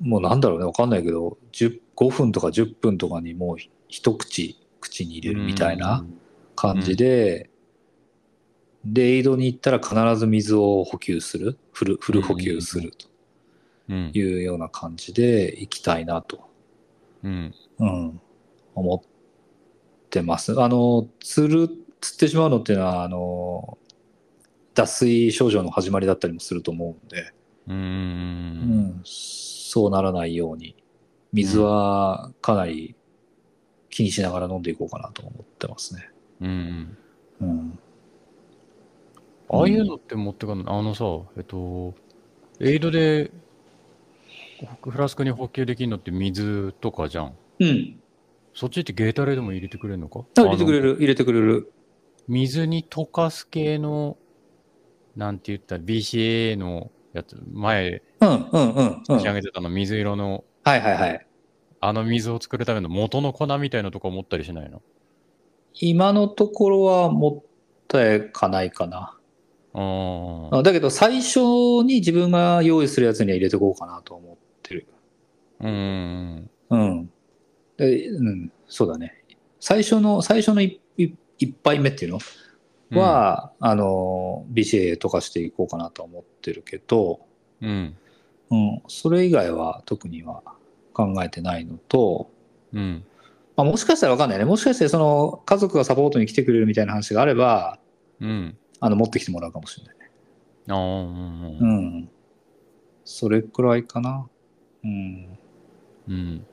[SPEAKER 2] もうなんだろうね、わかんないけど、10 5分とか10分とかにもう一口口に入れるみたいな。感じで、で、エイドに行ったら必ず水を補給する、フルフル補給すると
[SPEAKER 1] うん。
[SPEAKER 2] いうような感じで行きたいなと、
[SPEAKER 1] うん。
[SPEAKER 2] うん、思ってます。あの、釣る、釣ってしまうのっていうのは、あの、脱水症状の始まりだったりもすると思うんで、
[SPEAKER 1] うん。う
[SPEAKER 2] うんん、そうならないように、水はかなり気にしながら飲んでいこうかなと思ってますね。
[SPEAKER 1] うん。
[SPEAKER 2] うん。
[SPEAKER 1] ああいうのって持ってかんのあのさ、えっと、エイドでほフラスクに補給できるのって水とかじゃん。
[SPEAKER 2] うん。
[SPEAKER 1] そっちってゲータレードも入れてくれるのか
[SPEAKER 2] あ入れてくれ
[SPEAKER 1] あの
[SPEAKER 2] る、入れてくれる。
[SPEAKER 1] 水に溶かす系の、なんて言ったら BCA のやつ、前
[SPEAKER 2] うんうんうんうん。
[SPEAKER 1] 仕上げてたの水色の、
[SPEAKER 2] はいはいはい。
[SPEAKER 1] あの水を作るための元の粉みたいなとか持ったりしないの
[SPEAKER 2] 今のところは持ってかないかな。
[SPEAKER 1] ああ。
[SPEAKER 2] あだけど最初に自分が用意するやつには入れてこうかなと思ってる。
[SPEAKER 1] うんうん
[SPEAKER 2] うん。でうん、そうだね。最初の、最初の一一一杯目っていうの
[SPEAKER 1] うん。
[SPEAKER 2] は、あの、BCA とかしていこうかなとは思ってるけど、
[SPEAKER 1] うん。
[SPEAKER 2] うん、それ以外は特には考えてないのと、
[SPEAKER 1] うん。
[SPEAKER 2] まあ、もしかしたらわかんないね。もしかしてその家族がサポートに来てくれるみたいな話があれば、
[SPEAKER 1] うん。
[SPEAKER 2] あの持ってきてもらうかもしれない。
[SPEAKER 1] ああ、うんう。
[SPEAKER 2] うんん。それくらいかな。うん。
[SPEAKER 1] うん。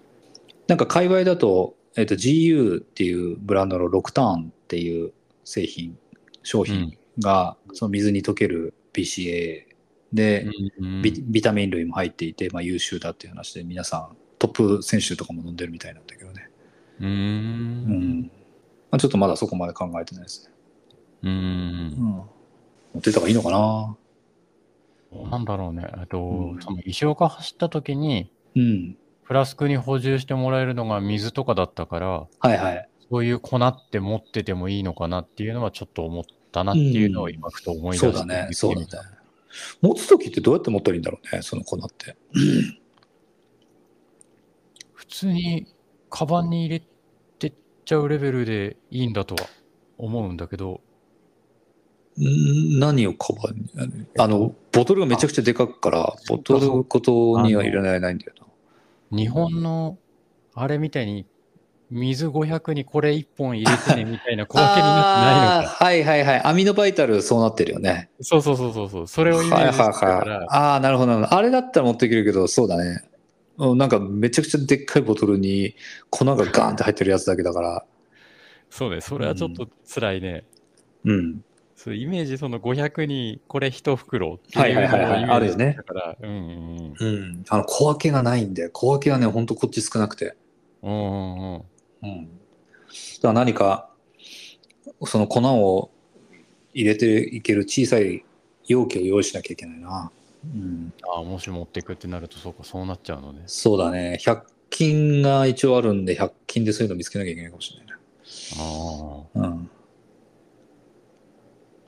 [SPEAKER 2] なんか界隈だと、えっ、と GU っていうブランドのロクターンっていう製品、商品が、その水に溶ける BCA で、
[SPEAKER 1] うん
[SPEAKER 2] ビビタミン類も入っていて、まあ、優秀だっていう話で皆さんトップ選手とかも飲んでるみたいなんだけどね。
[SPEAKER 1] う。
[SPEAKER 2] うんん。まあ、ちょっとまだそこまで考えてないですね。
[SPEAKER 1] う。
[SPEAKER 2] うんん。持ってった方がいいのかな
[SPEAKER 1] なんだろうね。あと、
[SPEAKER 2] うん
[SPEAKER 1] その石岡走った時に、
[SPEAKER 2] うん。
[SPEAKER 1] フラスクに補充してもらえるのが水とかだったから、
[SPEAKER 2] はいはい。
[SPEAKER 1] そういう粉って持っててもいいのかなっていうのはちょっと思ったなっていうのを今ふと思い出し
[SPEAKER 2] そう
[SPEAKER 1] て、
[SPEAKER 2] だね。そうだね。持つときってどうやって持ったらいいんだろうね、その粉って。
[SPEAKER 1] 普通にカバンに入れてっちゃうレベルでいいんだとは思うんだけど、
[SPEAKER 2] ん何をカバンにあるあの、ボトルがめちゃくちゃでかくから、ボトルごとには入れられないんだよな。
[SPEAKER 1] 日本のあれみたいに水500にこれ1本入れてねみたいな小分けになってないの
[SPEAKER 2] あ
[SPEAKER 1] か。
[SPEAKER 2] ーはいはいはい。アミノバイタルそうなってるよね。
[SPEAKER 1] そうそうそうそうそう。それをイメ
[SPEAKER 2] はい
[SPEAKER 1] ー
[SPEAKER 2] はい
[SPEAKER 1] ジしてたか
[SPEAKER 2] は
[SPEAKER 1] ら
[SPEAKER 2] い。、ああ、なるほどなるほど。あれだったら持っていけるけど、そうだね。うんなんかめちゃくちゃでっかいボトルに粉がガーンって入ってるやつだけだから。
[SPEAKER 1] そうね、それはちょっと辛いね。
[SPEAKER 2] うん。
[SPEAKER 1] そうイメージその500にこれ1袋っていうのをイメ
[SPEAKER 2] はいはいはいはいあ
[SPEAKER 1] ージ
[SPEAKER 2] るよ
[SPEAKER 1] して
[SPEAKER 2] ね
[SPEAKER 1] たから、うんうん
[SPEAKER 2] うん。あの、小分けがないんで、小分けはね、ほんとこっち少なくて。
[SPEAKER 1] うんうんうんうん。
[SPEAKER 2] うん。だから何か、その粉を入れていける小さい容器を用意しなきゃいけないな。うん。
[SPEAKER 1] ああ、もし持っていくってなるとそうか、そうなっちゃうのね。
[SPEAKER 2] そうだね。100均が一応あるんで、100均でそういうの見つけなきゃいけないかもしれない
[SPEAKER 1] あ
[SPEAKER 2] な。うん。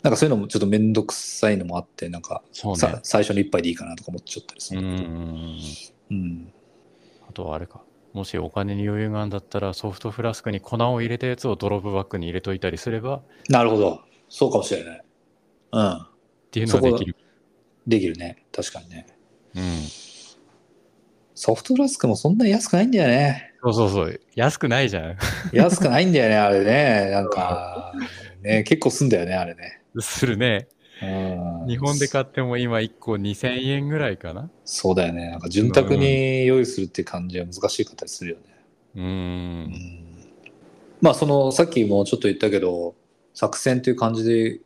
[SPEAKER 2] なんかそういうのもちょっとめんどくさいのもあって、なんか、
[SPEAKER 1] あ、そう
[SPEAKER 2] さ
[SPEAKER 1] ね。
[SPEAKER 2] 最初の一杯でいいかなとか思っちゃったりす
[SPEAKER 1] うん
[SPEAKER 2] る。
[SPEAKER 1] うんうん。
[SPEAKER 2] うん。
[SPEAKER 1] あとはあれか。もしお金に余裕があるんだったらソフトフラスクに粉を入れたやつをドロップバッグに入れといたりすればっ
[SPEAKER 2] なるほど。そうかもしれない。うん。
[SPEAKER 1] ていうのができる。
[SPEAKER 2] できるね。確かにね。
[SPEAKER 1] うん。
[SPEAKER 2] ソフトフラスクもそんなに安くないんだよね。
[SPEAKER 1] そうそうそう。安くないじゃん。
[SPEAKER 2] 安くないんだよね、あれね。なんか、ね、結構すんだよね、あれね。
[SPEAKER 1] するね。
[SPEAKER 2] うん
[SPEAKER 1] 日本で買っても今1個2000円ぐらいかな。
[SPEAKER 2] そうだよね。なんか潤沢に用意するって感じは難しい形するよね。
[SPEAKER 1] うーん。
[SPEAKER 2] まあそのさっきもちょっと言ったけど作戦という感じで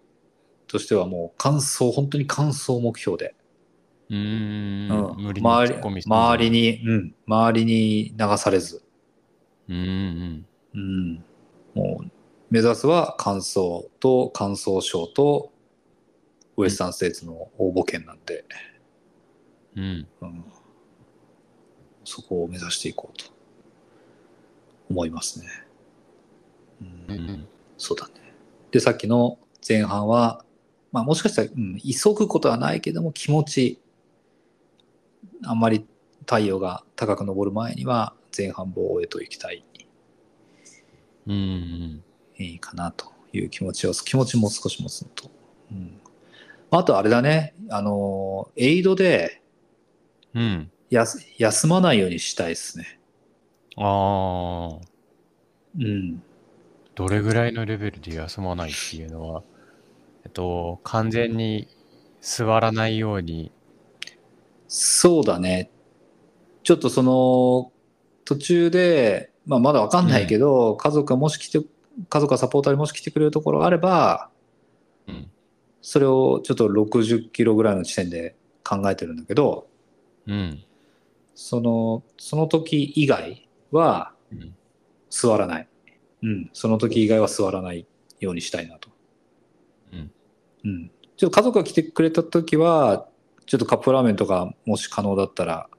[SPEAKER 2] としてはもう感想本当に感想目標で、
[SPEAKER 1] うー
[SPEAKER 2] うん
[SPEAKER 1] ん。無理に
[SPEAKER 2] 周
[SPEAKER 1] 突
[SPEAKER 2] り
[SPEAKER 1] っ込みすぎず
[SPEAKER 2] 周り。に、うん、周りに流されず、
[SPEAKER 1] うんうん。
[SPEAKER 2] うん、もう目指すは感想と感想賞とウエスタンステーツの応募券なんで、
[SPEAKER 1] うん。
[SPEAKER 2] うん、そこを目指していこうと思いますね。
[SPEAKER 1] う
[SPEAKER 2] うん
[SPEAKER 1] ん。
[SPEAKER 2] そうだね。で、さっきの前半は、まあもしかしたら、うん、急ぐことはないけども気持ち、あんまり太陽が高く昇る前には前半防衛と行きたい、
[SPEAKER 1] うんうん。
[SPEAKER 2] えーかなという気持ちを、気持ちも少し持つのと。うん、あとあれだね、あのーエイドで
[SPEAKER 1] うん。
[SPEAKER 2] やす休まないようにしたいですね。
[SPEAKER 1] ああ。
[SPEAKER 2] うん。
[SPEAKER 1] どれぐらいのレベルで休まないっていうのは、えっと、完全に座らないように、
[SPEAKER 2] そうだね。ちょっとその、途中で、まあ、まだわかんないけど、家族がもし来て、家族がサポーターにもし来てくれるところがあれば、
[SPEAKER 1] うん。
[SPEAKER 2] それをちょっと60キロぐらいの地点で考えてるんだけど、
[SPEAKER 1] うん。
[SPEAKER 2] その、その時以外は
[SPEAKER 1] うん
[SPEAKER 2] 座らない。うん、その時以外は座らないようにしたいなと。
[SPEAKER 1] うん。
[SPEAKER 2] うん。ちょっと家族が来てくれた時は、ちょっとカップラーメンとかもし可能だったら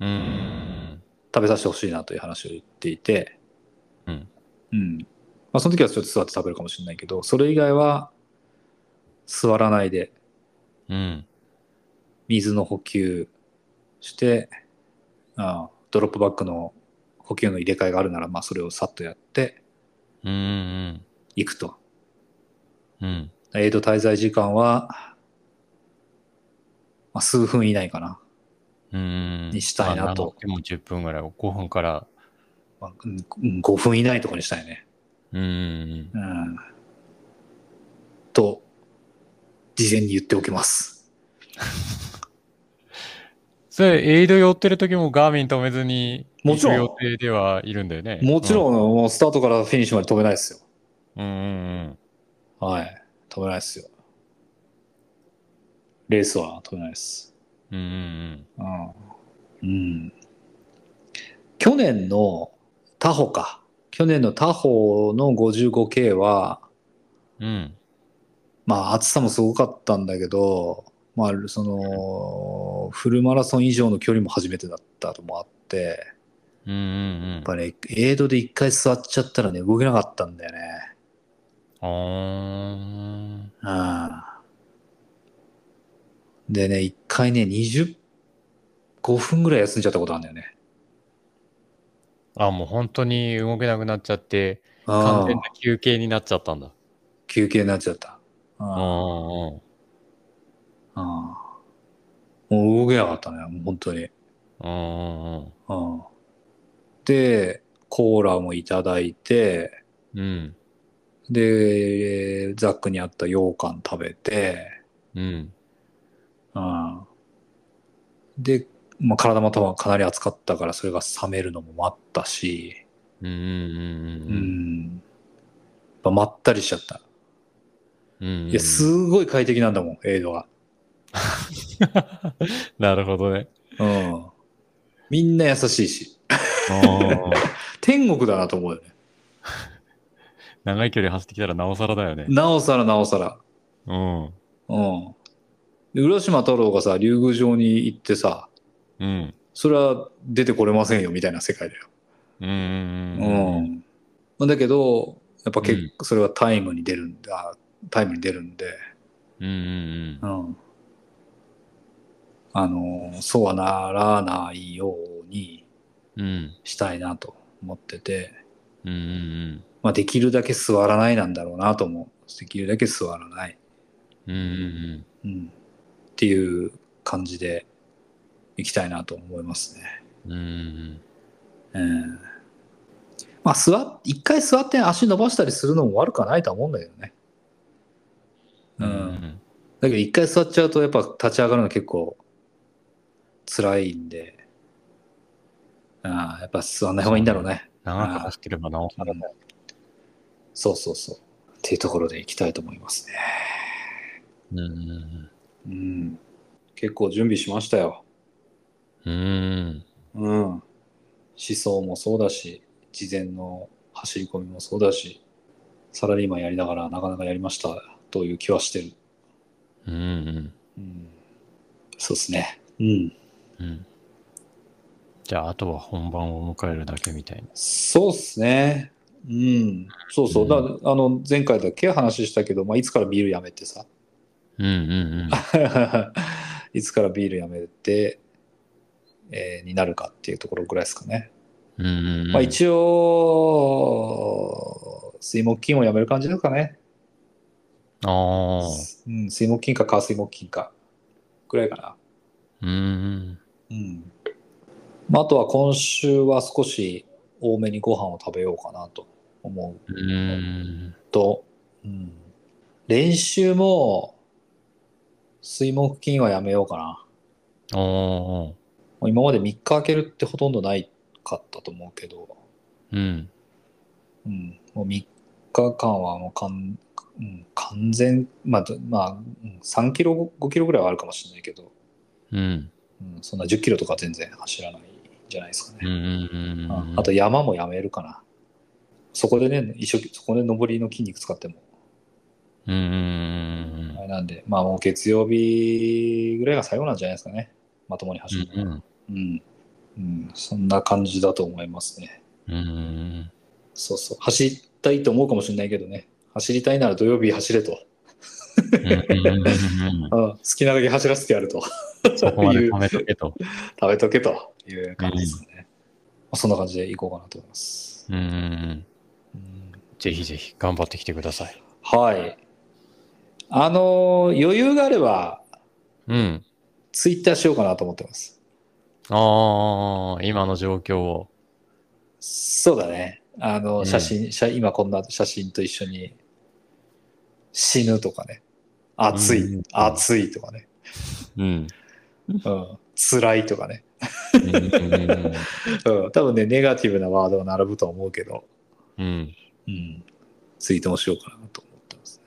[SPEAKER 1] うん。
[SPEAKER 2] 食べさせてほしいなという話を言っていて、
[SPEAKER 1] うん。
[SPEAKER 2] うん。まあ、その時はちょっと座って食べるかもしれないけど、それ以外は座らないで、
[SPEAKER 1] うん。
[SPEAKER 2] 水の補給して、ああドロップバッグの補給の入れ替えがあるなら、まあ、それをさっとやって
[SPEAKER 1] うん。うん。
[SPEAKER 2] いくと。
[SPEAKER 1] うん。
[SPEAKER 2] エイド滞在時間は、まあ、数分以内かな。
[SPEAKER 1] うん。
[SPEAKER 2] にしたいなと
[SPEAKER 1] あでも10分ぐらい、5分から。
[SPEAKER 2] まあうんうん5分以内とかにしたいね。
[SPEAKER 1] うん。
[SPEAKER 2] うんと、事前に言っておきます。
[SPEAKER 1] それ、エイド寄ってる時もガーミン止めずに、
[SPEAKER 2] もちろん
[SPEAKER 1] 行く予定ではいるんだよね。
[SPEAKER 2] もちろん、もうスタートからフィニッシュまで止めないです
[SPEAKER 1] うん。うんうん
[SPEAKER 2] よ。はい。止めないですよ。レースは止めないです。
[SPEAKER 1] うん。うん
[SPEAKER 2] うん。うん。去年のタホか。去年のタホの 55K は、
[SPEAKER 1] うん。うん。
[SPEAKER 2] まあ暑さもすごかったんだけど、まあその、フルマラソン以上の距離も初めてだったのもあって、
[SPEAKER 1] うんうんう
[SPEAKER 2] や
[SPEAKER 1] ん
[SPEAKER 2] っ。ぱね、エイドで一回座っちゃったらね、動けなかったんだよね。
[SPEAKER 1] あー
[SPEAKER 2] うん。でね、一回ね、25分ぐらい休んじゃったことあるんだよね。
[SPEAKER 1] あ、もう本当に動けなくなっちゃって、
[SPEAKER 2] う
[SPEAKER 1] 完
[SPEAKER 2] ん
[SPEAKER 1] 全な休憩になっちゃったんだ。
[SPEAKER 2] 休憩になっちゃった。
[SPEAKER 1] うん
[SPEAKER 2] あ
[SPEAKER 1] うん
[SPEAKER 2] あもう動けなかったね、もう本当に。
[SPEAKER 1] うんうん
[SPEAKER 2] うんで、コーラもいただいて、
[SPEAKER 1] うん
[SPEAKER 2] で、ザックにあった羊羹食べて、
[SPEAKER 1] うん
[SPEAKER 2] うんで、まあ、体も多分かなり熱かったから、それが冷めるのも待ったし、
[SPEAKER 1] うんうん
[SPEAKER 2] う
[SPEAKER 1] うん
[SPEAKER 2] ん。やっぱまったりしちゃった。
[SPEAKER 1] うん
[SPEAKER 2] いや、すごい快適なんだもん、エイドが。
[SPEAKER 1] なるほどね
[SPEAKER 2] うん。みんな優しいし。天国だなと思うよね。
[SPEAKER 1] 長い距離走ってきたらなおさらだよね
[SPEAKER 2] なおさらなおさら。
[SPEAKER 1] うん
[SPEAKER 2] うん。で浦島太郎がさ、竜宮城に行ってさ、
[SPEAKER 1] うん
[SPEAKER 2] それは出てこれませんよ、みたいな世界だよ。
[SPEAKER 1] うんうん
[SPEAKER 2] う
[SPEAKER 1] うんうん
[SPEAKER 2] ん。だけど、やっぱ結、
[SPEAKER 1] うん
[SPEAKER 2] それはタイムに出るんだ、タイムに出るんで、
[SPEAKER 1] うんうん
[SPEAKER 2] うん。あの、そうはならないように
[SPEAKER 1] うんうん
[SPEAKER 2] したいなと思ってて、
[SPEAKER 1] うんうん
[SPEAKER 2] まあ、できるだけ座らないなんだろうなと思う。できるだけ座らない。
[SPEAKER 1] うんうん
[SPEAKER 2] うん。っていう感じでいきたいなと思いますね。
[SPEAKER 1] うんうん
[SPEAKER 2] うん。まあ、座っ、一回座って足伸ばしたりするのも悪くはないとは思うんだけどね。
[SPEAKER 1] う
[SPEAKER 2] うん。
[SPEAKER 1] うんん
[SPEAKER 2] だけど一回座っちゃうとやっぱ立ち上がるの結構辛いんで、ああ、やっぱ座んない方がいいんだろうね。
[SPEAKER 1] 長く走ってればなおさらだよ
[SPEAKER 2] そうそうそう。っていうところでいきたいと思いますね。
[SPEAKER 1] うんうん
[SPEAKER 2] うん。結構準備しましたよ。
[SPEAKER 1] うんうん
[SPEAKER 2] うん。思想もそうだし、事前の走り込みもそうだし、サラリーマンやりながらなかなかやりましたという気はしてる。
[SPEAKER 1] うんうん
[SPEAKER 2] うん。そうですね。うん。
[SPEAKER 1] うんじゃああとは本番を迎えるだけみたいな
[SPEAKER 2] そうっすね。うん。そうそう。だ
[SPEAKER 1] う
[SPEAKER 2] あの、前回だけ話したけど、まあ、いつからビールやめてさ。
[SPEAKER 1] うんうん
[SPEAKER 2] いつからビールやめて、えーになるかっていうところぐらいですかね。
[SPEAKER 1] うんうんうんうん
[SPEAKER 2] まあ、一応、水木金をやめる感じですかね。
[SPEAKER 1] あ
[SPEAKER 2] うん、水木金か火水木金か。ぐらいかな。
[SPEAKER 1] あうん
[SPEAKER 2] うん。まあ、あとは今週は少し多めにご飯を食べようかなと思う
[SPEAKER 1] うん
[SPEAKER 2] と、うん、練習も水木金はやめようかな。
[SPEAKER 1] ああ
[SPEAKER 2] もう今まで3日空けるってほとんどないかったと思うけど、
[SPEAKER 1] うん
[SPEAKER 2] うん、もう3日間はもうかん、うん、完全、まあ、どまあ、うん3キロ、5キロぐらいはあるかもしれないけど、
[SPEAKER 1] うん
[SPEAKER 2] うん、そんな10キロとか全然走らないんじゃないですか
[SPEAKER 1] うんう
[SPEAKER 2] ね。
[SPEAKER 1] んうんう
[SPEAKER 2] うん
[SPEAKER 1] ん
[SPEAKER 2] あと山もやめるかな。そこでね、一生懸そこで登りの筋肉使っても
[SPEAKER 1] うんうん
[SPEAKER 2] あれなんで、まあもう月曜日ぐらいが最後なんじゃないですかね。まともに走る
[SPEAKER 1] う
[SPEAKER 2] のは。
[SPEAKER 1] ん
[SPEAKER 2] うん。うん。そんな感じだと思いますね。
[SPEAKER 1] うんうん
[SPEAKER 2] そうそう。走りたいと思うかもしれないけどね。走りたいなら土曜日走れと。うん。好きなだけ走らせてやると。
[SPEAKER 1] そこま
[SPEAKER 2] い
[SPEAKER 1] で
[SPEAKER 2] う
[SPEAKER 1] 貯めとけと。
[SPEAKER 2] 食べとけという感じですね。まあそんな感じでいこうかなと思います。
[SPEAKER 1] うんうんうん
[SPEAKER 2] うん
[SPEAKER 1] ぜひぜひ頑張ってきてください。
[SPEAKER 2] はい。あのー余裕があれば、
[SPEAKER 1] うん。
[SPEAKER 2] ツイッターしようかなと思ってます。
[SPEAKER 1] ああ、今の状況を。
[SPEAKER 2] そうだね。あ
[SPEAKER 1] うん
[SPEAKER 2] の、写真、写今こんな写真と一緒に死ぬとかね。暑い、
[SPEAKER 1] うん
[SPEAKER 2] 暑いとかね。
[SPEAKER 1] うん。
[SPEAKER 2] うん。辛いとかね。
[SPEAKER 1] うんうん
[SPEAKER 2] うん。多分ね、ネガティブなワードが並ぶとは思うけど、
[SPEAKER 1] うんうん。
[SPEAKER 2] うん。ツイートもしようかなと思ってますね。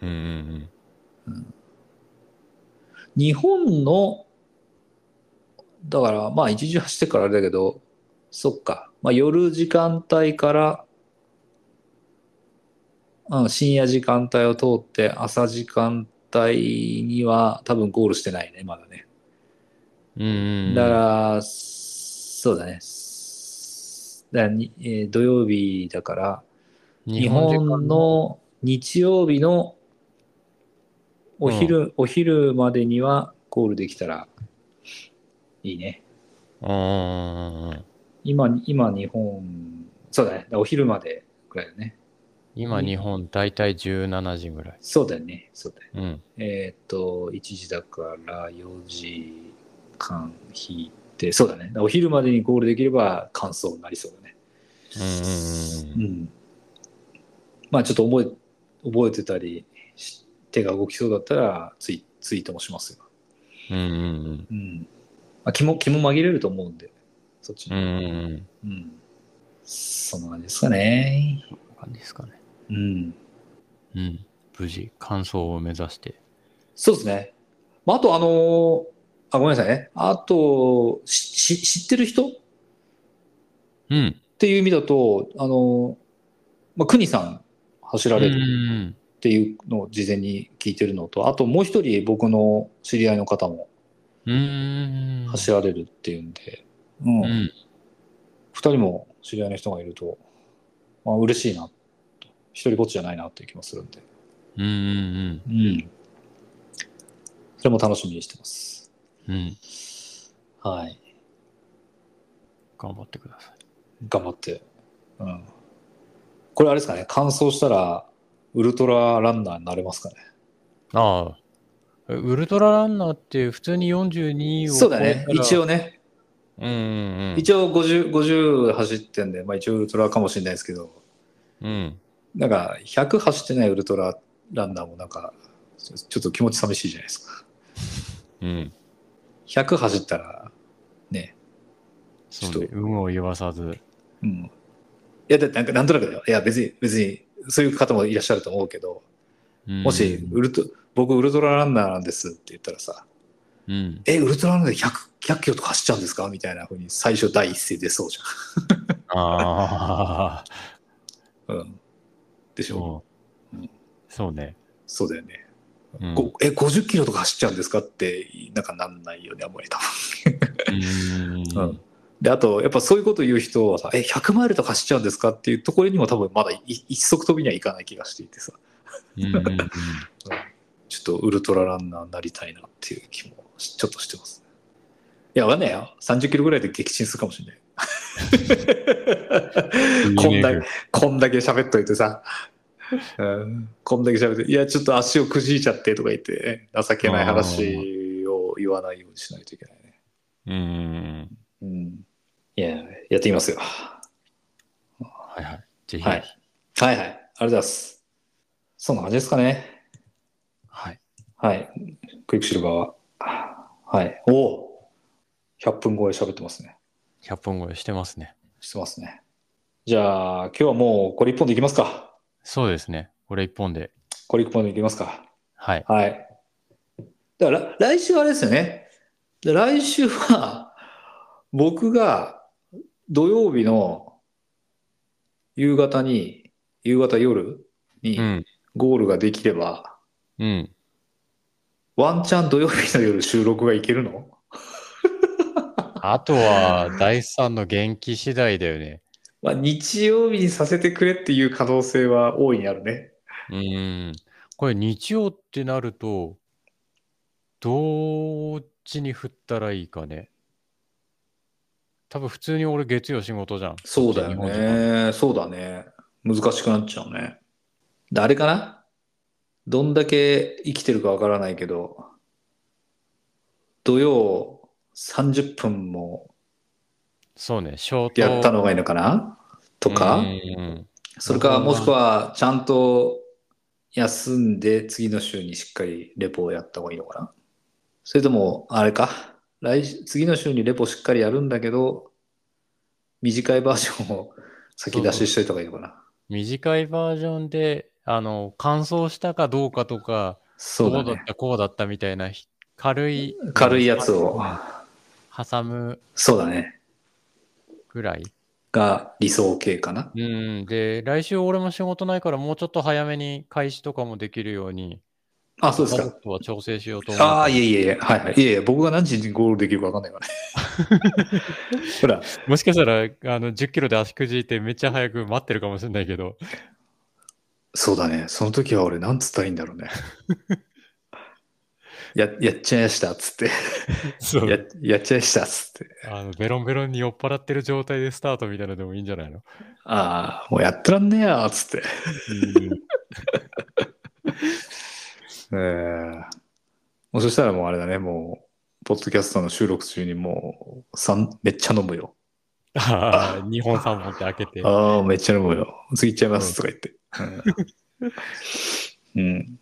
[SPEAKER 1] うんうん
[SPEAKER 2] 日本の、だから、まあ、一時走ってからあれだけど、そっか。まあ、夜時間帯から、うん、深夜時間帯を通って、朝時間帯には多分ゴールしてないね、まだね。
[SPEAKER 1] うんうんうん。
[SPEAKER 2] だから、そうだね。だからにえー土曜日だから、日本の日曜日のお昼、お昼までにはゴールできたらいいね。
[SPEAKER 1] 時間。うんうんうんうん。
[SPEAKER 2] 今、今日本、そうだね。お昼までくらいだね。
[SPEAKER 1] 今、日本、だいたい17時ぐらい。
[SPEAKER 2] そうだよね。そうだよね。
[SPEAKER 1] うん。
[SPEAKER 2] えーっと、1時だから4時間引いて、そうだね。お昼までにゴールできれば完走になりそうだね。
[SPEAKER 1] うんうん
[SPEAKER 2] う
[SPEAKER 1] うん。
[SPEAKER 2] ん。まあちょっと覚え、覚えてたりし、手が動きそうだったらツイツイートもしますよ。
[SPEAKER 1] うんうん
[SPEAKER 2] うん。まあ、気も、気も紛れると思うんで、そっち
[SPEAKER 1] うん。う
[SPEAKER 2] に。
[SPEAKER 1] んうん
[SPEAKER 2] うん。そんな感じですかね。
[SPEAKER 1] うん。感じですかね。
[SPEAKER 2] うん。
[SPEAKER 1] うん。無事、完走を目指して。
[SPEAKER 2] そうですね。まあ、あと、あのーあ、ごめんなさいね。あと、し、し知ってる人
[SPEAKER 1] うん。
[SPEAKER 2] っていう意味だと、あの、まあ、国さん走ら
[SPEAKER 1] う
[SPEAKER 2] れる
[SPEAKER 1] ん
[SPEAKER 2] っていうのを事前に聞いてるのと、あともう一人僕の知り合いの方も
[SPEAKER 1] うん。うん。
[SPEAKER 2] 走られるっていうんで、うん、
[SPEAKER 1] う
[SPEAKER 2] 二、
[SPEAKER 1] ん。
[SPEAKER 2] 人も知り合いの人がいると、まあ、嬉しいなと、一人ぼっちじゃないなっていう気もするんで、
[SPEAKER 1] うんうん
[SPEAKER 2] うん。それも楽しみにしてます。
[SPEAKER 1] うん。うん。
[SPEAKER 2] はい。
[SPEAKER 1] 頑張ってくださ
[SPEAKER 2] 頑張って。うん。これあれですかね、完走したら、ウルトラランナーになれますかね。
[SPEAKER 1] い。ああ。えウルトラランナーって普通に42を
[SPEAKER 2] そうだね、一
[SPEAKER 1] 応。
[SPEAKER 2] 応ね。
[SPEAKER 1] うんうんうん。
[SPEAKER 2] 一応 50, 50走ってんで、まあ、一応ウルトラかもしれないですけど
[SPEAKER 1] うん。
[SPEAKER 2] なんか100走ってないウルトラランナーもなんかちょちょっと気持ち寂しいじゃないですか
[SPEAKER 1] うん。
[SPEAKER 2] 100走ったらね
[SPEAKER 1] そうね。
[SPEAKER 2] ち
[SPEAKER 1] 有無を言わさず。
[SPEAKER 2] うんいやだってなんかなんとなくだよいや別に別にそういう方もいらっしゃると思うけども
[SPEAKER 1] も
[SPEAKER 2] しウルト僕ウルトラランナーなんですって言ったらさ
[SPEAKER 1] うん
[SPEAKER 2] 「えウルトラランナーで 100, 100キロとか走っちゃうんですか?」みたいなふうに最初第一声出そうじ
[SPEAKER 1] ああ、
[SPEAKER 2] ゃん、うん、でしょ
[SPEAKER 1] そう。そうね。
[SPEAKER 2] そうだよね
[SPEAKER 1] うん
[SPEAKER 2] こえ50キロとか走っちゃうんですかってなんかなんないよねあんまり多
[SPEAKER 1] うん
[SPEAKER 2] 分、であとやっぱそういうこと言う人はさえ100マイルとか走っちゃうんですかっていうところにも多分まだい一足飛びにはいかない気がしていてさ
[SPEAKER 1] うんうんうん
[SPEAKER 2] ちょっとウルトラランナーになりたいなっていう気もしちょっとしてますいやわかんないよ30キロぐらいで撃沈するかもしれないこんだけ こんだけ喋っといてさ、うん、こんだけ喋って、いや、ちょっと足をくじいちゃってとか言って、情けない話を言わないようにしないといけないね。
[SPEAKER 1] うんうんうん。
[SPEAKER 2] うん。いや、やってみますよ。
[SPEAKER 1] はいはい。ぜひ。
[SPEAKER 2] はい。はいはい。ありがとうございます。そんな感じですかね。
[SPEAKER 1] はい。
[SPEAKER 2] はい。クイックシルバーは。はい。おお !100 分超え喋ってますね。
[SPEAKER 1] 100本超えしてますね。
[SPEAKER 2] してますね。じゃあ、今日はもうこれ一本でいきますか。
[SPEAKER 1] そうですね。これ一本で。
[SPEAKER 2] これ一本でいきますか。
[SPEAKER 1] はい。
[SPEAKER 2] はい。だからら来週はあれですよね。で来週は、僕が土曜日の夕方に、夕方夜
[SPEAKER 1] う
[SPEAKER 2] に
[SPEAKER 1] ん。
[SPEAKER 2] ゴールができれば、
[SPEAKER 1] うん。
[SPEAKER 2] ワンチャン土曜日の夜収録がいけるの
[SPEAKER 1] あとは、第三の元気次第だよね。
[SPEAKER 2] まあ、日曜日にさせてくれっていう可能性は大いにあるね。
[SPEAKER 1] うん。これ日曜ってなると、どっちに振ったらいいかね。多分普通に俺月曜仕事じゃん。
[SPEAKER 2] そうだよ
[SPEAKER 1] 日本時間。
[SPEAKER 2] ね。そうだね。難しくなっちゃうね。であれかなどんだけ生きてるかわからないけど、土曜30分も
[SPEAKER 1] そうね。ショート。
[SPEAKER 2] やったのがいいのかなと
[SPEAKER 1] う
[SPEAKER 2] か
[SPEAKER 1] ん、うん
[SPEAKER 2] それかもしくはちゃんと休んで次の週にしっかりレポをやった方がいいのかなそれとも、あれか来週、次の週にレポしっかりやるんだけど、短いバージョンを先出ししといた方がいいのかな
[SPEAKER 1] 短いバージョンで、あの、完走したかどうかとか、
[SPEAKER 2] そうだ
[SPEAKER 1] どうだ
[SPEAKER 2] ね
[SPEAKER 1] っ。た、こうだったみたいな、ひ軽い、
[SPEAKER 2] 軽いやつを。
[SPEAKER 1] 挟む
[SPEAKER 2] そうだね。
[SPEAKER 1] ぐらい。
[SPEAKER 2] が理想系かな。
[SPEAKER 1] うん。で、来週俺も仕事ないから、もうちょっと早めに開始とかもできるように、
[SPEAKER 2] あ、そうです
[SPEAKER 1] 家
[SPEAKER 2] か。
[SPEAKER 1] 族とは調整しようと思う。
[SPEAKER 2] ああ、いえいえいえ、はいはい。いえいえ、僕が何時にゴールできるか分かんないからね。 ほら、
[SPEAKER 1] もしかしたら、あの、10キロで足くじいて、めっちゃ早く待ってるかもしれないけ ど。
[SPEAKER 2] そうだね。その時は俺何つったらいいんだろうね。 や、やっちゃいやしたっつって。
[SPEAKER 1] そ
[SPEAKER 2] や
[SPEAKER 1] う。、
[SPEAKER 2] やっちゃいやしたっつって。
[SPEAKER 1] あの、ベロンベロンに酔っ払ってる状態でスタートみたいなのでもいいんじゃないの
[SPEAKER 2] ああ、もうやってらんねえやっつって。 ええもうそしたらもうあれだね、もう、ポッドキャストの収録中にもう、三めっちゃ飲むよ。
[SPEAKER 1] ああ、2本3本って開けて。
[SPEAKER 2] ああ、めっちゃ飲むよ。次行っちゃいますとか言って。うん。 うん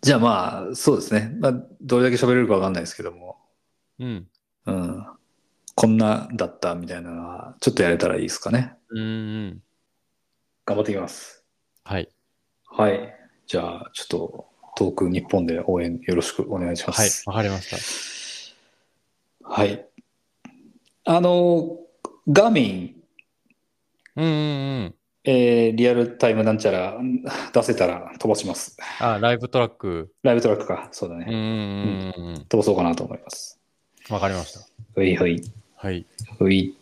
[SPEAKER 2] じゃあまあ、そうですね。まあ、どれだけ喋れるかわかんないですけども、
[SPEAKER 1] うん。
[SPEAKER 2] うん。こんなだったみたいなのは、ちょっとやれたらいいですかね。
[SPEAKER 1] うんうん。
[SPEAKER 2] 頑張っていきます。
[SPEAKER 1] はい。
[SPEAKER 2] はい。じゃあ、ちょっと、遠く日本で応援よろしくお願いしま
[SPEAKER 1] はい。
[SPEAKER 2] す。
[SPEAKER 1] わかりまし
[SPEAKER 2] はい。あの、ガーミン、
[SPEAKER 1] た。うんうんうん。
[SPEAKER 2] えーリアルタイムなんちゃらん出せたら飛ばします。
[SPEAKER 1] あ、ライブトラック。
[SPEAKER 2] ライブトラックか。そうだ
[SPEAKER 1] うんう
[SPEAKER 2] ね。
[SPEAKER 1] んうんうん。
[SPEAKER 2] 飛ばそうかなと思います。
[SPEAKER 1] わかりました。
[SPEAKER 2] ほいほい。
[SPEAKER 1] はい。
[SPEAKER 2] ほい。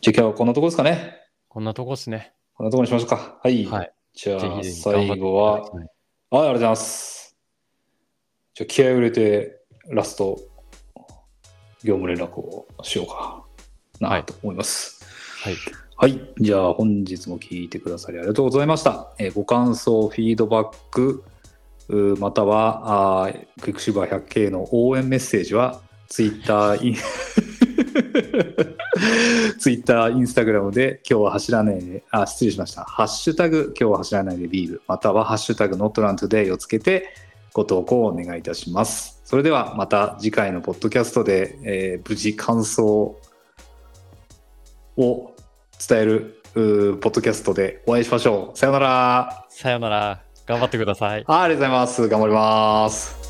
[SPEAKER 2] じゃあ今日はこんなところですかね。
[SPEAKER 1] こんなとこっすね。
[SPEAKER 2] こんなところにしましょうか。はい。
[SPEAKER 1] はい。
[SPEAKER 2] じゃ
[SPEAKER 1] ぜ
[SPEAKER 2] あ、
[SPEAKER 1] ひぜひ頑張っていただきたい
[SPEAKER 2] 最後は、はい、ありがとうございます。じゃあ、気合を入れて、ラスト、業務連絡をしようか
[SPEAKER 1] は
[SPEAKER 2] ないと思います。
[SPEAKER 1] はい。
[SPEAKER 2] はい。じゃあ、本日も聞いてくださりありがとうございました。えーご感想、フィードバック、うーまたは、あークイックシルバー 100K の応援メッセージは、ツイッター、イン、 ツイッター、インスタグラムで、今日は走らないで、あ、失礼しました。ハッシュタグ、今日は走らないでビール、または、ハッシュタグ、ノットラントデイをつけて、ご投稿をお願いいたします。それでは、また次回のポッドキャストで、えー無事感想を伝えるうーポッドキャストでお会いしましょう。さようなら。
[SPEAKER 1] さよなら。頑張ってください。
[SPEAKER 2] ありがとうございます。頑張ります。